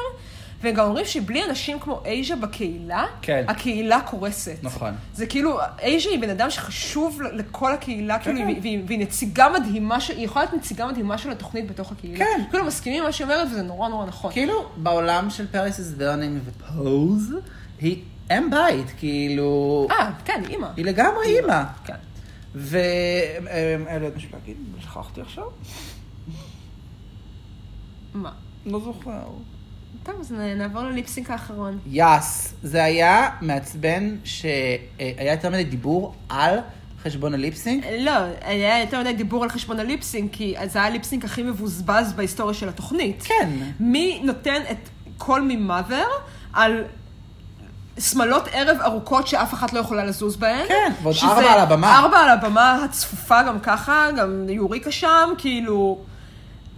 והם גם אומרים שבלי אנשים כמו אייז'ה בקהילה,
כן.
הקהילה קורסת.
נכון.
זה כאילו, אייז'ה היא בן אדם שחשוב ל- לכל הקהילה, כאילו, והיא- והיא והיא נציגה מדהימה, ש- היא יכולה להיות נציגה מדהימה של התוכנית בתוך הקהילה.
כן.
כאילו, מסכימים עם מה שהיא אומרת, וזה נורא נורא נכון.
כאילו, בעולם של פריס is burning ופוז, היא אם בית, כאילו,
אה, כן, היא אימא.
היא לגמרי אימא.
כן.
ו... אה, אה, לא יודעת מה שבאגיד, שכחתי עכשיו?
מה?
לא זוכר.
טוב, אז נ- נעבור לליפסינק האחרון.
יאס, זה היה מעצבן שהיה יותר מדי דיבור על חשבון הליפסינג.
לא, היה יותר מדי דיבור על חשבון הליפסינק, כי זה היה הליפסינק הכי מבוזבז בהיסטוריה של התוכנית.
כן.
מי נותן את כל ממאבר על שמלות ערב ארוכות שאף אחת לא יכולה לזוז בהן.
כן, ועוד
שזה
ארבע על הבמה.
ארבע על הבמה הצפופה גם ככה, גם יוריקה שם, כאילו...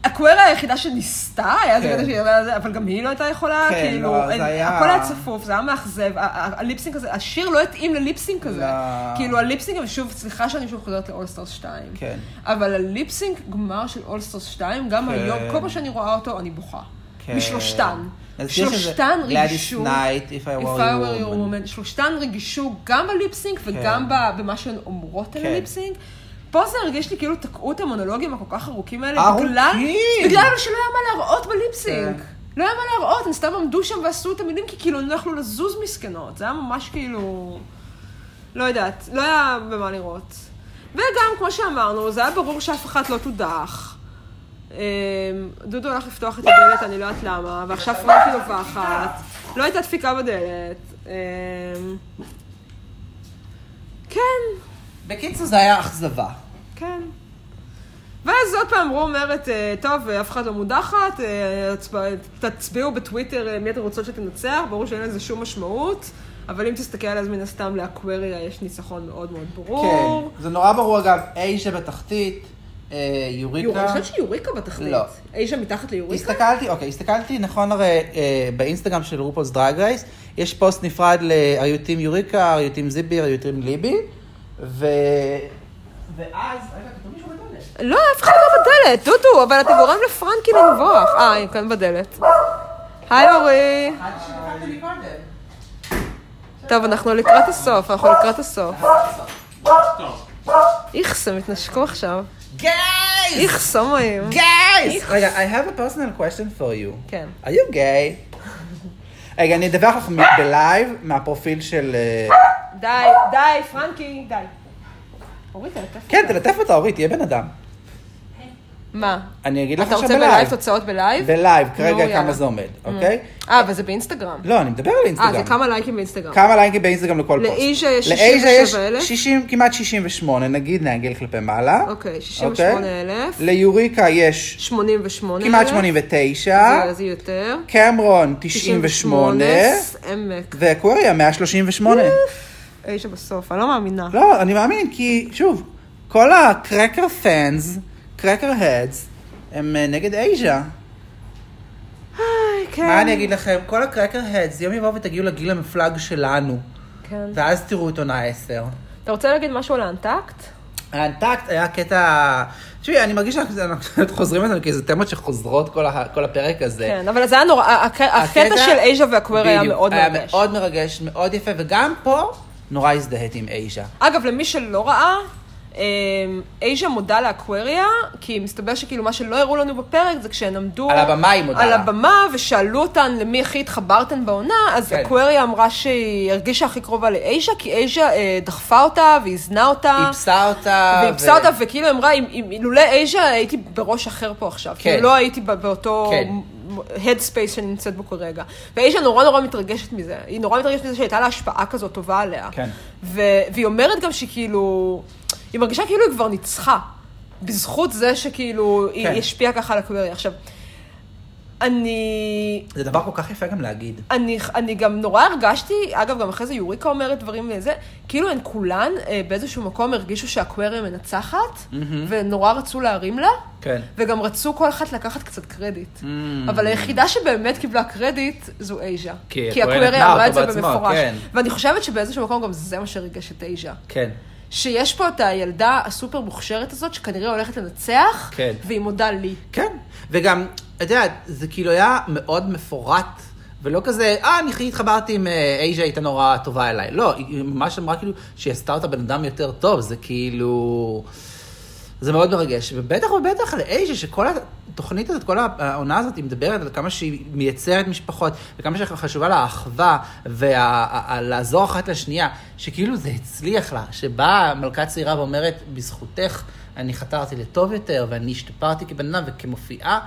הקווירה היחידה שניסתה, היה זה
כן.
בטח שהיא, אבל גם היא לא הייתה יכולה,
כן,
כאילו,
לא, זה
אין-
היה-
הכל היה צפוף, זה היה מאכזב, ה- ה- הליפסינק הזה, השיר לא התאים לליפסינק הזה.
לא.
כאילו, הליפסינק, ושוב, סליחה שאני שוב חוזרת לאולסטארס 2.
כן.
אבל הליפסינק גמר של אולסטרס 2, גם
כן.
היום, כל פעם שאני רואה אותו, אני בוכה.
כן.
משלושתן.
נזכיר שזה
שלושתן ריגשו.
Gladys Knight, If I
If I
Were
Were
Your
Your Woman.
Woman.
שלושתן ריגשו גם בליפסינק וגם ב- במה שהן אומרות על
כן.
הליפסינק. פה זה הרגיש לי כאילו תקעו את המונולוגים הכל כך ארוכים האלה,
ארוכים!
בגלל בגלל שלא היה מה להראות בליפסינק.
כן.
לא היה מה להראות, הן סתם עמדו שם ועשו את המילים, כי כאילו הן לא יכלו לזוז מסכנות. זה היה ממש כאילו... לא יודעת, לא היה במה לראות. וגם, כמו שאמרנו, זה היה ברור שאף אחת לא תודח. אמ, דודו הלך לפתוח את הדלת, אני לא יודעת למה, ועכשיו פרנקי נובחת. לא הייתה דפיקה בדלת. אמ, כן,
בקיצור, זה היה אכזבה.
כן. ואז עוד פעם רו אומרת, אה, טוב, אה, אף אחד לא מודחת, אה, הצבע- תצביעו בטוויטר אה, מי אתם רוצות שתנצח, ברור שאין לזה שום משמעות, אבל אם תסתכל אז מן הסתם לאקווריה יש ניצחון מאוד מאוד ברור.
כן. זה נורא ברור, אגב, אייז'ה בתחתית, אה,
יוריקה? אני
יוריקה.
חושבת שיוריקה בתחתית.
לא.
אייז'ה מתחת ליוריקה?
הסתכלתי, אוקיי, הסתכלתי, נכון הרי אה, באינסטגרם של רופולס דרג רייס, יש פוסט נפרד לאריוטים יוריקה, אריוטים זיבי, אריוטים ליבי, ו... ואז, רגע, כתוב מישהו בדלת.
לא, אף אחד לא בדלת, דודו, אבל אתה גורם לפרנקי לנבוח. אה, היא כאן בדלת. היי אורי.
עד שכתבתי לי קודם.
טוב, אנחנו לקראת הסוף, אנחנו לקראת הסוף. איכס, הם התנשקו עכשיו.
גייז!
איכס, הומואים.
גייז! רגע, I have a personal question for you.
כן.
are you gay? רגע, אני אדווח לך מ- בלייב מהפרופיל של... אה,
די, די, פרנקי, די. אורי, תלטף
כן, תלטף אותה, אורית, תהיה בן אדם.
מה?
אני אגיד לך
אתה
עכשיו
רוצה
בלייב.
בלייב תוצאות בלייב?
בלייב,
נו,
כרגע
יאללה.
כמה זה עומד, אוקיי?
אה, אבל זה באינסטגרם.
לא, אני מדבר על
אה,
אינסטגרם.
זה כמה לייקים באינסטגרם.
כמה לייקים באינסטגרם לכל פוסט.
לאיז'ה יש
לאיז'ה
67,000.
יש 60, כמעט 68, נגיד נעגל כלפי מעלה.
אוקיי,
אוקיי?
68,000.
ליוריקה יש
88,000.
כמעט 89,
זה- זה יותר.
קמרון 98,
עמק.
ואקווריה 138.
אי שבסוף, אני לא מאמינה.
לא, אני מאמין, כי שוב, כל הקרקר פאנס, קרקר הדס, הם אה, נגד אייז'ה.
היי, כן.
מה אני אגיד לכם? כל הקרקר הדס, יום יבוא ותגיעו לגיל המפלג שלנו,
כן.
ואז תראו את עונה 10.
אתה רוצה להגיד משהו על האנטקט?
אה, האנטקט היה קטע... תשמעי, אני מרגיש שאנחנו חוזרים אלינו, כי זה תמות שחוזרות כל ה- כל הפרק הזה.
כן, אבל זה היה נורא, הק- הקטע של אייז'ה והקוויר היה
בדיוק,
מאוד
היה
מרגש.
מאוד מרגש, מאוד יפה, וגם פה נורא הזדהיתי עם אייז'ה.
אגב, למי שלא ראה, אמ, אייז'ה מודה לאקוויריה, כי מסתבר שכאילו מה שלא הראו לנו בפרק זה כשהן עמדו...
על הבמה היא מודה
על
לה.
הבמה, ושאלו אותן למי הכי התחברתן בעונה, אז
כן.
אקוויריה אמרה שהיא הרגישה הכי קרובה לאייז'ה, כי אייז'ה אה, דחפה אותה והזנה אותה.
איפסה אותה.
אה. ואיפסה אותה, וכאילו אמרה, "אם- אם- אילולא אייז'ה הייתי בראש אחר פה עכשיו.
כן.
כאילו לא הייתי ב- באותו
כן.
headspace שאני נמצאת בו כרגע. ואייז'ה נורא נורא מתרגשת מזה. היא נורא מתרגשת מזה שהייתה לה השפעה כזאת טובה עליה.
כן.
ו- והיא אומרת גם שכאילו, היא מרגישה כאילו היא כבר ניצחה. בזכות זה שכאילו, היא
כן.
היא השפיעה ככה על הקוויריה. עכשיו, אני...
זה דבר כל כך יפה גם להגיד.
אני, אני גם נורא הרגשתי, אגב, גם אחרי זה יוריקה אומרת דברים וזה, כאילו הן כולן אה, באיזשהו מקום הרגישו שהאקוויריה מנצחת, mm-hmm. ונורא רצו להרים לה,
כן.
וגם רצו כל אחת לקחת קצת קרדיט.
Mm.
אבל היחידה שבאמת קיבלה קרדיט זו אייז'ה.
כי
כי האקוויריה
האקוויריה נתנה
אמרה את
אותו
זה
בעצמה,
במפורש.
כן.
ואני חושבת שבאיזשהו מקום גם זה מה שריגש את אייז'ה.
כן.
שיש פה את הילדה הסופר מוכשרת הזאת, שכנראה הולכת לנצח,
כן.
והיא מודה לי.
כן. וגם, את יודעת, זה כאילו היה מאוד מפורט. ולא כזה, אה, אני הכי התחברתי עם אה, אייז'ה, הייתה נורא טובה אליי. לא, היא היא ממש אמרה כאילו שהיא עשתה אותה בן אדם יותר טוב, זה כאילו... זה מאוד מרגש, ובטח ובטח לאייז'ה, שכל התוכנית הזאת, כל העונה הזאת, היא מדברת על כמה שהיא מייצרת משפחות, וכמה שחשובה לה האחווה, ולעזור אחת לשנייה, שכאילו זה הצליח לה, שבאה מלכה צעירה ואומרת, בזכותך אני חתרתי לטוב יותר, ואני השתפרתי כבן אדם וכמופיעה,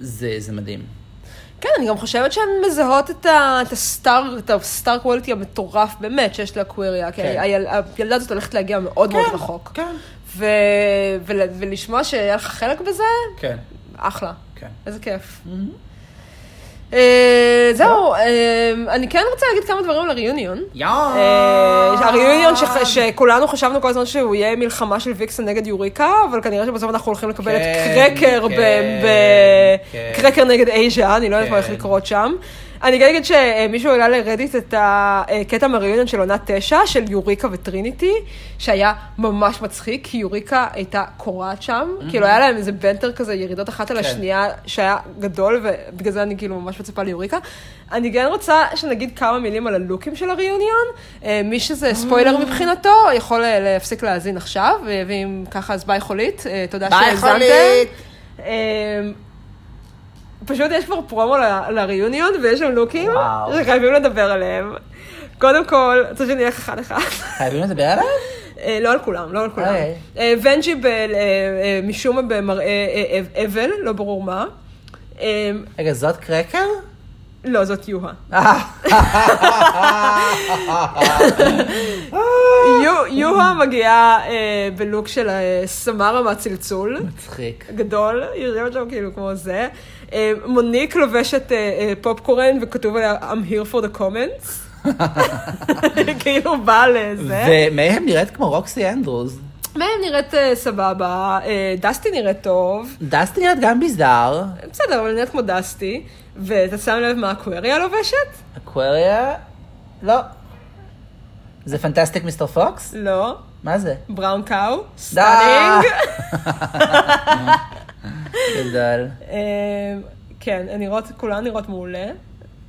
זה, זה מדהים.
כן, אני גם חושבת שהן מזהות את ה- את הסטאר, את הסטאר קוולטי המטורף באמת שיש לאקוויריה, כי
כן.
היל- הילדה הזאת הולכת להגיע מאוד מאוד רחוק.
כן,
ו- ול- ולשמוע שהיה לך חלק בזה,
כן,
אחלה.
כן.
איזה כיף. אה, זהו, אה, אני כן רוצה להגיד כמה דברים על הריוניון.
יואו!
אה, הריוניון שח- שכולנו חשבנו כל הזמן שהוא יהיה מלחמה של ויקסן נגד יוריקה, אבל כנראה שבסוף אנחנו הולכים לקבל את
כן,
קרקר
כן,
ב- ב-
כן.
קרקר נגד אייז'ה, אני לא יודעת מה הולך
כן.
לקרות שם. אני גם אגיד שמישהו העלה לרדיט את הקטע מהריוניון של עונה תשע, של יוריקה וטריניטי, שהיה ממש מצחיק, כי יוריקה הייתה קורעת שם, כאילו היה להם איזה בנטר כזה, ירידות אחת על
Mm. כן.
השנייה, שהיה גדול, ובגלל זה אני כאילו ממש מצפה ליוריקה. אני כן רוצה שנגיד כמה מילים על הלוקים של הריוניון. אה, מי שזה ספוילר מבחינתו, יכול אה, להפסיק להאזין עכשיו, אה, ואם ככה אז ביי חולית, אה, תודה
ביי,
שהאזנתם.
חולית.
אה, פשוט יש כבר פרומו ל- לריוניון, ויש שם לוקים
וואו.
שחייבים לדבר עליהם. קודם כל, צריך שנלך אחד-אחד.
חייבים לדבר עליו?
אה, לא על כולם, לא על כולם.
אוקיי.
אה, ונג'י ב- אה, אה, משום מה במראה אה, אה, אבל, לא ברור מה. אה,
רגע, זאת קרקר?
לא, זאת
(laughs)
יוהה. יו- יוהה מגיעה אה, בלוק של אה, סמרה מהצלצול.
מצחיק.
גדול, היא נראית שם כאילו כמו זה. אה, מוניק לובשת אה, אה, פופקורן וכתוב עליה I'm here for the comments. כאילו באה לזה.
ומהם נראית כמו רוקסי אנדרוס.
מהם נראית אה, סבבה, אה, דסטי נראית טוב,
דסטי נראית גם ביזאר.
בסדר, אבל נראית כמו דסטי, ואתה שם לב מה הקוויריה לובשת?
אקווריה? לא. זה פנטסטיק מיסטר פוקס?
לא.
מה זה?
בראון קאו, סטארינג.
גדול.
כן, הן נראות, כולן נראות מעולה.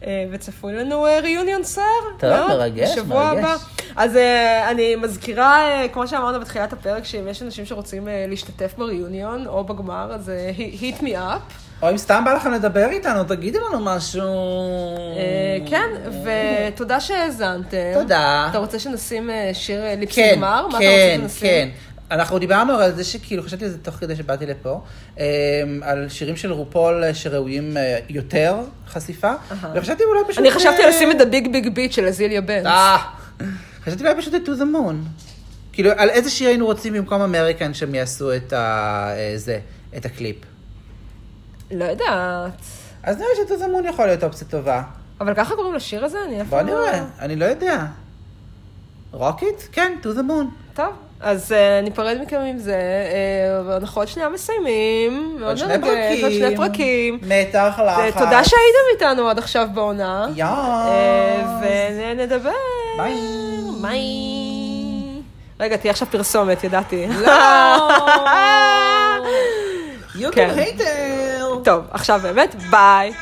אה, וצפוי לנו ריוניון סער.
טוב,
מאוד,
מרגש,
בשבוע
מרגש.
הבא. אז אה, אני מזכירה, אה, כמו שאמרנו בתחילת הפרק, שאם יש אנשים שרוצים אה, להשתתף בריוניון או בגמר, אז אה, hit me up.
או אם סתם בא לכם לדבר איתנו, תגידו לנו משהו.
אה, כן, ותודה שהאזנתם.
תודה.
אתה רוצה שנשים אה, שיר אה, ליפס
כן,
גמר? מה אתה רוצה
כן,
שנשים?
כן. אנחנו דיברנו על זה שכאילו, חשבתי על זה תוך כדי שבאתי לפה, אמ, על שירים של רופול אה, שראויים אה, יותר חשיפה, וחשבתי אולי פשוט...
אני חשבתי
אה,
על לשים את הביג ביג ביט של אזיליה בנץ.
אה, חשבתי אולי פשוט את To The Moon. כאילו, על איזה שיר היינו רוצים במקום אמריקן שהם יעשו את ה... אה, זה, את הקליפ.
לא יודעת.
אז נראה ש To The Moon יכול להיות אופציה טובה.
אבל ככה קוראים לשיר הזה? אני אף
בוא
פעם לא-
נראה, אני לא יודע. רוקט? כן, To The Moon.
טוב, אז אה, ניפרד מכם עם זה, אה, ואנחנו עוד שנייה מסיימים. מאוד
עוד שני
מרגש,
פרקים.
עוד שני פרקים.
מתח
אה,
לחץ.
תודה שהייתם איתנו עד עכשיו בעונה. אה,
יאס.
ונדבר.
ביי.
ביי. רגע, תהיה עכשיו פרסומת, ידעתי.
לא. You
כן.
can hate it.
(laughs) טוב, עכשיו באמת, ביי.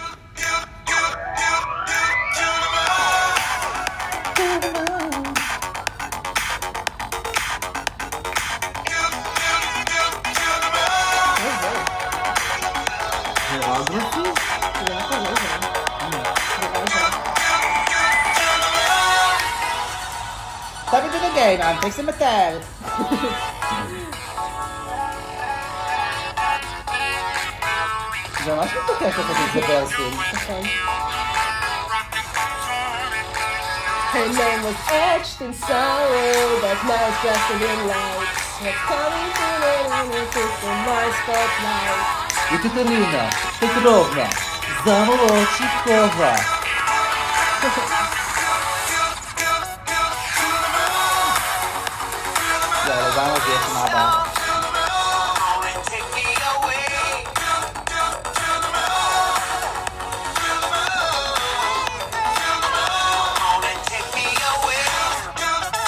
Thank you.
Tá מטר, אל תעשה מטר. זה ממש מתוקף אותי את הברסים.
נכון. Her name was etched in sorrow, but now it's just a dim light. What's coming to the one who took the my spotlight?
Екатерина Петровна Замолочикова. יאללה, גם עוד יש מה הבא.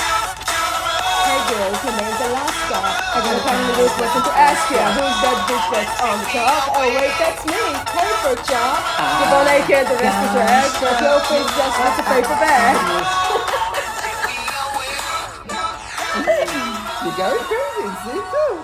Hey girl, her name's Alaska. I gotta find the good question to ask ya. Who's that bitch that's on top? Oh wait, that's me. Paper chop. You don't like it, the rest is trash. But your face just wants a paper bag.
You're going crazy, see? Cool.